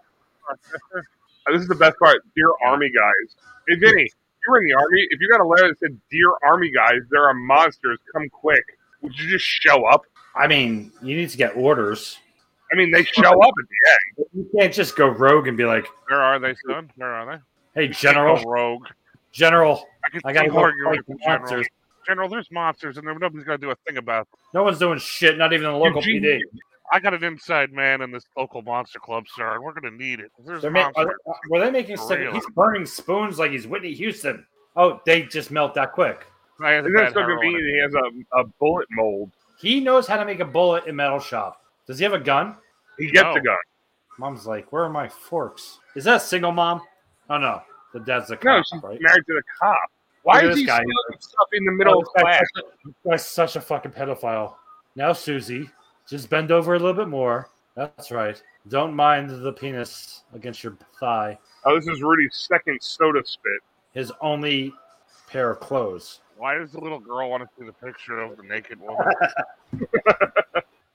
Uh, [laughs] This is the best part. Dear Army guys. Hey, Vinny, you were in the Army. If you got a letter that said, Dear Army guys, there are monsters. Come quick. Would you just show up? I mean, you need to get orders. I mean, they show up at the end. You can't just go rogue and be like, Where are they, son? Where are they? "Hey, General, Go rogue. General, I can I got see to where go you're fight at, the General. monsters." General, there's monsters, and there- nobody's going to do a thing about them. No one's doing shit. Not even the local Eugene, PD. I got an inside man in this local monster club, sir, and we're going to need it. There's They're ma- are monsters. they- uh, were they making? For Sick- real. he's burning spoons like he's Whitney Houston. Oh, they just melt that quick. I had a Isn't that bad so heroin. convenient? He has a, a bullet mold. He knows how to make a bullet in metal shop. Does he have a gun? He gets No. a gun. Mom's like, "Where are my forks?" Is that a single mom? Oh no, the dad's a No, cop, she's Ah, right? married to the cop. Why at is this he guy. stealing stuff in the middle Oh, of this guy's class? such [laughs] a- this guy's such a fucking pedophile. Now, Susie, just bend over a little bit more. That's right. Don't mind the penis against your thigh. Oh, this is Rudy's second soda spit. His only pair of clothes. Why does the little girl want to see the picture of the naked [laughs] [laughs] woman?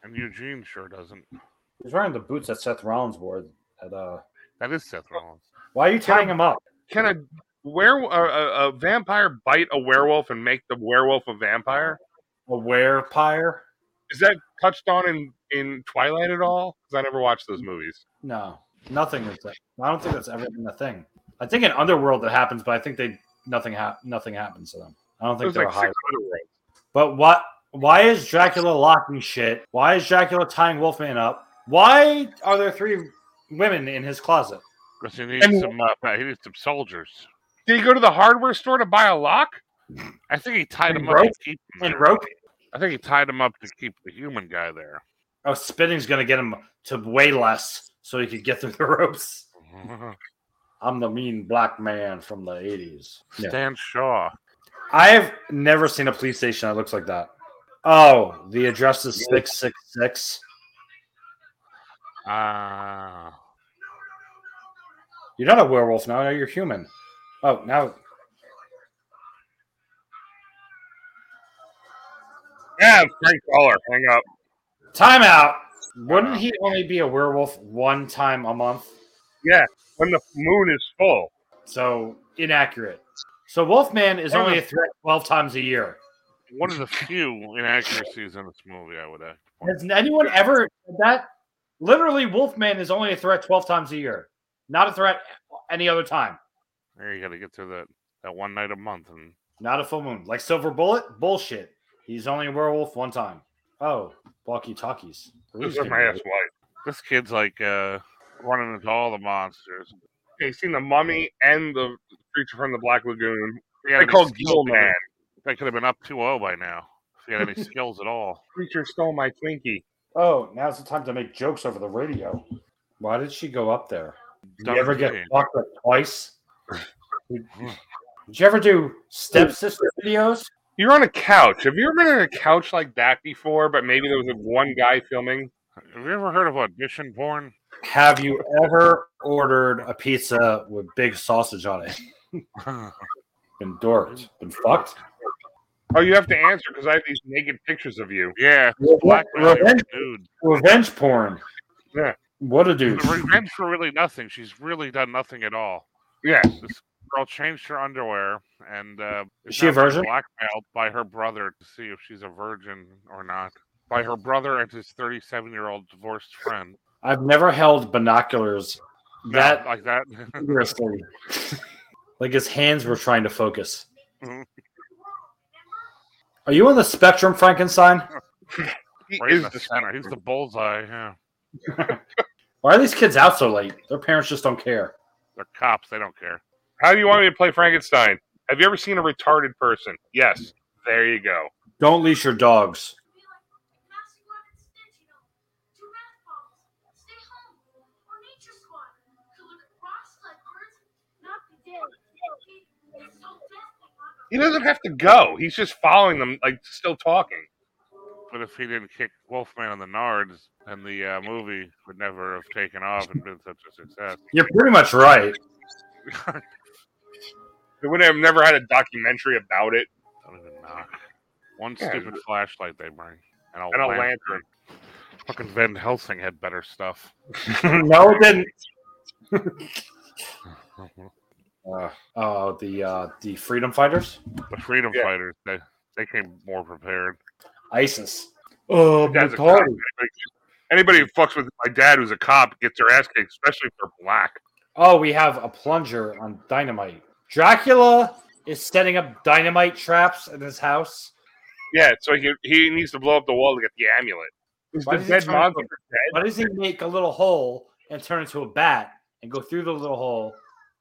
and Eugene sure doesn't. He's wearing the boots that Seth Rollins wore. At, uh, That is Seth Rollins. why are you tying him up? Can a were a, a, a vampire bite a werewolf and make the werewolf a vampire? A wear pyre? Is that touched on in in Twilight at all? Because I never watched those movies. No, nothing is that. I don't think that's ever been a thing. I think in Underworld that happens, but I think they nothing hap- nothing happens to them. I don't think There's they're like high. six other ones. But what? Why is Dracula locking shit? Why is Dracula tying Wolfman up? Why are there three women in his closet? Because he needs And- some. Uh, he needs some soldiers. Did he go to the hardware store to buy a lock? I think he tied And him up. To rope. keep him And there. Roke? I think he tied him up to keep the human guy there. Oh, spitting's gonna get him to way less, so he could get through the [laughs] ropes. I'm the mean black man from the '80s. Yeah. Stan Shaw. I've never seen a police station that looks like that. Oh, the address is six six six. Ah. You're not a werewolf now. You're human. Oh, now Yeah, Frank Dollar. Hang up. timeout. Wouldn't he only be a werewolf one time a month? Yeah, when the moon is full. So inaccurate. So Wolfman is Yeah. only a threat twelve times a year. one of the few inaccuracies in this movie, I would add. Has anyone ever said that? Literally, Wolfman is only a threat twelve times a year. Not a threat any other time. There you got to get through that that one night a month, and Not a full moon. Like Silver Bullet, bullshit. He's only a werewolf one time. Oh, walkie talkies. This is my ass wife. this kid's like uh, running into all the monsters. okay, seen the mummy and the creature from the Black Lagoon. If he had They any called skill, Gilman. man, That could have been up 2-0 by now. If he had [laughs] any skills at all. Creature stole my Twinkie. Oh, now's the time to make jokes over the radio. Why did she go up there? Did Dumb you ever get [laughs] kid. fucked like twice? Did you ever do stepsister videos? You're on a couch. Have you ever been on a couch like that before? But maybe there was a one guy filming. Have you ever heard of audition porn? [laughs] Have you ever ordered a pizza with big sausage on it? [laughs] Been dorked. Been fucked. Oh, you have to answer because I have these naked pictures of you. yeah. Revenge, Blackmailing dude. revenge porn. Yeah. What a dude. The revenge for really nothing. She's really done nothing at all. Yeah, This girl changed her underwear and uh, Is she a now being virgin? Blackmailed by her brother to see if she's a virgin or not. By her brother and his 37 year old divorced friend. I've never held binoculars No, that like that. [laughs] vigorously. [laughs] like his hands were trying to focus. Mhm. Are you on the spectrum, Frankenstein? he right in is the the center. He's the bullseye. Yeah. Why are these kids out so late? Their parents just don't care. They're cops. They don't care. How do you want me to play Frankenstein? Have you ever seen a retarded person? Yes. There you go. Don't leash your dogs. He doesn't have to go. He's just following them, like still talking. But if he didn't kick Wolfman on the nards, then the uh, movie would never have taken off and been such a success. You're pretty much right. They would have never had a documentary about it Don't even knock. One Yeah. stupid flashlight they bring. And a, and a lantern. lantern. Fucking Van Helsing had better stuff. [laughs] no, it didn't. Uh, uh, the uh, the freedom fighters, The freedom Yeah. fighters, they, they came more prepared. ISIS. Oh, Dad's a cop. Anybody who fucks with my dad who's a cop gets their ass kicked, especially for black. Oh, we have a plunger on dynamite. Dracula is setting up dynamite traps in his house. Yeah, so he, he needs to blow up the wall to get the amulet. Is Why the does he dead turn monster into dead? Why does he make a little hole and turn into a bat and go through the little hole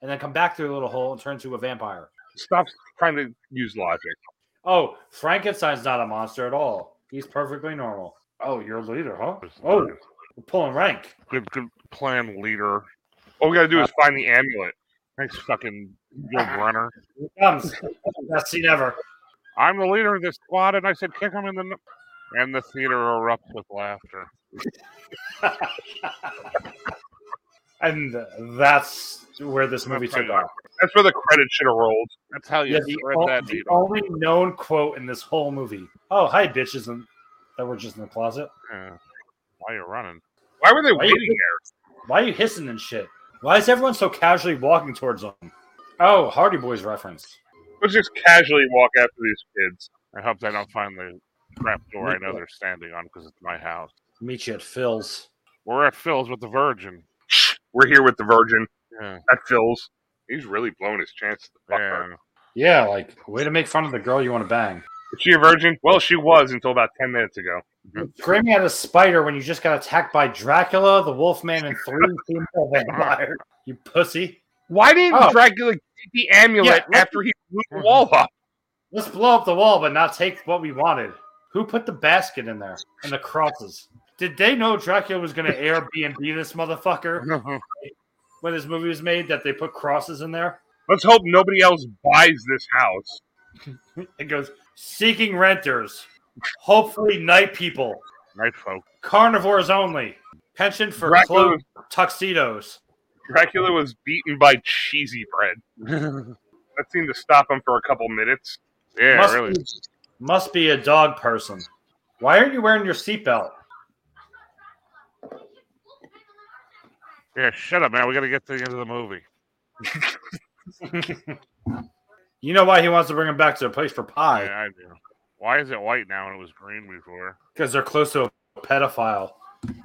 and then come back through the little hole and turn into a vampire? Stop trying to use logic. Oh, Frankenstein's not a monster at all. He's perfectly normal. Oh, you're a leader, huh? Oh, we're pulling rank. Good, good plan, leader. All we gotta do is find the amulet. Thanks, fucking good runner. Here it comes. Best scene ever. I'm the leader of this squad, and I said, kick him in the. n-" And the theater erupts with laughter. And that's where this movie took off. That's where the credit should have rolled. That's how you Yeah, the, thread o- that the needle. only known quote in this whole movie. Oh, hi, bitches, and that were just in the closet. Yeah. Why you running? Why were they Why you- waiting there? Why are you hissing and shit? Why is everyone so casually walking towards them? Oh, Hardy Boys reference. Let's just casually walk after these kids. I hope they don't find the trap door I know they're standing on because it's my house. Meet you at Phil's. We're at Phil's with the Virgin. Shh, We're here with the Virgin. Yeah. That fills. He's really blown his chance. To fuck her. yeah. Yeah, like way to make fun of the girl you want to bang. Is she a virgin? Well, she was until about 10 minutes ago. Screaming at a spider when you just got attacked by Dracula, the Wolfman, and [laughs] three female vampires. You pussy. Why didn't Oh. Dracula get the amulet Yeah, after he blew Hmm. the wall up? Let's blow up the wall, but not take what we wanted. Who put the basket in there and the crosses? Did they know Dracula was going to Airbnb this motherfucker [laughs] when this movie was made? That they put crosses in there? Let's hope nobody else buys this house. It goes seeking renters, hopefully night people, Night folk. carnivores only, pension for Dracula, clothes, tuxedos. Dracula was beaten by cheesy bread. [laughs] That seemed to stop him for a couple minutes. Yeah, must, really. be, must be a dog person. Why aren't you wearing your seatbelt? Yeah, shut up, man. We got to get to the end of the movie. You know why he wants to bring him back to the place for pie? Yeah, I do. Why is it white now and it was green before? Because they're close to a pedophile.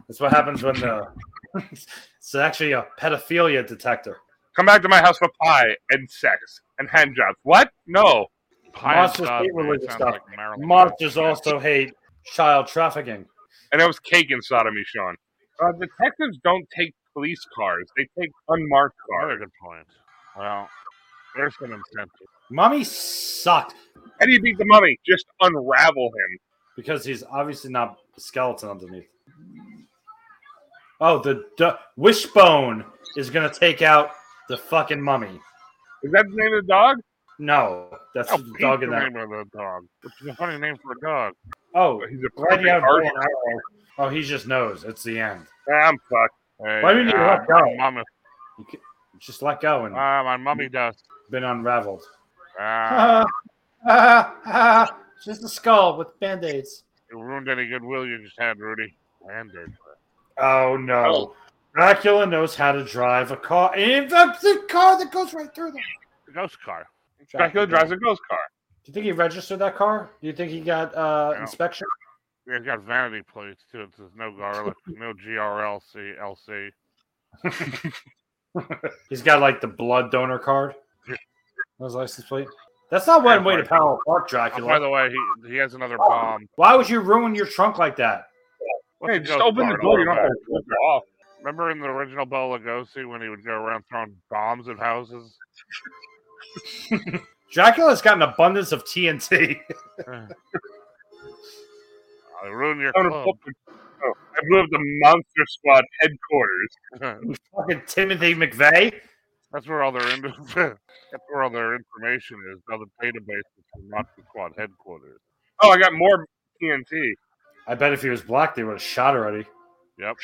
That's what happens when the. [laughs] it's actually a pedophilia detector. Come back to my house for pie and sex and hand jobs. What? No. Pie and Monsters stuff, hate man, religious sounds stuff. like Marilyn Monsters Manson. also hate child trafficking. And that was cake and sodomy, Sean. Uh, detectives don't take police cars. They take unmarked Another cars. good point. Well, there's some incentive. Mummy sucked How do you beat the mummy? Just unravel him. because he's obviously not a skeleton underneath. Oh, the du- wishbone is gonna take out the fucking mummy. Is that the name of the dog? No, that's Oh, the Pete's dog the in that. name of the dog. Which is a funny name for a dog. Oh, He's a Glad you perfect have arch- more. oh, he just knows it's the end. I'm fucked. Hey, Why didn't you uh, let go? my mummy, Just let go and uh, my mummy does. been unraveled. [laughs] Uh, [laughs] just a skull with band aids. you ruined any goodwill you just had, Rudy. Landed. Oh no. Dracula knows how to drive a car. And that's the car that goes right through them. The ghost car. Dracula drives a ghost car. Do you think he registered that car? Do you think he got uh, No. inspection? Yeah, It's got vanity plates too. It says no [laughs] garlic, no GRLC, LC. He's got like the blood donor card. On his license plate. That's not one way to power apart Oh, by Dracula. the way, he, he has another Oh. bomb. Why would you ruin your trunk like that? What's hey, the just ghost open the car door. You all don't have about? to flip it off. Remember in the original Bela Lugosi when he would go around throwing bombs at houses? Dracula's got an abundance of TNT. I ruined your I'm gonna club. flip it. Oh, I blew up the Monster Squad headquarters. [laughs] [laughs] Fucking Timothy McVeigh. That's where all their in- [laughs] that's where all their information is. All the databases from Monster Squad headquarters. Mm. Oh, I got more TNT. I bet if he was black, they would have shot already. Yep.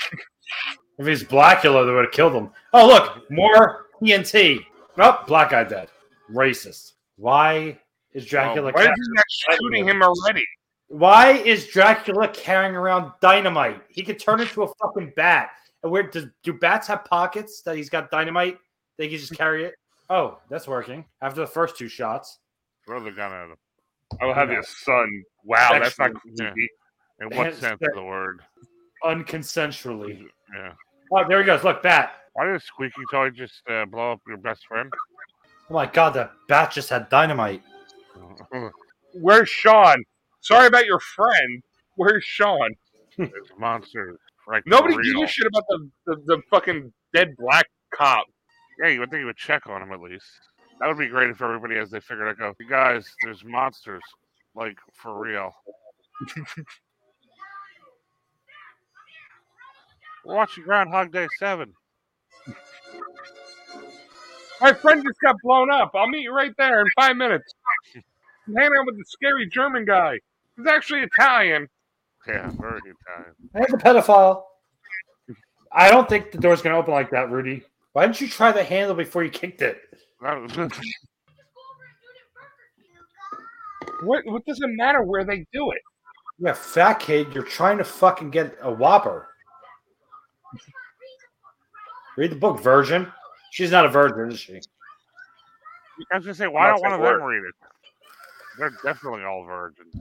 If he's Blackula, they would have killed him. Oh, look, more TNT. Oh, Black Eye Dead. Racist. Why is Dracula? Oh, Why ca- is he not shooting him already? why is Dracula carrying around dynamite? He could turn into a fucking bat. And where do, do bats have pockets that he's got dynamite? They can just carry it. Oh, that's working. After the first two shots, Throw the gun at him. I will have his son. Wow, that's not Excellent. creepy. In what Yes, sense sir. of the word? unconsensually. Yeah. Oh, there he goes. Look, bat. Why did Squeaky Toy just uh, blow up your best friend? [laughs] Oh my god, that bat just had dynamite. Where's Sean? Sorry about your friend. Where's Sean? There's monsters. Right. for Nobody real. gives a shit about the, the, the fucking dead black cop. Yeah, you would think you would check on them at least. That would be great if everybody, as they figured out, go, "You guys, there's monsters, like for real. We're watching Groundhog Day 7. My friend just got blown up. I'll meet you right there in five [laughs] minutes. I'm hanging out with the scary German guy. He's actually Italian. Yeah, very good time. There's a pedophile. I don't think the door's gonna open like that, Rudy. Why didn't you try the handle before you kicked it? That was- [laughs] Oh, What? What does it matter where they do it? Yeah, fat kid, you're trying to fucking get a whopper. Read the book, virgin. She's not a virgin, is she? I was gonna say, why don't That's one of like them read it? They're definitely all virgins.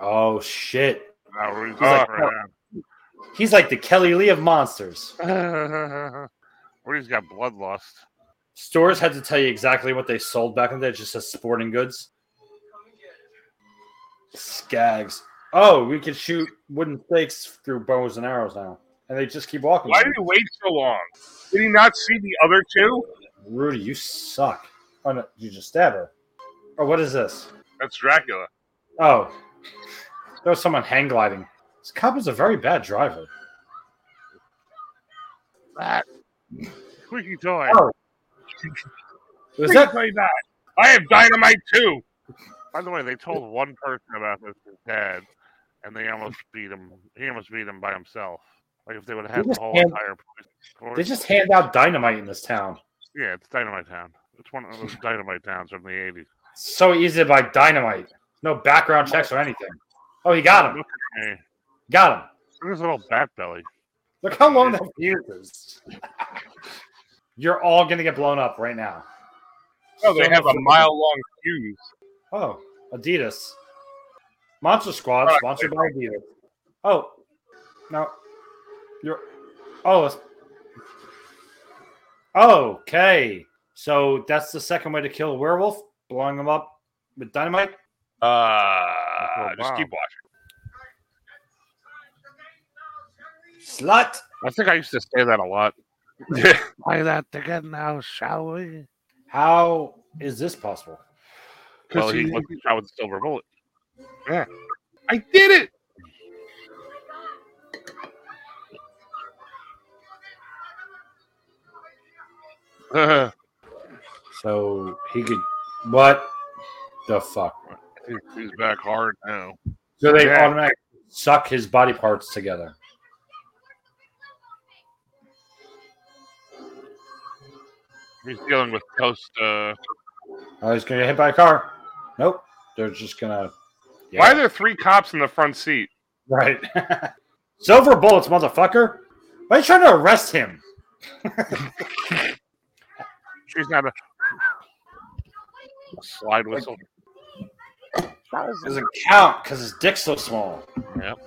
Oh shit. No, Rudy's Uh, like, right He's like the Kelly Lee of [laughs] monsters. now. Rudy's got bloodlust. Stores had to tell you exactly what they sold back in the day. It just says sporting goods. Skags. Oh, we could shoot wooden stakes through bows and arrows now. And they just keep walking. Why did he wait so long? Did he not see the other two? Rudy, you suck. Oh, no, you just stab her. Oh, what is this? That's Dracula. Oh, there was someone hang gliding. This cop is a very bad driver. Squeaky Toy. Oh. Was Please that play that. I have dynamite too. By the way, they told one person about this, his dad, and they almost beat him. He almost beat him by himself. Like if they would have had the just whole hand- entire police force. they just hand out dynamite in this town? yeah, it's Dynamite Town. It's one of those Dynamite Towns from the '80s. It's so easy to buy dynamite. No background checks or anything. Oh, he got him. Look at me. Got him. Look at his little bat belly. Look how long that fuse is. You're all gonna get blown up right now. No, Oh, they have a mile long fuse. Oh, Adidas. Monster Squad, sponsored by Adidas. Oh, no. You're. Oh, it's. Okay. So that's the second way to kill a werewolf? Blowing him up with dynamite? Uh, Uh, Oh, Just wow. keep watching. Slut. I think I used to say that [laughs] a lot. Yeah. Play that together now, shall we? How is this possible? Well, he he- was shot with a silver bullet. I did it. Uh, So he could. What the fuck? [laughs] He's- He's back hard now. So they Yeah. automatically suck his body parts together. He's dealing with post. Uh, Oh, he's gonna get hit by a car. Nope. They're just gonna. Yeah. Why are there three cops in the front seat? Right. [laughs] Silver bullets, motherfucker. Why are you trying to arrest him? she's not a slide whistle. Doesn't count because his dick's so small. Yep.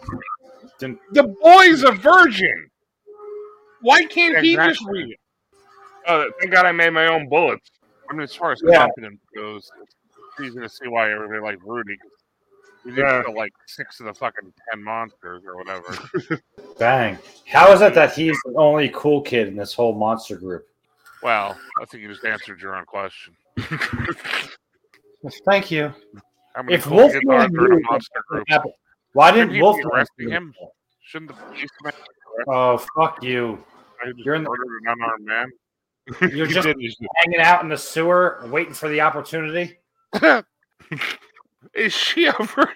Didn't, The boy's a virgin. Why can't he just Exactly. read it? Oh, thank God I made my own bullets. I mean, as far as Yeah. confidence goes, it's easy to see why everybody like Rudy. 'cause He did Yeah. kill, like six of the fucking ten monsters or whatever. bang. How is it that he's the only cool kid in this whole monster group? well, I think you just answered your [laughs] own question. Thank you. How many If cool kids Wolfman are there in a knew monster group? Why Shouldn't didn't he be Wolf arresting him? Shouldn't the police man Oh fuck you! just You're in the- murdered an [laughs] unarmed man? You're He just did his- hanging out in the sewer, waiting for the opportunity. Is she a [laughs] virgin?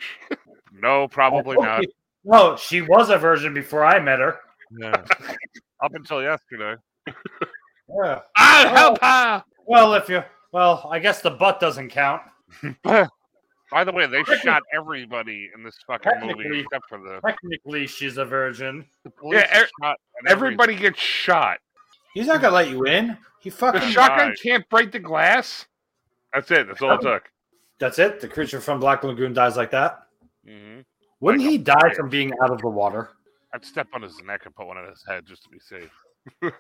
No, probably Oh, not. No, she was a virgin before I met her. Yeah. Up until yesterday. Oh. Yeah. I'll Ah, help her. Well, if you, well, I guess the butt doesn't count. By the way, they shot everybody in this fucking movie Technically- except for the, Technically, she's a virgin. the police. Yeah, ev- shot at er, every- Everybody gets shot. He's not gonna let you in. He The fucking. shotgun Right. can't break the glass. That's it. That's all it took. [laughs] That's it. The creature from Black Lagoon dies like that. hmm Wouldn't Like he die from being out of the water? I'd step on his neck and put one on his head just to be safe. [laughs]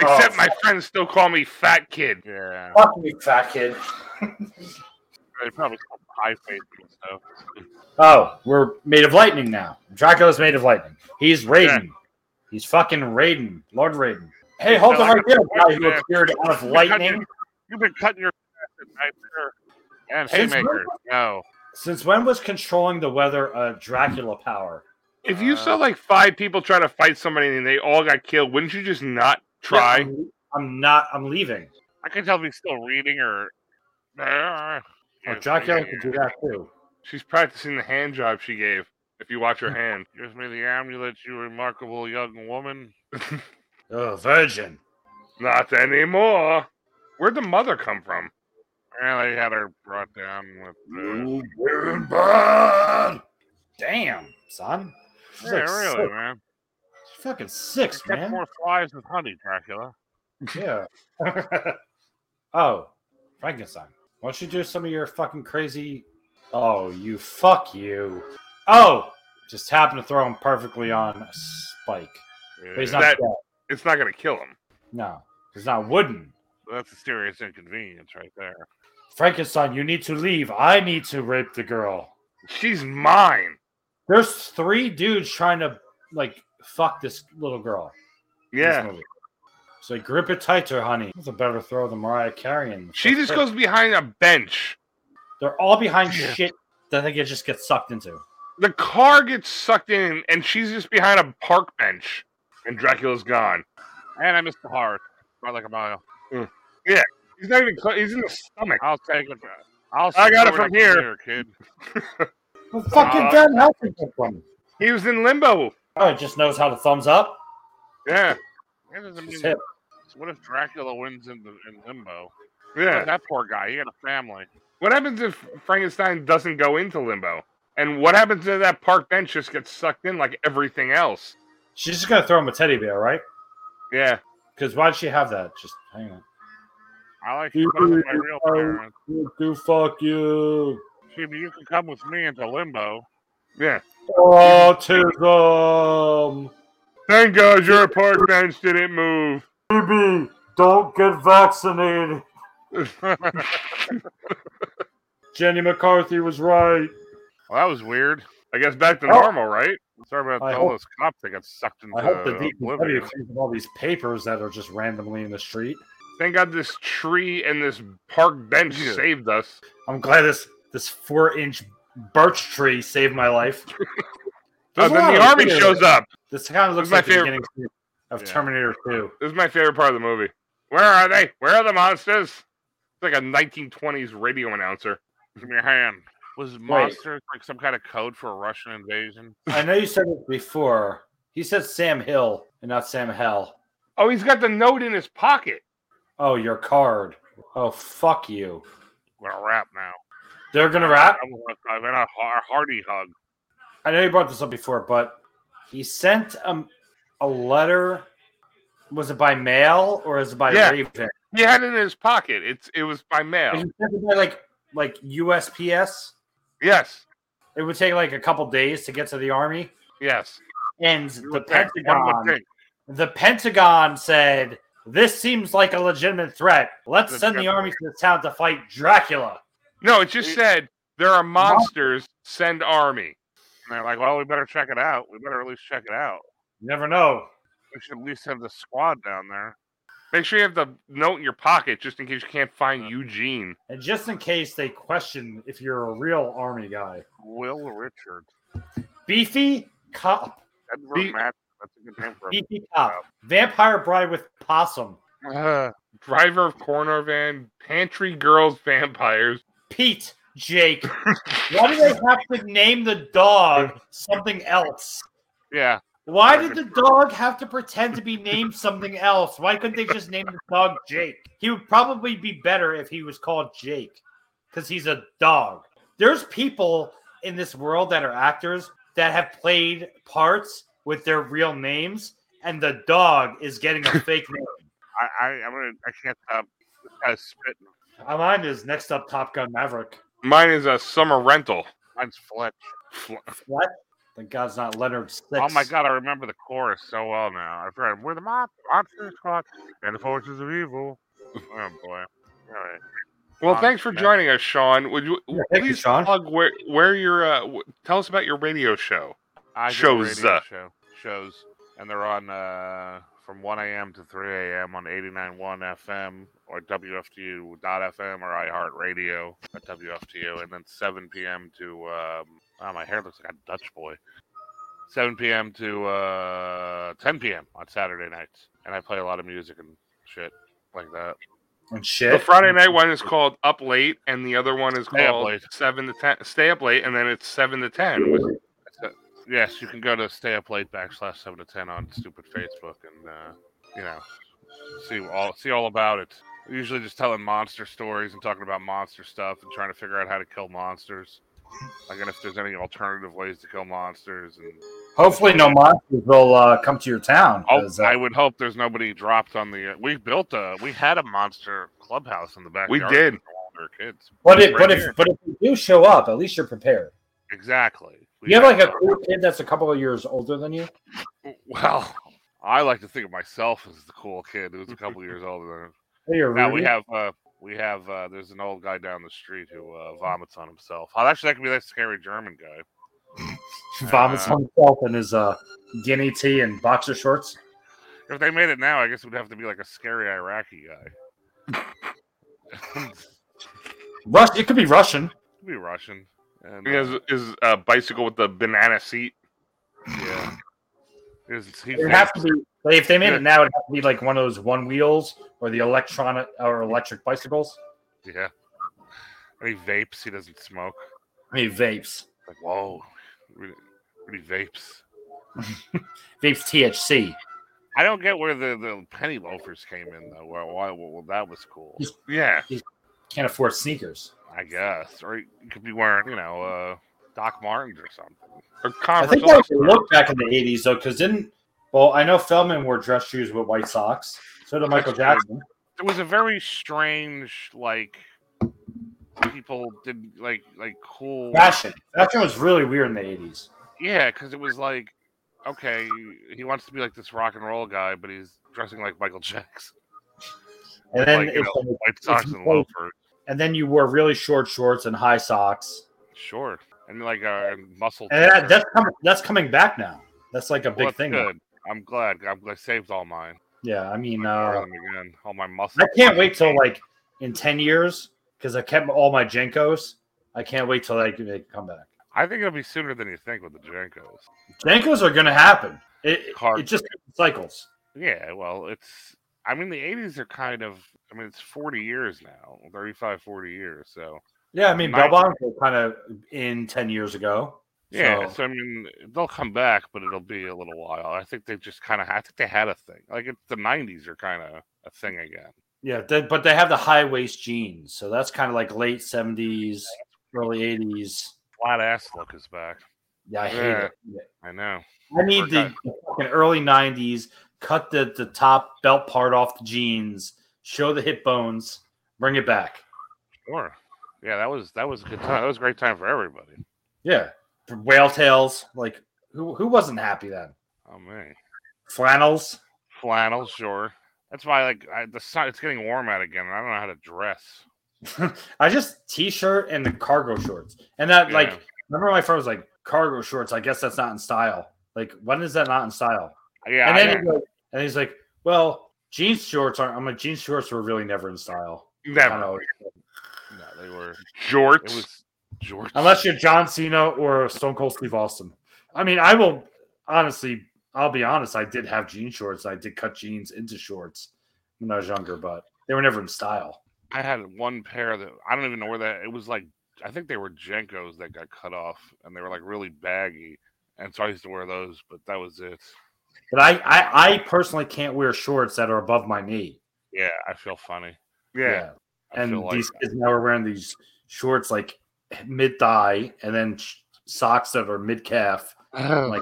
Oh. Except my friends still call me fat kid. Yeah. Fuck you, fat kid. They probably call him high face and stuff. Oh, we're made of lightning now. Dracula's made of lightning. He's Raiden. He's fucking Raiden, Lord Raiden. Hey, hold on right there, guy who appeared out of lightning. You've been cutting your ass at night there. And It's Haymaker. No. Since when was controlling the weather a Dracula power? If you Uh, saw like five people trying to fight somebody and they all got killed, wouldn't you just not try? I'm- I'm not. I'm leaving. I can tell if he's still reading or. Yeah, Oh, it's Dracula reading. could do that too. She's practicing the hand job she gave. If you [laughs] watch her hand, Give me the amulet, you remarkable young woman. Oh, virgin. not anymore. Where'd the mother come from? And they had her brought down with. Uh, Damn, son. She's yeah, like really, six. man. She's fucking six, Except man. more flies with honey, Dracula. [laughs] Yeah. oh, Frankenstein. Why don't you do some of your fucking crazy? Oh, you fuck you. Oh, just happened to throw him perfectly on a spike. But he's not That- dead. It's not gonna kill him. No, he's not wooden. That's a serious inconvenience right there. Frankenstein, you need to leave. I need to rape the girl. She's mine. There's three dudes trying to like fuck this little girl. in this Yeah. movie. So grip it tighter, honey. That's a better throw than Mariah Carey. in the She first just place. goes behind a bench. They're all behind Yeah. shit that they could just get sucked into. The car gets sucked in, and she's just behind a park bench. And Dracula's gone. And I missed the heart by like a mile. He's not even. Cl- he's in the stomach. Mm. I'll take it. I'll I got it see where from they can here. kid. Well, fucking Uh, Van Helsing took one. He was in limbo. Oh, it just knows how to thumbs up. Yeah. That doesn't Just mean- hit. what if Dracula wins in the in limbo? Yeah. That poor guy. He had a family. What happens if Frankenstein doesn't go into limbo? And what happens if that park bench just gets sucked in like everything else? She's just gonna throw him a teddy bear, right? Yeah. Because why'd she have that? Just hang on. I like You to play with my really real are- parents. You do fuck you. Jimmy, you can come with me into limbo. Yeah. Autism. Thank God your park bench didn't [laughs] move. Baby, don't get vaccinated. Jenny McCarthy was right. Well, that was weird. I guess back to Oh. normal, right? Sorry about I all hope- those cops that got sucked into I hope the oblivion. DPW cleans up all these papers that are just randomly in the street. Thank God this tree and this park bench Yeah. saved us. I'm glad this this four inch birch tree saved my life. Oh, There's a then lot the of army videos. shows up. This kind of looks My like favorite- the beginning of Yeah. Terminator Two. This is my favorite part of the movie. Where are they? Where are the monsters? It's like a 1920s radio announcer. Give me your hand. Was monsters like some kind of code for a Russian invasion? I know you said this before. He said Sam Hill and not Sam Hell. Oh, he's got the note in his pocket. Oh, your card. Oh, fuck you. We're gonna rap now. They're gonna wrap. I'm gonna, I'm gonna har- hearty hug. I know you brought this up before, but he sent a, a letter. Was it by mail or is it by Yeah. Raven? He had it in his pocket. It's it was by He mail. sent it by like like USPS. Yes. It would take like a couple days to get to the army. Yes. And You the would think- one would Pentagon, think the Pentagon said, "This seems like a legitimate threat. Let's Let's send the get- army to the town to fight Dracula." No, it just It- said there are monsters, send army. They're like, well, we better check it out. We better at least check it out. You never know. We should at least have the squad down there. Make sure you have the note in your pocket just in case you can't Uh, find Eugene. And just in case they question if you're a real army guy, Will Richard. beefy cop, Edward Be- Matt. That's a good name for him. beefy cop, vampire bride with possum, Uh, Driver of corner van, pantry girls, vampires. Pete, Jake. Why do they have to name the dog something else? yeah. Why did the dog have to pretend to be named something else? Why couldn't they just name the dog Jake? He would probably be better if he was called Jake because he's a dog. There's people in this world that are actors that have played parts with their real names, and the dog is getting [laughs] a fake name. I, I, I'm gonna. I can't stop. This guy's spitting. Uh, Mine is next up Top Gun Maverick. Mine is a summer rental. Mine's Fletch. What? Thank God's not Leonard Six. Oh my god, I remember the chorus so well now. I forgot. We're the mon- monsters caught and the forces of [laughs] evil. Oh boy. All right. Well, Um, thanks for yeah. joining us, Sean. Would you Yeah, thank you, please Sean. plug where where your uh, w- tell us about your radio show? I do Shows, radio uh, show, shows, and they're on uh, from 1 a.m. to 3 a.m. on 89.1 FM or WFTU.FM or iHeartRadio at WFTU, and then 7 p.m. to um, oh my hair looks like a Dutch boy. 7 p.m. to uh, 10 p.m. on Saturday nights, and I play a lot of music and shit like that. And The shit. Friday night one is called Up Late, and the other one is Stay Up called Late. Seven to Ten. Stay up late, and then it's seven to ten. with- Yes, you can go to stay up late backslash seven to ten on stupid Facebook and uh, you know see all see all about it. Usually just telling monster stories and talking about monster stuff and trying to figure out how to kill monsters. Like and if there's any alternative ways to kill monsters and Hopefully, no monsters will uh, come to your town. oh, 'cause, uh, I would hope there's nobody dropped on the. Uh, we built a we had a monster clubhouse in the back. We did. we were kids. but if, right but if here. but if you do show up, at least you're prepared. exactly. We You have had like a one. cool kid that's a couple of years older than you. [laughs] well. I like to think of myself as the cool kid who's a couple years older than Oh, you're Now we Rudy? have uh we have uh there's an old guy down the street who uh vomits on himself. Oh, actually that could be that scary German guy. [laughs] vomits uh, on himself in his uh, guinea tee and boxer shorts. If they made it now, I guess it would have to be like a scary Iraqi guy. [laughs] [laughs] Rush. It could be Russian. Could be Russian. And He has uh, his uh, bicycle with the banana seat. yeah. He's- he's- It have to be. Like, if they made it now, it'd have to be like one of those one wheels or the electronic or electric bicycles. yeah. And he vapes, he doesn't smoke. I mean vapes. Like, whoa. Really, really vapes. Vapes THC. I don't get where the, the penny loafers came in though. Why, why well, that was cool. Yeah, Can't afford sneakers. I guess. Or you could be wearing, you know, uh Doc Martens or something. or I Converse. think that was All-Star. a look back in the '80s though, because didn't well, I know Feldman wore dress shoes with white socks. So did Michael That's Jackson. There was a very strange like people did like like cool Fashion. Fashion was really weird in the '80s. yeah because it was like okay he wants to be like this rock and roll guy but he's dressing like michael [laughs] jackson And then Like, you it's know, like- white socks and more- loafers and then you wore really short shorts and high socks. sure and like a muscle. And that, tear. that's coming, that's coming back now. That's like a Well, big that's thing. now. Good. I'm glad. I'm glad I saved all mine. Yeah, I mean, I'll wear uh, them again. All my muscles. I can't wait till like in ten years because I kept all my Jenkos. I can't wait till like, they come back. I think it'll be sooner than you think with the Jenkos. Jenkos are gonna happen. It it- Hard. it just cycles. Yeah, well, it's. I mean, the 80s are kind of. I mean, it's 40 years now, 35, 40 years. So, Yeah, I mean, My- Bell Bottoms were kind of in ten years ago. yeah. So- So, I mean, they'll come back, but it'll be a little while. I think they just kind of. I think they had a thing. Like, it's the 90s are kind of a thing again. Yeah, they, but they have the high waist jeans, so that's kind of like late seventies, early eighties. Flat ass look is back. Yeah, I hate Yeah. it. I know. I need the, the fucking early nineties. Cut the the top belt part off the jeans. Show the hip bones. Bring it back. Sure. Yeah, that was that was a good time. That was a great time for everybody. Yeah, whale tails. Like who who wasn't happy then? Oh man, Flannels. flannel, sure. That's why, like, I, the sun. It's getting warm out again, and I don't know how to dress. I just t-shirt and the cargo shorts. And that Yeah. like remember my friend was like cargo shorts. I guess that's not in style. Like when is that not in style? Yeah, and I- then he's like, and he's like, well, jeans shorts aren't. I'm like, jeans shorts were really never in style. I don't never. know. No, they were. It Jorts. was George. Unless you're John Cena or Stone Cold Steve Austin. I mean, I will honestly, I'll be honest. I did have jean shorts. I did cut jeans into shorts when I was younger, but they were never in style. I had one pair that I don't even know where that. It was like I think they were Jenkos that got cut off, and they were like really baggy, and so I used to wear those. But that was it. But I, I, I personally can't wear shorts that are above my knee. Yeah, I feel funny. I and feel like these kids now are wearing these shorts like mid thigh and then sh- socks that are mid calf. like,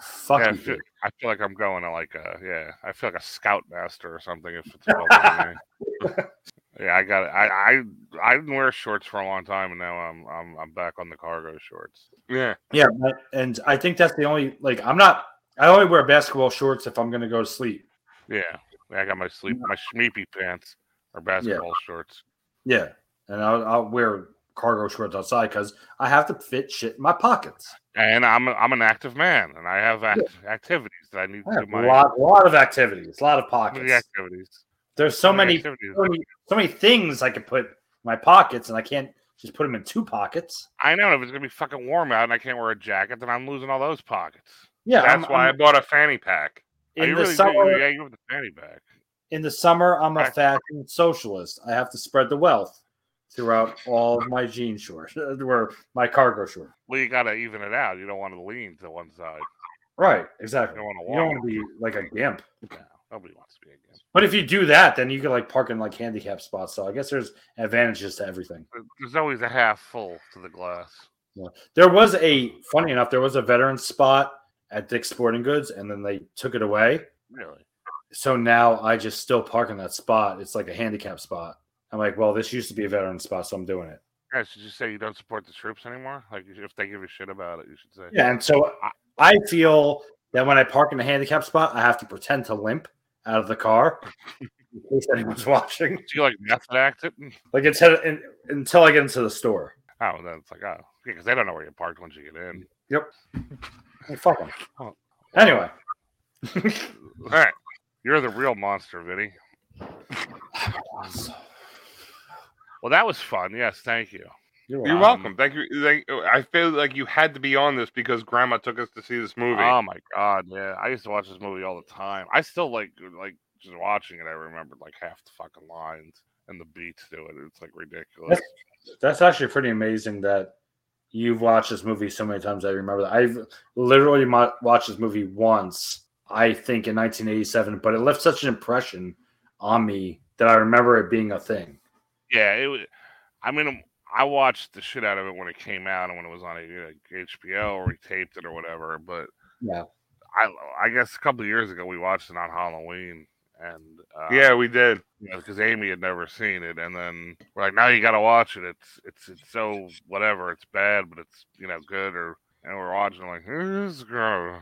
fuck yeah, I you, feel, dude. I feel like I'm going to like a yeah. I feel like a scoutmaster or something. If it's above [laughs] me. yeah, I got it. I, I I didn't wear shorts for a long time, and now I'm I'm I'm back on the cargo shorts. yeah. Yeah, but- and I think that's the only like I'm not. I only wear basketball shorts if I'm going to go to sleep. Yeah, I got my sleep my schmeepy pants or basketball shorts. Yeah, and I'll, I'll wear cargo shorts outside because I have to fit shit in my pockets. and I'm a, I'm an active man, and I have act- activities that I need I to have do my a lot, lot of activities, a lot of some of pockets. the activities. There's so Some of the many, so activities. many, so many things I could put in my pockets, and I can't just put them in two pockets. I know if it's gonna be fucking warm out and I can't wear a jacket, then I'm losing all those pockets. Yeah, That's I'm- why i I'm- bought a fanny pack. Oh, in you the really do. summer, Yeah, you have the fanny bag. in the summer, I'm a Right. fashion socialist. I have to spread the wealth throughout all of my jean shorts, [laughs] or my cargo shorts. Well, you gotta even it out. You don't want to lean to one side. Right, exactly. You don't wanna You don't walk. want to be like a gimp. No, nobody wants to be a gimp. But if you do that, then you can like park in like handicap spots. So I guess there's advantages to everything. There- There's always a half full to the glass. There was a funny enough, there was a veteran spot at Dick's Sporting Goods, and then they took it away. Really? So now I just still park in that spot. It's like a handicap spot. I'm like, well, this used to be a veteran spot, so I'm doing it. Yeah, should you say you don't support the troops anymore? Like you should- if they give a shit about it, you should say. Yeah, and so I- I feel that when I park in a handicap spot, I have to pretend to limp out of the [laughs] car in case anyone's [laughs] watching. Do you like method act it? Like it's head- in, until I get into the store. Oh, then it's like oh, because they don't know where you parked once you get in. Hey, fuck 'em. Anyway, Mm. All right. You're the real monster, Vinny. Well, that was fun. Yes, thank you. Um, you're, You're welcome. welcome. Thank you. Thank, oh, I feel like you had to be on this because Grandma took us to see this movie. Oh my god, yeah. I used to watch this movie all the time. I still like uh, like just watching it. I remembered like half the fucking lines and the beats to it. It's like ridiculous. That's actually pretty amazing that you've watched this movie so many times. I remember that I've literally mo- watched this movie once, I think, in 1987, but it left such an impression on me that I remember it being a thing. Yeah, it was. I mean, um, I watched the shit out of it when it came out and when it was on you know, HBO or we taped it or whatever. But Yeah. I I guess a couple of years ago we watched it on Halloween and uh, yeah, we did. you know, because Amy had never seen it, and then we're like, now you got to watch it. It's it's it's so whatever. It's bad, but it's you know good. Or and we're watching like "Eh, this is gross."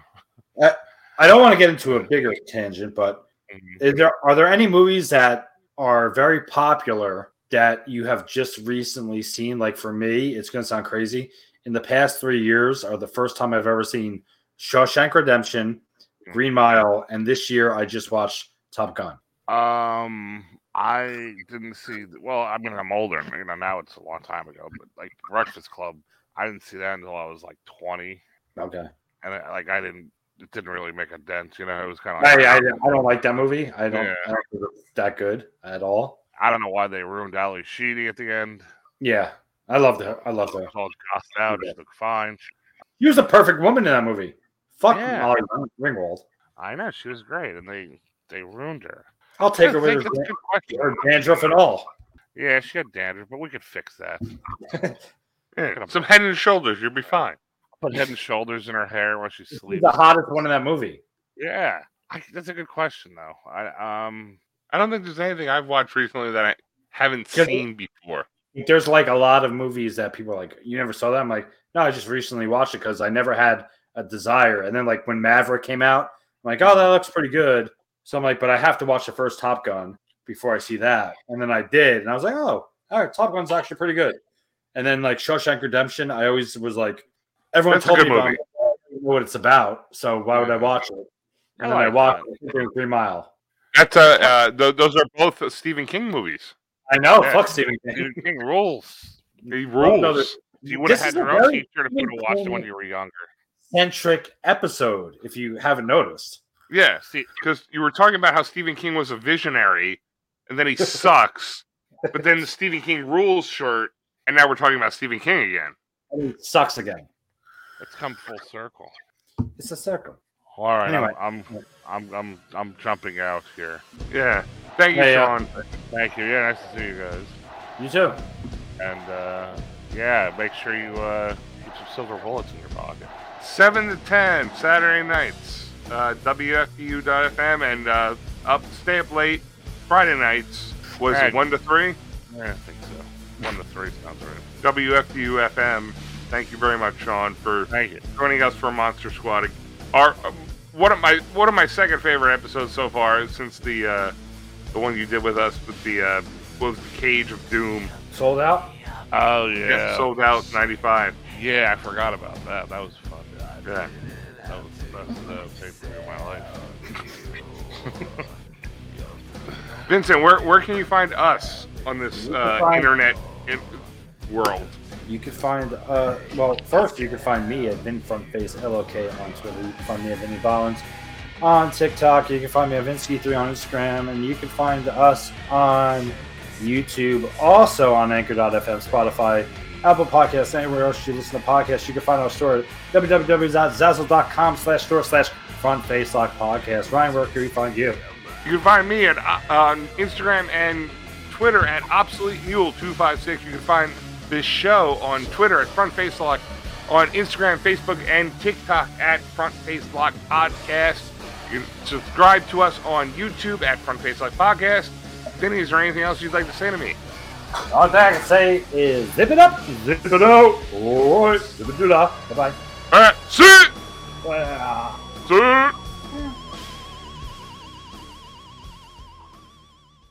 I don't want to get into a bigger tangent, but Mm-hmm. is there are there any movies that are very popular that you have just recently seen? Like for me, it's going to sound crazy. in the past three years are the first time I've ever seen Shawshank Redemption, Mm-hmm. Green Mile, and this year I just watched Top Gun. Um, I didn't see. Well, I mean, I'm older. and, You know, now it's a long time ago. But like Breakfast Club, I didn't see that until I was like 20, Okay. and I, like I didn't. It didn't really make a dent. You know, it was kind of. Like, I, I, I don't like that movie. I don't, Yeah. I don't think it's that good at all. I don't know why they ruined Ali Sheedy at the end. Yeah. I loved her. I loved her. It was all crossed out. She looked fine. He was the perfect woman in that movie. Fuck Yeah. Molly Ringwald. I know she was great, and they they ruined her. I'll take her I with think her, it's a good question. her dandruff and all. Yeah, she had dandruff, but we could fix that. [laughs] Yeah, some head and shoulders, you'll be fine. Put head and shoulders in her hair [laughs] while she She's sleeps. the hottest one in that movie. Yeah, I, that's a good question though. I um, I don't think there's anything I've watched recently that I haven't Good. seen before. There's like a lot of movies that people are like, you never saw that. I'm like, no, I just recently watched it because I never had a desire. And then like when Maverick came out, I'm like, oh, that looks pretty good. So I'm like, but I have to watch the first Top Gun before I see that. And then I did, and I was like, oh, all right, Top Gun's actually pretty good. And then like Shawshank Redemption, I always was like, everyone That's a told me good about movie. it. I didn't know what it's about, so why would I watch it? And then I like watched it, Three Mile. That's uh, uh th- those are both Stephen King movies. I know. Yeah. Fuck Stephen King. [laughs] Stephen King rules. He Oh, no, rules. You would have This had is a your own very T-shirt if you would have watched it when you were younger. Centric episode, if you haven't noticed. Yeah, See, because you were talking about how Stephen King was a visionary, and then he sucks. But [laughs] then the Stephen King rules shirt, and now we're talking about Stephen King again. I mean, it sucks again. it's come full circle. It's a circle. All right, Anyway. I'm, I'm I'm I'm I'm jumping out here. Yeah. Thank you, Yeah, yeah. Sean. Thank you. Yeah, nice to see you guys. You too. And uh, yeah, make sure you uh, keep some silver bullets in your pocket. Seven to ten Saturday nights. Uh, WFU.fm and uh, up, stay up late. Friday nights was Right. it one to three. Yeah, I think so. One to three sounds right. WFU FM. Thank you very much, Sean, for Thank you. joining us for Monster Squad. Our um, one of my one of my second favorite episodes so far since the uh, the one you did with us with the uh, what was the Cage of Doom. Sold out. Oh Yeah, yeah. sold out ninety five. Yeah, I forgot about that. That was fun. Yeah, Yeah. that was that's the pay per view of my life. Vincent, where where can you find us on this can uh, find- internet in- world? You can find, uh, well, first you can find me at VinFrontface LOK on Twitter. You can find me at Vinny Bollins on TikTok. You can find me at Vinsky3 on Instagram. And you can find us on YouTube, also on Anchor.fm, Spotify, Apple Podcasts, anywhere else you listen to podcasts. You can find our store at www.zazzle.com slash store slash front face lock podcast. Ryan, where can we find you? You can find me at uh, on Instagram and Twitter at obsolete mule two five six. You can find this show on Twitter at Front Face Lock, on Instagram, Facebook, and TikTok at Front Face Lock Podcast. You can subscribe to us on YouTube at Front Face Lock Podcast. Vinny, is there anything else you'd like to say to me? All that I can say is zip it up, zip it out. All right, zip it up. Bye bye. All right, see, you. Wow. see. you.